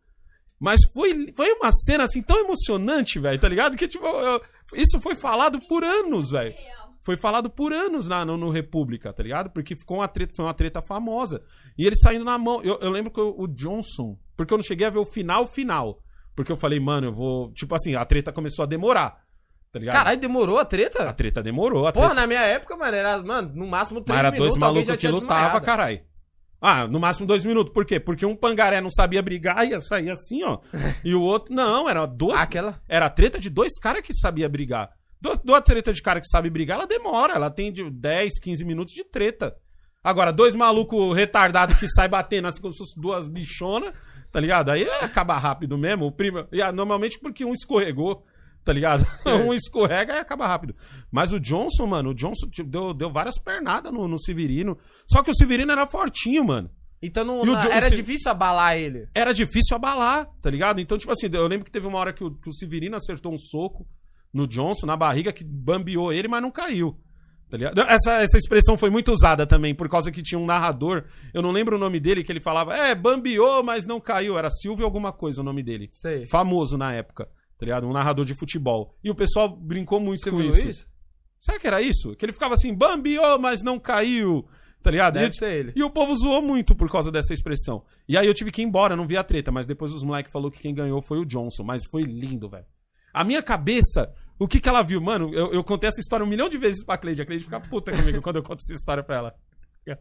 Speaker 1: Mas foi, foi uma cena assim tão emocionante, velho, tá ligado? Que, tipo, eu- isso foi falado por anos, velho
Speaker 3: Real.
Speaker 1: foi falado por anos na, no, no República, tá ligado? Porque ficou uma treta, foi uma treta famosa. E ele saindo na mão. Eu, eu lembro que o, o Johnson, porque eu não cheguei a ver o final final. Porque eu falei, mano, eu vou. Tipo assim, a treta começou a demorar. Tá ligado?
Speaker 2: Caralho, demorou a
Speaker 1: A
Speaker 2: treta?
Speaker 1: treta demorou. A
Speaker 2: Porra,
Speaker 1: treta,
Speaker 2: na minha época, mano, era, mano, no máximo
Speaker 1: mas
Speaker 2: três
Speaker 1: era
Speaker 2: minutos
Speaker 1: dois
Speaker 2: alguém
Speaker 1: malucos
Speaker 2: já
Speaker 1: que
Speaker 2: tinha
Speaker 1: lutava,
Speaker 2: desmaiado.
Speaker 1: caralho. Ah, no máximo dois minutos. Por quê? Porque um pangaré não sabia brigar, ia sair assim, ó. e o outro. Não, era duas
Speaker 2: Aquela...
Speaker 1: Era a treta de dois caras que sabia brigar. Do, do a treta de cara que sabe brigar, ela demora. Ela tem de 10, 15 minutos de treta. Agora, dois malucos retardados que sai batendo assim como se fossem duas bichonas, tá ligado? Aí acaba rápido mesmo. O primo, e, ah, normalmente porque um escorregou, tá ligado? um escorrega e acaba rápido. Mas o Johnson, mano, o Johnson tipo, deu, deu várias pernadas no, no Severino. Só que o Severino era fortinho, mano
Speaker 2: Então não,
Speaker 1: E o
Speaker 2: na-
Speaker 1: Johnson-
Speaker 2: era difícil abalar ele.
Speaker 1: era difícil abalar, tá ligado? Então, tipo assim, eu lembro que teve uma hora que o, que o Severino acertou um soco no Johnson, na barriga, que bambiou ele, mas não caiu. Tá ligado? Essa, essa expressão foi muito usada também, por causa que tinha um narrador, eu não lembro o nome dele, que ele falava, é, bambiou, mas não caiu. Era Silvio alguma coisa o nome dele.
Speaker 2: Sei.
Speaker 1: Famoso na época, tá ligado? Um narrador de futebol. E o pessoal brincou muito
Speaker 2: Você
Speaker 1: com
Speaker 2: viu
Speaker 1: isso.
Speaker 2: isso?
Speaker 1: Será que era isso? Que ele ficava assim, bambiou, mas não caiu. Tá ligado? E
Speaker 2: Deve
Speaker 1: eu-
Speaker 2: ser ele.
Speaker 1: e o povo zoou muito por causa dessa expressão. E aí eu tive que ir embora, não vi a treta, mas depois os moleques falou que quem ganhou foi o Johnson, mas foi lindo, velho. A minha cabeça, o que que ela viu? Mano, eu, eu contei essa história um milhão de vezes pra Cleide, a Cleide fica puta comigo quando eu conto essa história pra ela.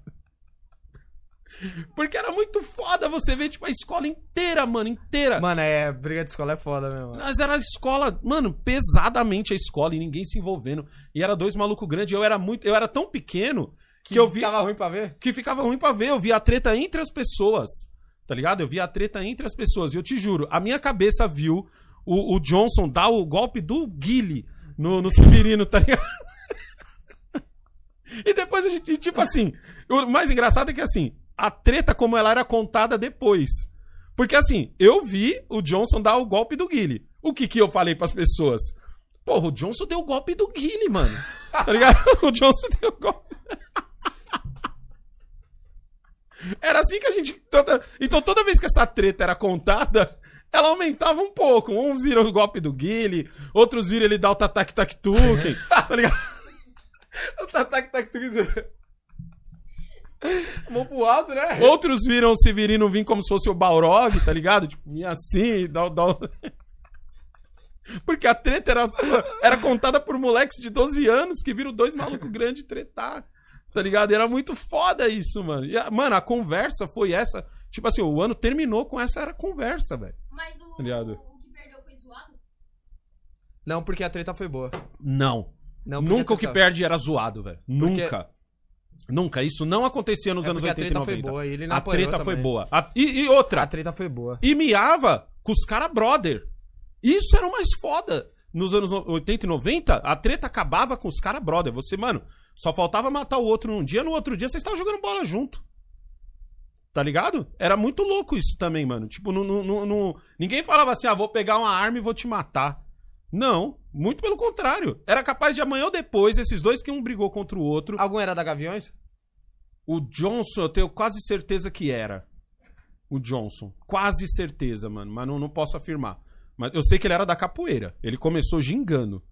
Speaker 1: Porque era muito foda você ver, tipo, a escola inteira, mano, inteira.
Speaker 2: Mano, é, briga de escola é foda mesmo. mano.
Speaker 1: Mas era a escola, mano, pesadamente a escola e ninguém se envolvendo. E era dois malucos grandes, eu era muito, eu era tão pequeno que, eu vi
Speaker 2: Tava ruim pra ver?
Speaker 1: que ficava ruim pra ver. Eu via a treta entre as pessoas. Tá ligado? Eu via a treta entre as pessoas. E eu te juro, a minha cabeça viu o, o Johnson dar o golpe do Guile no, no Severino, tá ligado? E depois a gente, e tipo assim, o mais engraçado é que assim, a treta como ela era contada depois. Porque assim, eu vi o Johnson dar o golpe do Guile. O que que eu falei pras pessoas? Porra, o Johnson deu o golpe do Guile, mano. Tá ligado? O Johnson deu o golpe. Era assim que a gente. toda- Então toda vez que essa treta era contada, ela aumentava um pouco. Uns viram o golpe do Guile, outros viram ele dar o tatac tac tuken tá ligado?
Speaker 2: O Tatac Tac Tuc. Mão pro alto, né?
Speaker 1: Outros viram o Severino vir como se fosse o Balrog, tá ligado? Tipo, vinha assim, dá, o- dá o- Porque a treta era, era contada por moleques de 12 anos que viram dois malucos grandes tretar, tá ligado? E era muito foda isso, mano. E a- mano, a conversa foi essa. Tipo assim, o ano terminou com essa era a conversa, velho.
Speaker 3: Mas o,
Speaker 1: Aliado.
Speaker 3: o que perdeu foi zoado?
Speaker 2: Não, porque a treta foi boa.
Speaker 1: Não.
Speaker 2: Não, porque
Speaker 1: Nunca
Speaker 2: a
Speaker 1: o que
Speaker 2: treta-
Speaker 1: perde era zoado, velho. Nunca. Nunca. Isso não acontecia nos
Speaker 2: É
Speaker 1: anos
Speaker 2: porque
Speaker 1: 80 e
Speaker 2: A treta
Speaker 1: 90.
Speaker 2: foi boa. e Ele não
Speaker 1: A
Speaker 2: apanhou
Speaker 1: treta foi
Speaker 2: também.
Speaker 1: boa. A- e, e outra.
Speaker 2: A treta foi boa.
Speaker 1: E miava com os caras brother. Isso era o mais foda. Nos anos no- 80 e 90, a treta acabava com os caras brother. Você, mano, só faltava matar o outro num dia, no outro dia vocês estavam jogando bola junto. Tá ligado? Era muito louco isso também, mano. Tipo, não, não- não- não- ninguém falava assim, ah, vou pegar uma arma e vou te matar. Não, muito pelo contrário. Era capaz de amanhã ou depois, esses dois que um brigou contra o outro.
Speaker 2: Algum era da Gaviões?
Speaker 1: O Johnson, eu tenho quase certeza que era. O Johnson. Quase certeza, mano. Mas não, não posso afirmar. Mas eu sei que ele era da capoeira. Ele começou gingando.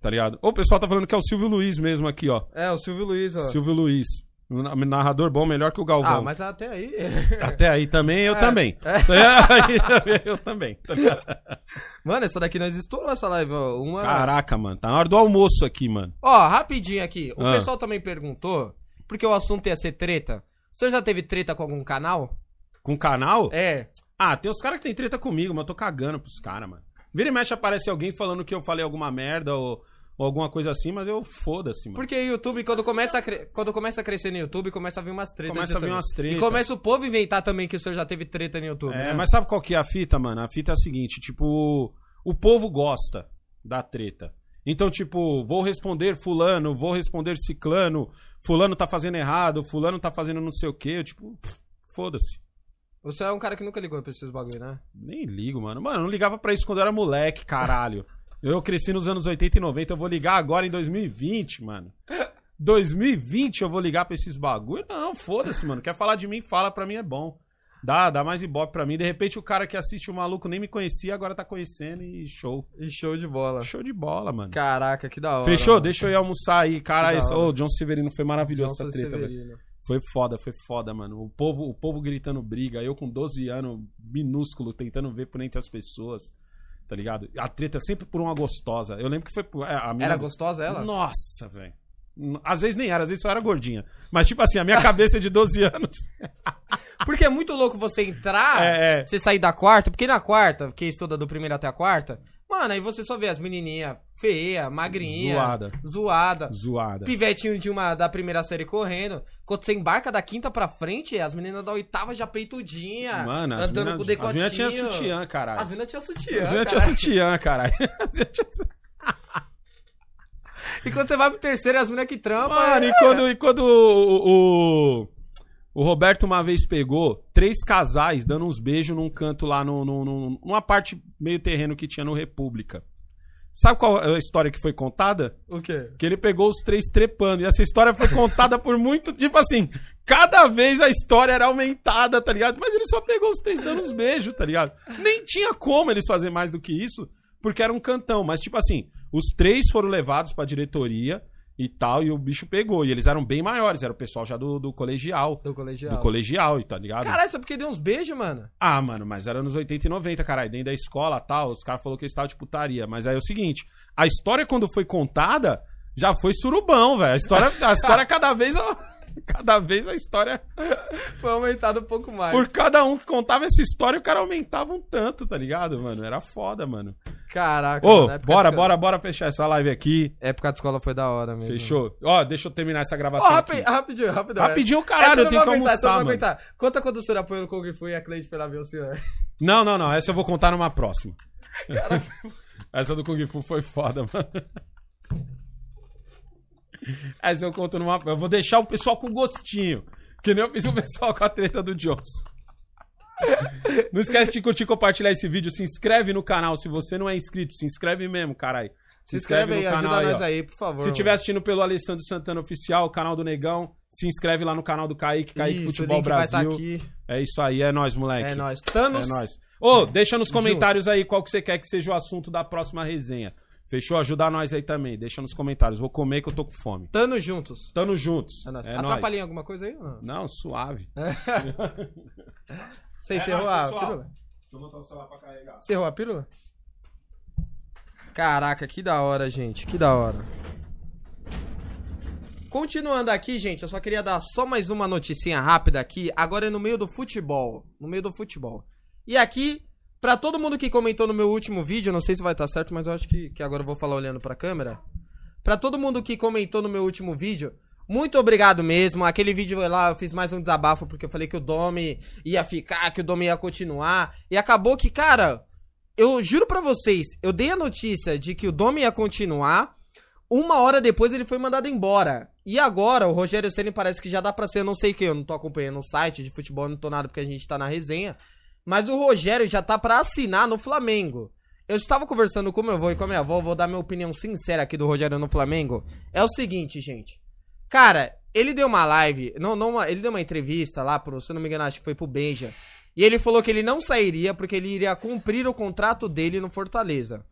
Speaker 1: Tá ligado? Ô, O pessoal tá falando que é o Silvio Luiz mesmo aqui, ó.
Speaker 2: É, o Silvio Luiz, ó.
Speaker 1: Silvio Luiz. Um na- narrador bom, melhor que o Galvão.
Speaker 2: Ah, mas é. até aí.
Speaker 1: Até aí também, eu também. Aí também, eu também. tá ligado?
Speaker 2: Mano, essa daqui nós estourou essa live, ó. Uma.
Speaker 1: Caraca, mano. Tá na hora do almoço aqui, mano.
Speaker 2: Ó, rapidinho aqui. O
Speaker 1: Ah.
Speaker 2: pessoal também perguntou, porque o assunto ia ser treta. O senhor já teve treta com algum canal?
Speaker 1: Com canal?
Speaker 2: É.
Speaker 1: Ah, tem os caras que tem treta comigo, mas eu tô cagando pros caras, mano. Vira e mexe aparece alguém falando que eu falei alguma merda ou, ou alguma coisa assim, mas eu foda-se, mano.
Speaker 2: Porque o YouTube, quando começa, a cre- quando começa a crescer no YouTube, começa a vir umas tretas.
Speaker 1: Começa
Speaker 2: de
Speaker 1: a vir
Speaker 2: YouTube.
Speaker 1: umas tretas.
Speaker 2: E começa o povo inventar também que o senhor já teve treta no YouTube.
Speaker 1: É,
Speaker 2: né?
Speaker 1: mas sabe qual que é a fita, mano? A fita é a seguinte, tipo, o povo gosta da treta. Então, tipo, vou responder fulano, vou responder ciclano, fulano tá fazendo errado, fulano tá fazendo não sei o quê, eu, tipo, pff, foda-se.
Speaker 2: O senhor é um cara que nunca ligou pra esses bagulho, né?
Speaker 1: Nem ligo, mano. Mano, eu não ligava pra isso quando eu era moleque, caralho. Eu cresci nos anos 80 e 90, eu vou ligar agora em 2020, mano. 2020 eu vou ligar pra esses bagulho? Não, foda-se, mano. Quer falar de mim? Fala, pra mim é bom. Dá, dá mais ibope pra mim. De repente o cara que assiste o maluco nem me conhecia, agora tá conhecendo e show.
Speaker 2: E show de bola.
Speaker 1: Show de bola, mano.
Speaker 2: Caraca, que da hora.
Speaker 1: Fechou?
Speaker 2: mano.
Speaker 1: Deixa eu ir almoçar aí. Cara,
Speaker 2: Que da
Speaker 1: esse...
Speaker 2: hora.
Speaker 1: Ô, John Severino foi maravilhoso
Speaker 2: Johnson
Speaker 1: essa treta, velho.
Speaker 2: Severino.
Speaker 1: Foi foda, foi foda, mano. O povo, o povo gritando briga, eu com 12 anos, minúsculo, tentando ver por entre as pessoas. Tá ligado? A treta é sempre por uma gostosa. Eu lembro que foi por. é, A minha...
Speaker 2: Era gostosa ela?
Speaker 1: Nossa, velho. N- Às vezes nem era, às vezes só era gordinha. Mas, tipo assim, a minha cabeça de 12 anos.
Speaker 2: Porque é muito louco você entrar,
Speaker 1: É, é.
Speaker 2: você sair da quarta, porque na quarta, que estuda do primeiro até a quarta, mano, aí você só vê as menininhas feia, magrinha,
Speaker 1: Zoada.
Speaker 2: zoada,
Speaker 1: Zoada.
Speaker 2: pivetinho de uma da primeira série correndo. Quando você embarca da quinta pra frente, as meninas da oitava já peitudinha,
Speaker 1: Mano, as
Speaker 2: andando
Speaker 1: meninas
Speaker 2: com
Speaker 1: as
Speaker 2: decotinho.
Speaker 1: meninas tinham sutiã, caralho.
Speaker 2: As meninas tinham sutiã.
Speaker 1: As meninas tinham
Speaker 2: cara.
Speaker 1: sutiã, caralho. As meninas tinham sutiã.
Speaker 2: E quando você vai pro terceiro, é as meninas que trampam.
Speaker 1: Mano,
Speaker 2: é-
Speaker 1: e quando, e quando o, o, o Roberto uma vez pegou três casais dando uns beijos num canto lá, no, no- no- numa parte meio terreno que tinha no República. Sabe qual é a história que foi contada?
Speaker 2: O quê?
Speaker 1: Que ele pegou os três trepando. E essa história foi contada por muito. Tipo assim, cada vez a história era aumentada, tá ligado? Mas ele só pegou os três dando uns beijos, tá ligado? Nem tinha como eles fazer mais do que isso, porque era um cantão. Mas, tipo assim, os três foram levados pra diretoria e tal, e o bicho pegou. E eles eram bem maiores, era o pessoal já do, do colegial.
Speaker 2: Do colegial.
Speaker 1: Do colegial, e tá ligado?
Speaker 2: Caralho, só porque deu uns beijos, mano.
Speaker 1: Ah, mano, mas era nos 80 e 90, caralho. Dentro da escola tal, os caras falaram que eu estava de putaria. Mas aí é o seguinte: a história, quando foi contada, já foi surubão, velho. A história, a história é cada vez. Cada vez a história.
Speaker 2: Foi aumentado um pouco mais.
Speaker 1: Por cada um que contava essa história, o cara aumentava um tanto, tá ligado, mano? Era foda, mano.
Speaker 2: Caraca.
Speaker 1: Ô,
Speaker 2: mano, época
Speaker 1: bora,
Speaker 2: de-
Speaker 1: bora, bora fechar essa live aqui.
Speaker 2: Época de escola foi da hora mesmo.
Speaker 1: Fechou? Ó, deixa eu terminar essa
Speaker 2: Ó,
Speaker 1: gravação.
Speaker 2: rapi-
Speaker 1: aqui.
Speaker 2: rapidinho, rapidinho.
Speaker 1: Rapidinho, caralho, eu tenho que
Speaker 2: só
Speaker 1: almoçar,
Speaker 2: não vou
Speaker 1: mano.
Speaker 2: aguentar. Conta quando o senhor apoiou no Kung Fu e a Cleide né? foi lá ver o senhor.
Speaker 1: Não, não, não. Essa eu vou contar numa próxima. essa do Kung Fu foi foda, mano. Essa eu conto numa. Eu vou deixar o pessoal com gostinho. Que nem eu fiz o pessoal com a treta do Johnson. Não esquece de curtir, compartilhar esse vídeo. Se inscreve no canal. Se você não é inscrito, se inscreve mesmo, caralho.
Speaker 2: Se inscreve aí, ajuda nós
Speaker 1: ó.
Speaker 2: aí, por favor.
Speaker 1: Se estiver assistindo pelo Alessandro Santana Oficial, canal do Negão, se inscreve lá no canal do Kaique, Kaique
Speaker 2: Isso,
Speaker 1: Futebol
Speaker 2: o link
Speaker 1: Brasil.
Speaker 2: vai tá aqui.
Speaker 1: É isso aí, é nóis, moleque.
Speaker 2: É nóis. Thanos.
Speaker 1: É nóis. Ô, deixa nos comentários aí qual que você quer que seja o assunto da próxima resenha. Fechou? Ajuda nós aí também. Deixa nos comentários. Vou comer que eu tô com fome.
Speaker 2: Thanos juntos.
Speaker 1: Tamo juntos.
Speaker 2: É nóis. É.
Speaker 1: É nóis.
Speaker 2: Atrapalhinha alguma coisa aí? ou Não.
Speaker 1: Não, suave.
Speaker 2: Você
Speaker 1: É
Speaker 2: encerrou
Speaker 1: nóis,
Speaker 2: a
Speaker 1: pessoal.
Speaker 2: pílula?
Speaker 1: Deixa eu botar o celular pra carregar.
Speaker 2: Encerrou a pílula? Caraca, que da hora, gente. Que da hora. Continuando aqui, gente, eu só queria dar só mais uma noticinha rápida aqui. Agora é no meio do futebol. No meio do futebol. E aqui, pra todo mundo que comentou no meu último vídeo, não sei se vai estar certo, mas eu acho que, que agora eu vou falar olhando pra câmera. Pra todo mundo que comentou no meu último vídeo, muito obrigado mesmo. Aquele vídeo lá eu fiz mais um desabafo porque eu falei que o Domi ia ficar, que o Domi ia continuar. E acabou que, cara, eu juro pra vocês, eu dei a notícia de que o Domi ia continuar. Uma hora depois ele foi mandado embora. E agora o Rogério Ceni parece que já dá pra ser, eu não sei quem, eu não tô acompanhando o site de futebol, eu não tô nada porque a gente tá na resenha. Mas o Rogério já tá pra assinar no Flamengo. Eu estava conversando com meu avô e com a minha avó, vou dar minha opinião sincera aqui do Rogério no Flamengo. É o seguinte, gente. Cara, ele deu uma live, não, não, uma- ele deu uma entrevista lá pro, se eu não me engano, acho que foi pro Benja. E ele falou que ele não sairia porque ele iria cumprir o contrato dele no Fortaleza.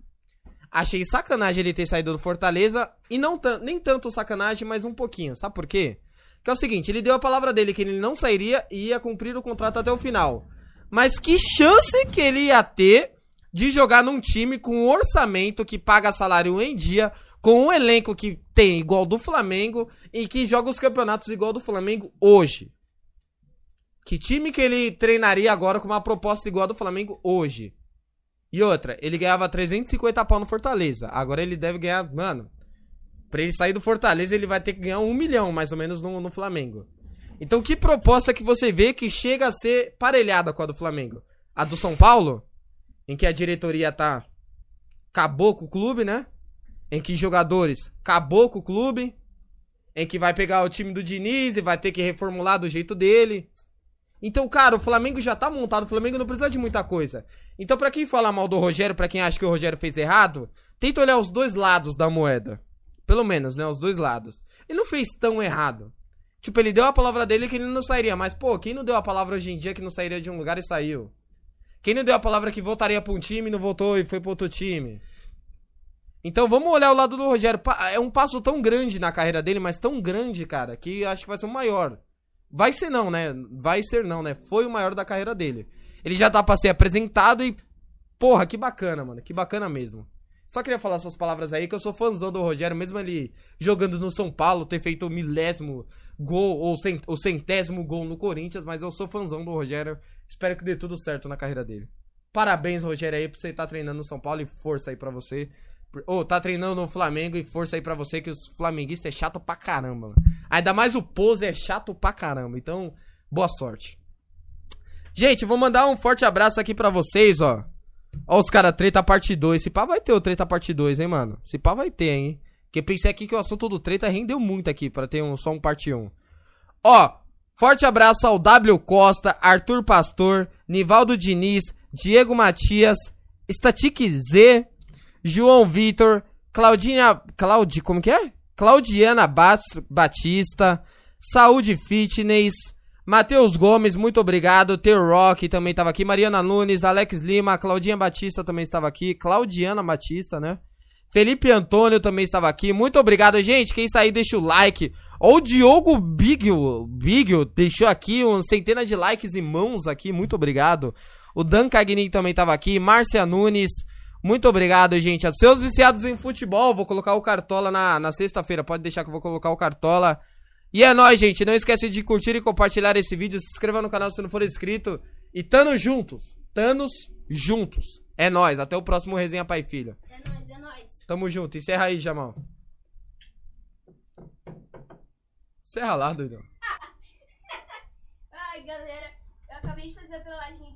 Speaker 2: Achei sacanagem ele ter saído do Fortaleza e não tan- nem tanto sacanagem, mas um pouquinho, sabe por quê? Que é o seguinte, ele deu a palavra dele que ele não sairia e ia cumprir o contrato até o final. Mas que chance que ele ia ter de jogar num time com um orçamento que paga salário em dia, com um elenco que tem igual do Flamengo e que joga os campeonatos igual do Flamengo hoje. Que time que ele treinaria agora com uma proposta igual a do Flamengo hoje? E outra, ele ganhava 350 pau no Fortaleza. Agora ele deve ganhar, mano. Pra ele sair do Fortaleza, ele vai ter que ganhar um milhão, mais ou menos, no, no Flamengo. Então, que proposta que você vê que chega a ser parelhada com a do Flamengo? A do São Paulo? Em que a diretoria tá. Acabou com o clube, né? Em que jogadores. Acabou com o clube. Em que vai pegar o time do Diniz e vai ter que reformular do jeito dele. Então, cara, o Flamengo já tá montado. O Flamengo não precisa de muita coisa. Então, pra quem fala mal do Rogério, pra quem acha que o Rogério fez errado, tenta olhar os dois lados da moeda. Pelo menos, né? Os dois lados. Ele não fez tão errado. Tipo, ele deu a palavra dele que ele não sairia. Mas, pô, quem não deu a palavra hoje em dia que não sairia de um lugar e saiu? Quem não deu a palavra que voltaria pra um time e não voltou e foi pro outro time? Então vamos olhar o lado do Rogério. Pa- É um passo tão grande na carreira dele, mas tão grande, cara, que eu acho que vai ser o maior. Vai ser não, né? Vai ser não, né? Foi o maior da carreira dele. Ele já tá pra ser apresentado e. Porra, que bacana, mano. Que bacana mesmo. Só queria falar essas palavras aí, que eu sou fãzão do Rogério, mesmo ele jogando no São Paulo, ter feito o milésimo gol ou cen- o centésimo gol no Corinthians, mas eu sou fãzão do Rogério. Espero que dê tudo certo na carreira dele. Parabéns, Rogério, aí, por você estar treinando no São Paulo e força aí pra você. Por- Ô, tá treinando no Flamengo e força aí pra você, que os flamenguistas é chato pra caramba. mano. Ainda mais o Pose é chato pra caramba. Então, boa sorte. Gente, vou mandar um forte abraço aqui pra vocês, ó. Ó os cara, treta parte 2. Se pá vai ter o treta parte 2, hein, mano? Se pá vai ter, hein? Porque pensei aqui que o assunto do treta rendeu muito aqui, pra ter um, só um parte 1. Ó, forte abraço ao W Costa, Arthur Pastor, Nivaldo Diniz, Diego Matias, Static Z, João Vitor, Claudinha. Claudi, como que é? Claudiana Bats- Batista, Saúde Fitness, Matheus Gomes, muito obrigado. Teu Rock também estava aqui. Mariana Nunes, Alex Lima, Claudinha Batista também estava aqui. Claudiana Batista, né? Felipe Antônio também estava aqui. Muito obrigado, gente. Quem sair, deixa o like. Ó, O Diogo Bigel, Bigel deixou aqui uma centena de likes e mãos aqui. Muito obrigado. O Dan Cagnin também estava aqui. Márcia Nunes. Muito obrigado, gente. Aos seus viciados em futebol, vou colocar o Cartola na, na sexta-feira. Pode deixar que eu vou colocar o Cartola. E é nóis, gente. Não esquece de curtir e compartilhar esse vídeo. Se inscreva no canal se não for inscrito. E tamo juntos. Tamos juntos. É nóis. Até o próximo Resenha Pai e Filha.
Speaker 3: É nóis, é nóis.
Speaker 2: Tamo junto. Encerra aí, Jamal. Encerra lá, doidão.
Speaker 3: Ai, galera, eu acabei de fazer a pelagem